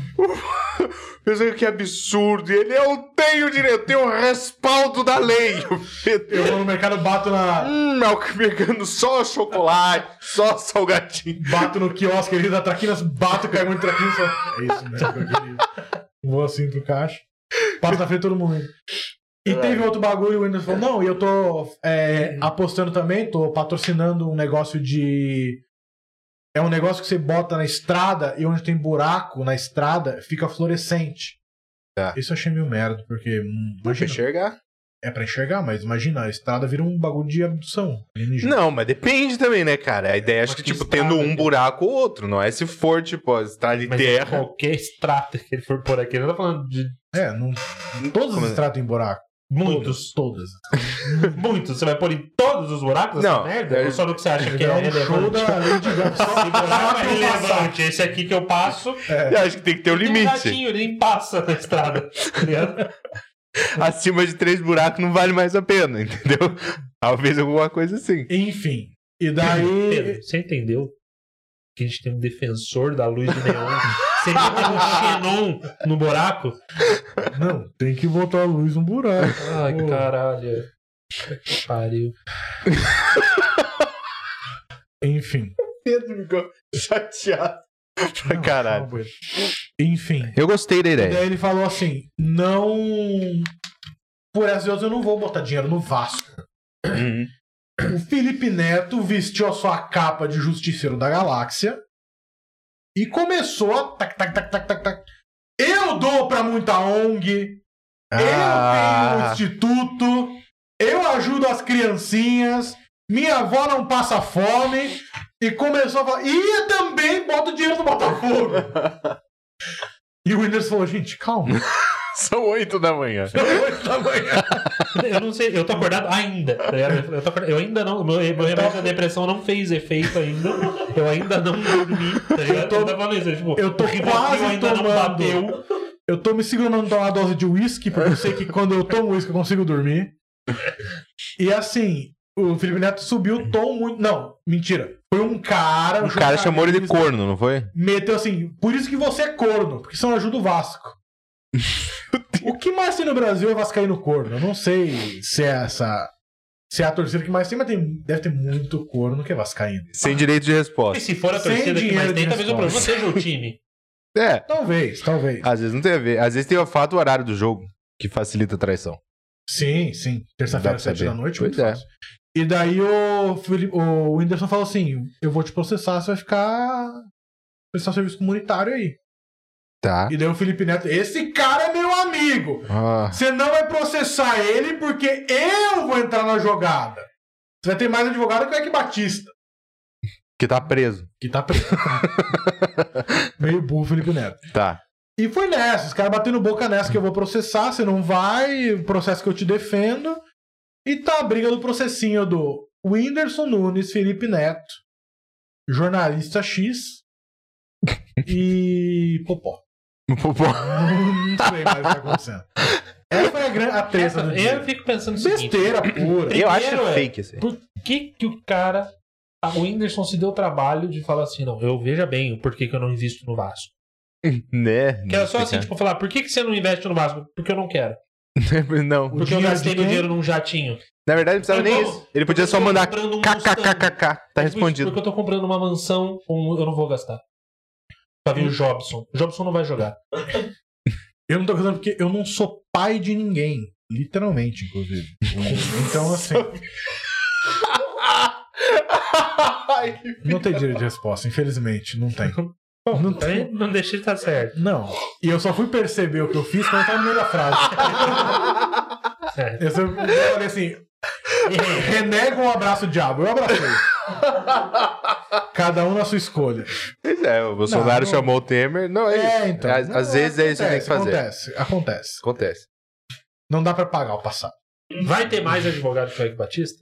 [SPEAKER 3] Pessoal, que é absurdo. E ele, eu tenho direito, eu tenho o respaldo da lei. *laughs* O Pedro.
[SPEAKER 1] Eu vou no mercado, bato na,
[SPEAKER 3] Hum, é o que *laughs* pegando só chocolate, só salgadinho.
[SPEAKER 1] Bato no quiosque ali da Traquinas, bato, cai muito Traquinas. só- É isso mesmo que eu queria. Vou assim pro caixa. Passo na frente de todo mundo. E teve outro bagulho, o Windows falou, não, e eu tô é, apostando também, tô patrocinando um negócio de... É um negócio que você bota na estrada e onde tem buraco na estrada, fica fluorescente.
[SPEAKER 3] Tá.
[SPEAKER 1] Isso eu achei meio merda, porque... hum, imagina,
[SPEAKER 3] enxergar?
[SPEAKER 1] é pra enxergar, mas imagina, a estrada vira um bagulho de abdução. alienígena.
[SPEAKER 3] Não, mas depende também, né, cara? A ideia acho
[SPEAKER 2] Mas
[SPEAKER 3] que,
[SPEAKER 2] que
[SPEAKER 3] tipo,
[SPEAKER 2] estrada,
[SPEAKER 3] tendo um
[SPEAKER 2] né?
[SPEAKER 3] buraco ou outro, não é? Se for, tipo, a estrada de
[SPEAKER 2] Mas
[SPEAKER 3] terra.
[SPEAKER 2] qualquer estrada que ele for por aqui, ele não tá falando de
[SPEAKER 1] É, não, todas as estradas têm buraco.
[SPEAKER 2] muitos.
[SPEAKER 1] Todas, todas.
[SPEAKER 2] *laughs* Muitos. Você vai pôr em todos os buracos
[SPEAKER 3] Não,
[SPEAKER 2] essa merda?
[SPEAKER 3] é-
[SPEAKER 2] Ou só no que você acha que é
[SPEAKER 1] É um show
[SPEAKER 2] relevante?
[SPEAKER 1] da Lady Gaga. Só *laughs*
[SPEAKER 2] Esse buraco é
[SPEAKER 1] que eu passar.
[SPEAKER 2] relevante. Esse aqui que eu passo,
[SPEAKER 3] Eu acho que tem que ter um
[SPEAKER 2] tem um
[SPEAKER 3] limite.
[SPEAKER 2] gatinho, ele nem passa na estrada. tá
[SPEAKER 1] *laughs*
[SPEAKER 2] ligado?
[SPEAKER 3] Acima de três buracos não vale mais a pena, *laughs* entendeu? Talvez alguma coisa assim.
[SPEAKER 1] Enfim. E daí.
[SPEAKER 2] Pedro, você entendeu? Que a gente tem um defensor da luz do neon. Você tem um xenon no buraco?
[SPEAKER 1] Não, tem que botar a luz no buraco.
[SPEAKER 2] Ai,
[SPEAKER 1] Pô.
[SPEAKER 2] caralho. Que Pariu.
[SPEAKER 1] Enfim.
[SPEAKER 3] Pedro ficou chateado pra caralho. É.
[SPEAKER 1] Calma, Bueno. Enfim.
[SPEAKER 5] Eu gostei da
[SPEAKER 1] Daí
[SPEAKER 5] ideia.
[SPEAKER 1] ele falou assim: não. Por essas e outras eu não vou botar dinheiro no Vasco.
[SPEAKER 3] Uhum.
[SPEAKER 1] O Felipe Neto vestiu a sua capa de justiceiro da galáxia e começou a. Tac, tac, tac, tac, tac, tac. Eu dou pra muita ONG, eu tenho
[SPEAKER 3] Ah.
[SPEAKER 1] um instituto, eu ajudo as criancinhas, minha avó não passa fome. E começou a falar, e eu também boto dinheiro no Botafogo. e o Whindersson falou, gente, calma.
[SPEAKER 3] São oito da manhã.
[SPEAKER 2] Eu não sei, eu tô acordado ainda. tá ligado? Eu, tô acordado- eu ainda não. Meu, meu remédio da depressão não fez efeito ainda. Eu ainda não dormi. Tá ligado?
[SPEAKER 1] Eu tô-
[SPEAKER 2] ainda falando isso, tipo,
[SPEAKER 1] eu tô
[SPEAKER 2] o Rivotril
[SPEAKER 1] quase
[SPEAKER 2] ainda não
[SPEAKER 1] tomando.
[SPEAKER 2] bateu.
[SPEAKER 1] Eu tô me segurando pra uma dose de uísque, porque eu sei que quando eu tomo uísque eu consigo dormir. E assim, o Felipe Neto subiu o tom muito. Não, mentira. Foi um cara.
[SPEAKER 3] O cara chamou ele de
[SPEAKER 1] corno.
[SPEAKER 3] corno, não foi?
[SPEAKER 1] Meteu assim, por isso que você é corno, porque você não ajuda o Vasco.
[SPEAKER 3] *laughs*
[SPEAKER 1] o que mais tem no Brasil é vascaíno corno. Eu não sei se é essa. Se é a torcida que mais tem, mas tem, deve ter muito corno que é vascaíno.
[SPEAKER 3] Sem direito de
[SPEAKER 2] E
[SPEAKER 3] resposta.
[SPEAKER 2] se for a
[SPEAKER 1] Sem
[SPEAKER 2] torcida que
[SPEAKER 1] dinheiro
[SPEAKER 2] mais tem,
[SPEAKER 1] de
[SPEAKER 2] talvez o problema seja o time.
[SPEAKER 3] É,
[SPEAKER 1] Talvez, talvez.
[SPEAKER 3] às vezes não tem a ver. Às vezes tem o fato o horário do jogo, que facilita a traição.
[SPEAKER 1] Sim, sim.
[SPEAKER 3] Dá
[SPEAKER 1] Terça-feira,
[SPEAKER 3] pra
[SPEAKER 1] sete
[SPEAKER 3] saber.
[SPEAKER 1] da noite.
[SPEAKER 3] Pois
[SPEAKER 1] muito
[SPEAKER 3] é.
[SPEAKER 1] fácil. E daí o, Felipe, o Whindersson falou assim: eu vou te processar, você vai ficar. prestar serviço comunitário aí.
[SPEAKER 3] Tá.
[SPEAKER 1] E daí o Felipe Neto, esse cara é meu amigo!
[SPEAKER 3] Ah,
[SPEAKER 1] Você não vai processar ele porque eu vou entrar na jogada. Você vai ter mais advogado que o Eck Batista,
[SPEAKER 3] que tá preso.
[SPEAKER 1] que tá preso. Meio burro, Felipe Neto.
[SPEAKER 3] Tá.
[SPEAKER 1] E foi nessa, os caras batendo boca nessa que eu vou processar, você não vai, o processo que eu te defendo. E tá a briga do processinho do Whindersson Nunes, Felipe Neto, jornalista X e *laughs* Popó. Não sei mais o que tá acontecendo. Essa foi a grande a treta
[SPEAKER 2] Essa,
[SPEAKER 1] do
[SPEAKER 2] eu
[SPEAKER 1] dia.
[SPEAKER 2] fico pensando o seguinte.
[SPEAKER 1] Besteira pura.
[SPEAKER 3] Eu acho
[SPEAKER 2] Primeiro é-
[SPEAKER 3] fake assim. esse.
[SPEAKER 2] Por que que o cara, a- o Whindersson se deu o trabalho de falar assim, não, eu veja bem o porquê que eu não invisto no Vasco.
[SPEAKER 3] Né?
[SPEAKER 1] Hum,
[SPEAKER 2] Que era só
[SPEAKER 1] é?
[SPEAKER 2] assim, tipo, falar, por que que você não investe no Vasco? Porque eu não quero.
[SPEAKER 3] *laughs* Não.
[SPEAKER 1] O
[SPEAKER 2] Porque eu
[SPEAKER 1] dinheiro
[SPEAKER 2] gastei
[SPEAKER 1] de
[SPEAKER 2] meu
[SPEAKER 1] quem?
[SPEAKER 2] dinheiro num jatinho.
[SPEAKER 3] Na verdade, não precisava nem
[SPEAKER 2] Irmão,
[SPEAKER 3] isso. Ele podia
[SPEAKER 2] eu
[SPEAKER 3] só
[SPEAKER 2] tô
[SPEAKER 3] mandar
[SPEAKER 2] comprando um Mustang.
[SPEAKER 3] kkkk. Tá
[SPEAKER 2] Mas, Porque
[SPEAKER 3] respondido.
[SPEAKER 2] eu tô comprando uma mansão, um, eu não vou gastar. Pra ver o Jobson. O Jobson não vai jogar.
[SPEAKER 1] Eu não tô gostando porque eu não sou pai de ninguém. Literalmente,
[SPEAKER 3] *laughs*
[SPEAKER 1] inclusive. Então, assim,
[SPEAKER 3] Ai, que-
[SPEAKER 1] não tem direito de resposta, infelizmente. Não tem. Não tem.
[SPEAKER 2] Também *laughs* não deixei de estar certo.
[SPEAKER 1] Não. E eu só fui perceber o que eu fiz quando eu tava no meio da frase.
[SPEAKER 2] Certo.
[SPEAKER 1] Eu, só- eu falei assim: renega um abraço, diabo. Eu abracei. Cada um na sua escolha.
[SPEAKER 3] Pois é, o Bolsonaro
[SPEAKER 1] não.
[SPEAKER 3] chamou o Temer. Não, é, isso.
[SPEAKER 1] É, então.
[SPEAKER 3] Às, às
[SPEAKER 1] Não,
[SPEAKER 3] vezes é isso que tem que
[SPEAKER 1] acontece,
[SPEAKER 3] fazer.
[SPEAKER 1] Acontece, acontece.
[SPEAKER 3] Acontece.
[SPEAKER 1] Não dá pra pagar o passado.
[SPEAKER 2] Vai ter mais advogado que o Eric Batista?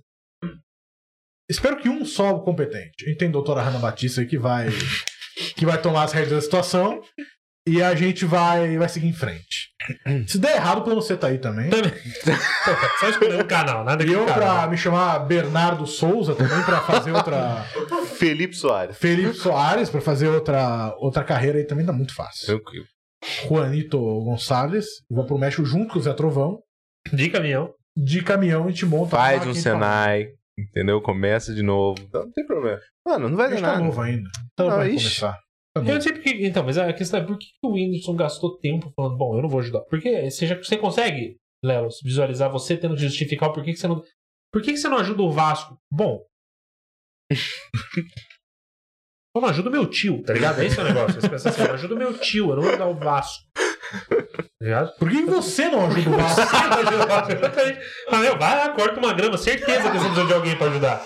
[SPEAKER 1] Espero que um só competente. A gente tem a doutora Hanna Batista aí que vai, que vai tomar as rédeas da situação. E a gente vai, vai seguir em frente. Se der errado, pra você tá aí também.
[SPEAKER 2] Só escolher um canal, nada
[SPEAKER 1] E
[SPEAKER 2] que
[SPEAKER 1] eu
[SPEAKER 2] um canal.
[SPEAKER 1] pra me chamar Bernardo Souza também, pra fazer
[SPEAKER 3] *laughs*
[SPEAKER 1] outra.
[SPEAKER 3] Felipe Soares.
[SPEAKER 1] Felipe Soares pra fazer outra, outra carreira aí também tá muito fácil.
[SPEAKER 3] Tranquilo.
[SPEAKER 1] Juanito Gonçalves, vou pro México junto com o Zé Trovão,
[SPEAKER 2] De caminhão.
[SPEAKER 1] de caminhão e te monta. Ah, tá uma
[SPEAKER 3] Faz um
[SPEAKER 1] máquina de
[SPEAKER 3] Senai, entendeu? Começa de novo. Então, não tem problema. Mano, não vai
[SPEAKER 1] falar. A
[SPEAKER 3] dar
[SPEAKER 1] gente tá
[SPEAKER 3] nada.
[SPEAKER 1] novo ainda. Então
[SPEAKER 3] Não,
[SPEAKER 1] vai
[SPEAKER 3] ixi.
[SPEAKER 1] começar.
[SPEAKER 2] Eu sei porque. Então, mas a questão é por que o Whindersson gastou tempo falando, bom, eu não vou ajudar? Porque você, já, você consegue, Léo, visualizar você tendo que justificar o porquê que você não. Por que que você não ajuda o Vasco? Bom. *laughs* Eu não ajudo meu tio, tá ligado? É esse o negócio. Você pensa assim, eu ajudo meu tio, eu não vou ajudar o Vasco. Tá ligado? *laughs*
[SPEAKER 1] Por que você não ajuda o Vasco?
[SPEAKER 2] Mas, meu, vai lá, corta uma grama, certeza que você precisa de alguém pra ajudar.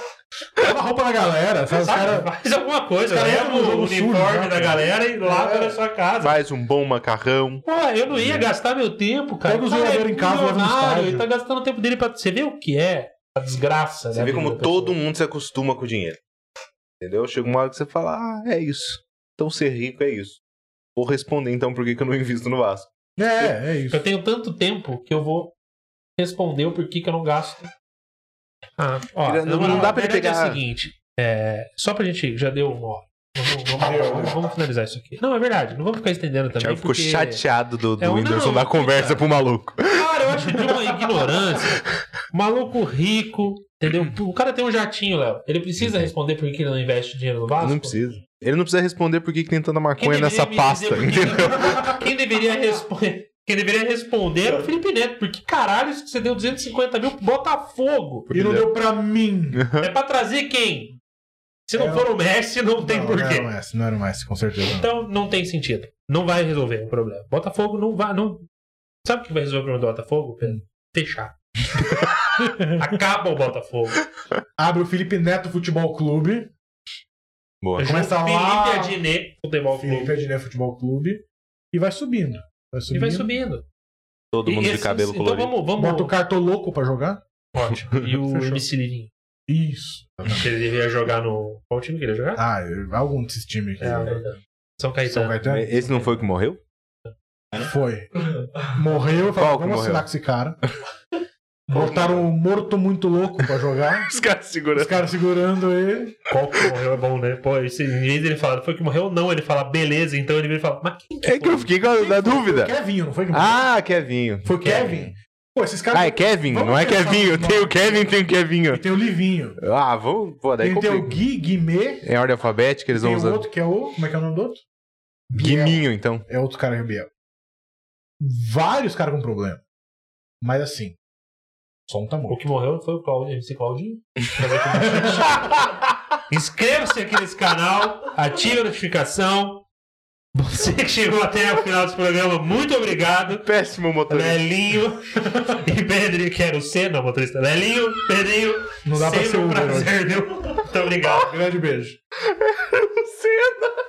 [SPEAKER 1] Lava a roupa na galera, sabe? É, Os
[SPEAKER 2] Sabe?
[SPEAKER 1] cara-
[SPEAKER 2] Faz alguma coisa,
[SPEAKER 1] Os cara
[SPEAKER 2] leva
[SPEAKER 1] entram no
[SPEAKER 2] o
[SPEAKER 1] jogo
[SPEAKER 2] uniforme
[SPEAKER 1] sujo, né,
[SPEAKER 2] da
[SPEAKER 1] cara?
[SPEAKER 2] galera e lava
[SPEAKER 1] É.
[SPEAKER 2] na sua casa.
[SPEAKER 3] Faz um bom macarrão.
[SPEAKER 2] Pô, eu não
[SPEAKER 3] É.
[SPEAKER 2] ia gastar meu tempo, cara.
[SPEAKER 1] Pega o
[SPEAKER 2] cara
[SPEAKER 1] jogador em casa, leva no
[SPEAKER 2] milionário,
[SPEAKER 1] estádio.
[SPEAKER 2] Ele tá gastando o tempo dele pra. Você vê o que é a desgraça,
[SPEAKER 3] Você
[SPEAKER 2] da
[SPEAKER 3] vê
[SPEAKER 2] vida
[SPEAKER 3] como
[SPEAKER 2] da
[SPEAKER 3] todo
[SPEAKER 2] pessoa.
[SPEAKER 3] mundo se acostuma com o dinheiro. Entendeu? Chega uma hora que você fala, ah, é isso. Então ser rico é isso. Vou responder então por que, que eu não invisto no Vasco.
[SPEAKER 1] É, é isso.
[SPEAKER 2] Eu tenho tanto tempo que eu vou responder o porquê que eu não gasto. Ah, ó,
[SPEAKER 3] Não-
[SPEAKER 2] na
[SPEAKER 3] não
[SPEAKER 2] moral,
[SPEAKER 3] dá
[SPEAKER 2] a
[SPEAKER 3] pra ele
[SPEAKER 2] verdade É
[SPEAKER 3] pegar-
[SPEAKER 2] o seguinte, é, só pra gente. Já deu uma hora. Vamos, vamos- vamos- vamos finalizar isso aqui. Não, é verdade. Não vamos ficar estendendo
[SPEAKER 3] O
[SPEAKER 2] também.
[SPEAKER 3] Thiago ficou
[SPEAKER 2] porque-
[SPEAKER 3] chateado do, do
[SPEAKER 2] É um-
[SPEAKER 3] Whindersson
[SPEAKER 2] não,
[SPEAKER 3] dar
[SPEAKER 2] não,
[SPEAKER 3] conversa
[SPEAKER 2] cara.
[SPEAKER 3] pro maluco.
[SPEAKER 2] Cara, eu acho de uma ignorância. Maluco rico, entendeu? O cara tem um jatinho, Léo. Ele precisa
[SPEAKER 3] Uhum.
[SPEAKER 2] responder por que ele não investe dinheiro no Vasco?
[SPEAKER 3] Não precisa. Ele não precisa responder por que que tem tanta
[SPEAKER 2] Quem
[SPEAKER 3] maconha
[SPEAKER 2] deveria
[SPEAKER 3] nessa
[SPEAKER 2] me
[SPEAKER 3] pasta,
[SPEAKER 2] dizer por que-
[SPEAKER 3] entendeu?
[SPEAKER 2] *laughs* Quem deveria responder? Quem deveria responder era o Felipe Neto, porque caralho, você deu 250 mil pro Botafogo.
[SPEAKER 1] E não deu pra mim.
[SPEAKER 3] Uhum.
[SPEAKER 2] É pra trazer quem? Se não
[SPEAKER 1] É,
[SPEAKER 2] for o Messi, não tem
[SPEAKER 1] não, Não
[SPEAKER 2] porquê.
[SPEAKER 1] era o Messi, não era o Messi, com certeza. não.
[SPEAKER 2] Então não tem sentido. Não vai resolver o problema. Botafogo não vai. Não... Sabe o que vai resolver o problema do Botafogo, Pedro?
[SPEAKER 3] *laughs*
[SPEAKER 2] Fechar. Acaba o Botafogo.
[SPEAKER 1] Abre o Felipe Neto Futebol Clube.
[SPEAKER 3] Boa.
[SPEAKER 1] Começa
[SPEAKER 2] Junto
[SPEAKER 1] lá.
[SPEAKER 2] Felipe Adnet, futebol
[SPEAKER 1] Felipe
[SPEAKER 2] clube.
[SPEAKER 1] Adnet Futebol Clube. E vai subindo. Vai subindo.
[SPEAKER 2] E vai subindo.
[SPEAKER 3] Todo mundo
[SPEAKER 2] E
[SPEAKER 3] de
[SPEAKER 2] esse-
[SPEAKER 3] cabelo
[SPEAKER 2] então
[SPEAKER 3] colorido.
[SPEAKER 2] vamos, vamos.
[SPEAKER 1] Bota o cartoloco pra jogar.
[SPEAKER 2] Ótimo. E o
[SPEAKER 1] *laughs* Fechou.
[SPEAKER 2] MC Livinho.
[SPEAKER 1] Isso.
[SPEAKER 2] Ele devia jogar no. Qual time que ele ia jogar?
[SPEAKER 1] Ah, eu- algum desses times. que-
[SPEAKER 2] É, São
[SPEAKER 1] São
[SPEAKER 2] Caetano.
[SPEAKER 1] Caetano?
[SPEAKER 3] Esse não foi o que morreu?
[SPEAKER 1] Foi. Morreu, eu falei,
[SPEAKER 3] Qual que
[SPEAKER 1] vamos
[SPEAKER 3] morreu?
[SPEAKER 1] assinar com esse cara. Botaram um morto muito louco pra jogar.
[SPEAKER 3] Os caras
[SPEAKER 1] Os
[SPEAKER 3] segurando.
[SPEAKER 1] caras segurando ele.
[SPEAKER 2] Qual que morreu é bom, né? Pô, esse, em vez dele falar, foi que morreu, não. Ele fala, beleza. Então ele vem e fala, mas quem que
[SPEAKER 3] É que eu fiquei com a, na dúvida.
[SPEAKER 1] Kevinho, não foi? que-
[SPEAKER 3] Ah, Kevinho.
[SPEAKER 1] foi Kevin. Pô, esses caras.
[SPEAKER 3] Ah, é Kevin?
[SPEAKER 1] Vamos
[SPEAKER 3] Não é
[SPEAKER 1] pensar
[SPEAKER 3] Kevinho.
[SPEAKER 1] no
[SPEAKER 3] Tem
[SPEAKER 1] nome.
[SPEAKER 3] o Kevin, tem
[SPEAKER 2] *laughs*
[SPEAKER 3] o
[SPEAKER 1] E
[SPEAKER 3] Kevinho.
[SPEAKER 1] tem o Livinho.
[SPEAKER 3] Ah, vamos. Pô, daí
[SPEAKER 1] tem tem o
[SPEAKER 3] complica.
[SPEAKER 1] Gui, Guimê.
[SPEAKER 3] Em ordem alfabética, eles
[SPEAKER 1] Tem
[SPEAKER 3] vão
[SPEAKER 2] um
[SPEAKER 1] o
[SPEAKER 3] usando.
[SPEAKER 1] outro que é o. Como é que é o nome do outro?
[SPEAKER 3] Guiminho, então.
[SPEAKER 1] É outro cara que é Biel. Vários caras com problema. Mas assim. O som tá
[SPEAKER 2] O
[SPEAKER 1] morto.
[SPEAKER 2] que morreu foi o Claudio, MC Claudinho.
[SPEAKER 1] *laughs*
[SPEAKER 2] Inscreva-se aqui nesse canal, ative a notificação. Você que chegou até o final desse programa, muito obrigado.
[SPEAKER 3] Péssimo motorista.
[SPEAKER 2] Lelinho e Pedrinho, quero ser, não, motorista. Lelinho, Pedrinho,
[SPEAKER 1] Não dá pra
[SPEAKER 2] sempre
[SPEAKER 1] ser
[SPEAKER 2] um
[SPEAKER 1] Uber
[SPEAKER 2] prazer, viu? Muito obrigado.
[SPEAKER 1] Grande beijo.
[SPEAKER 3] Senna.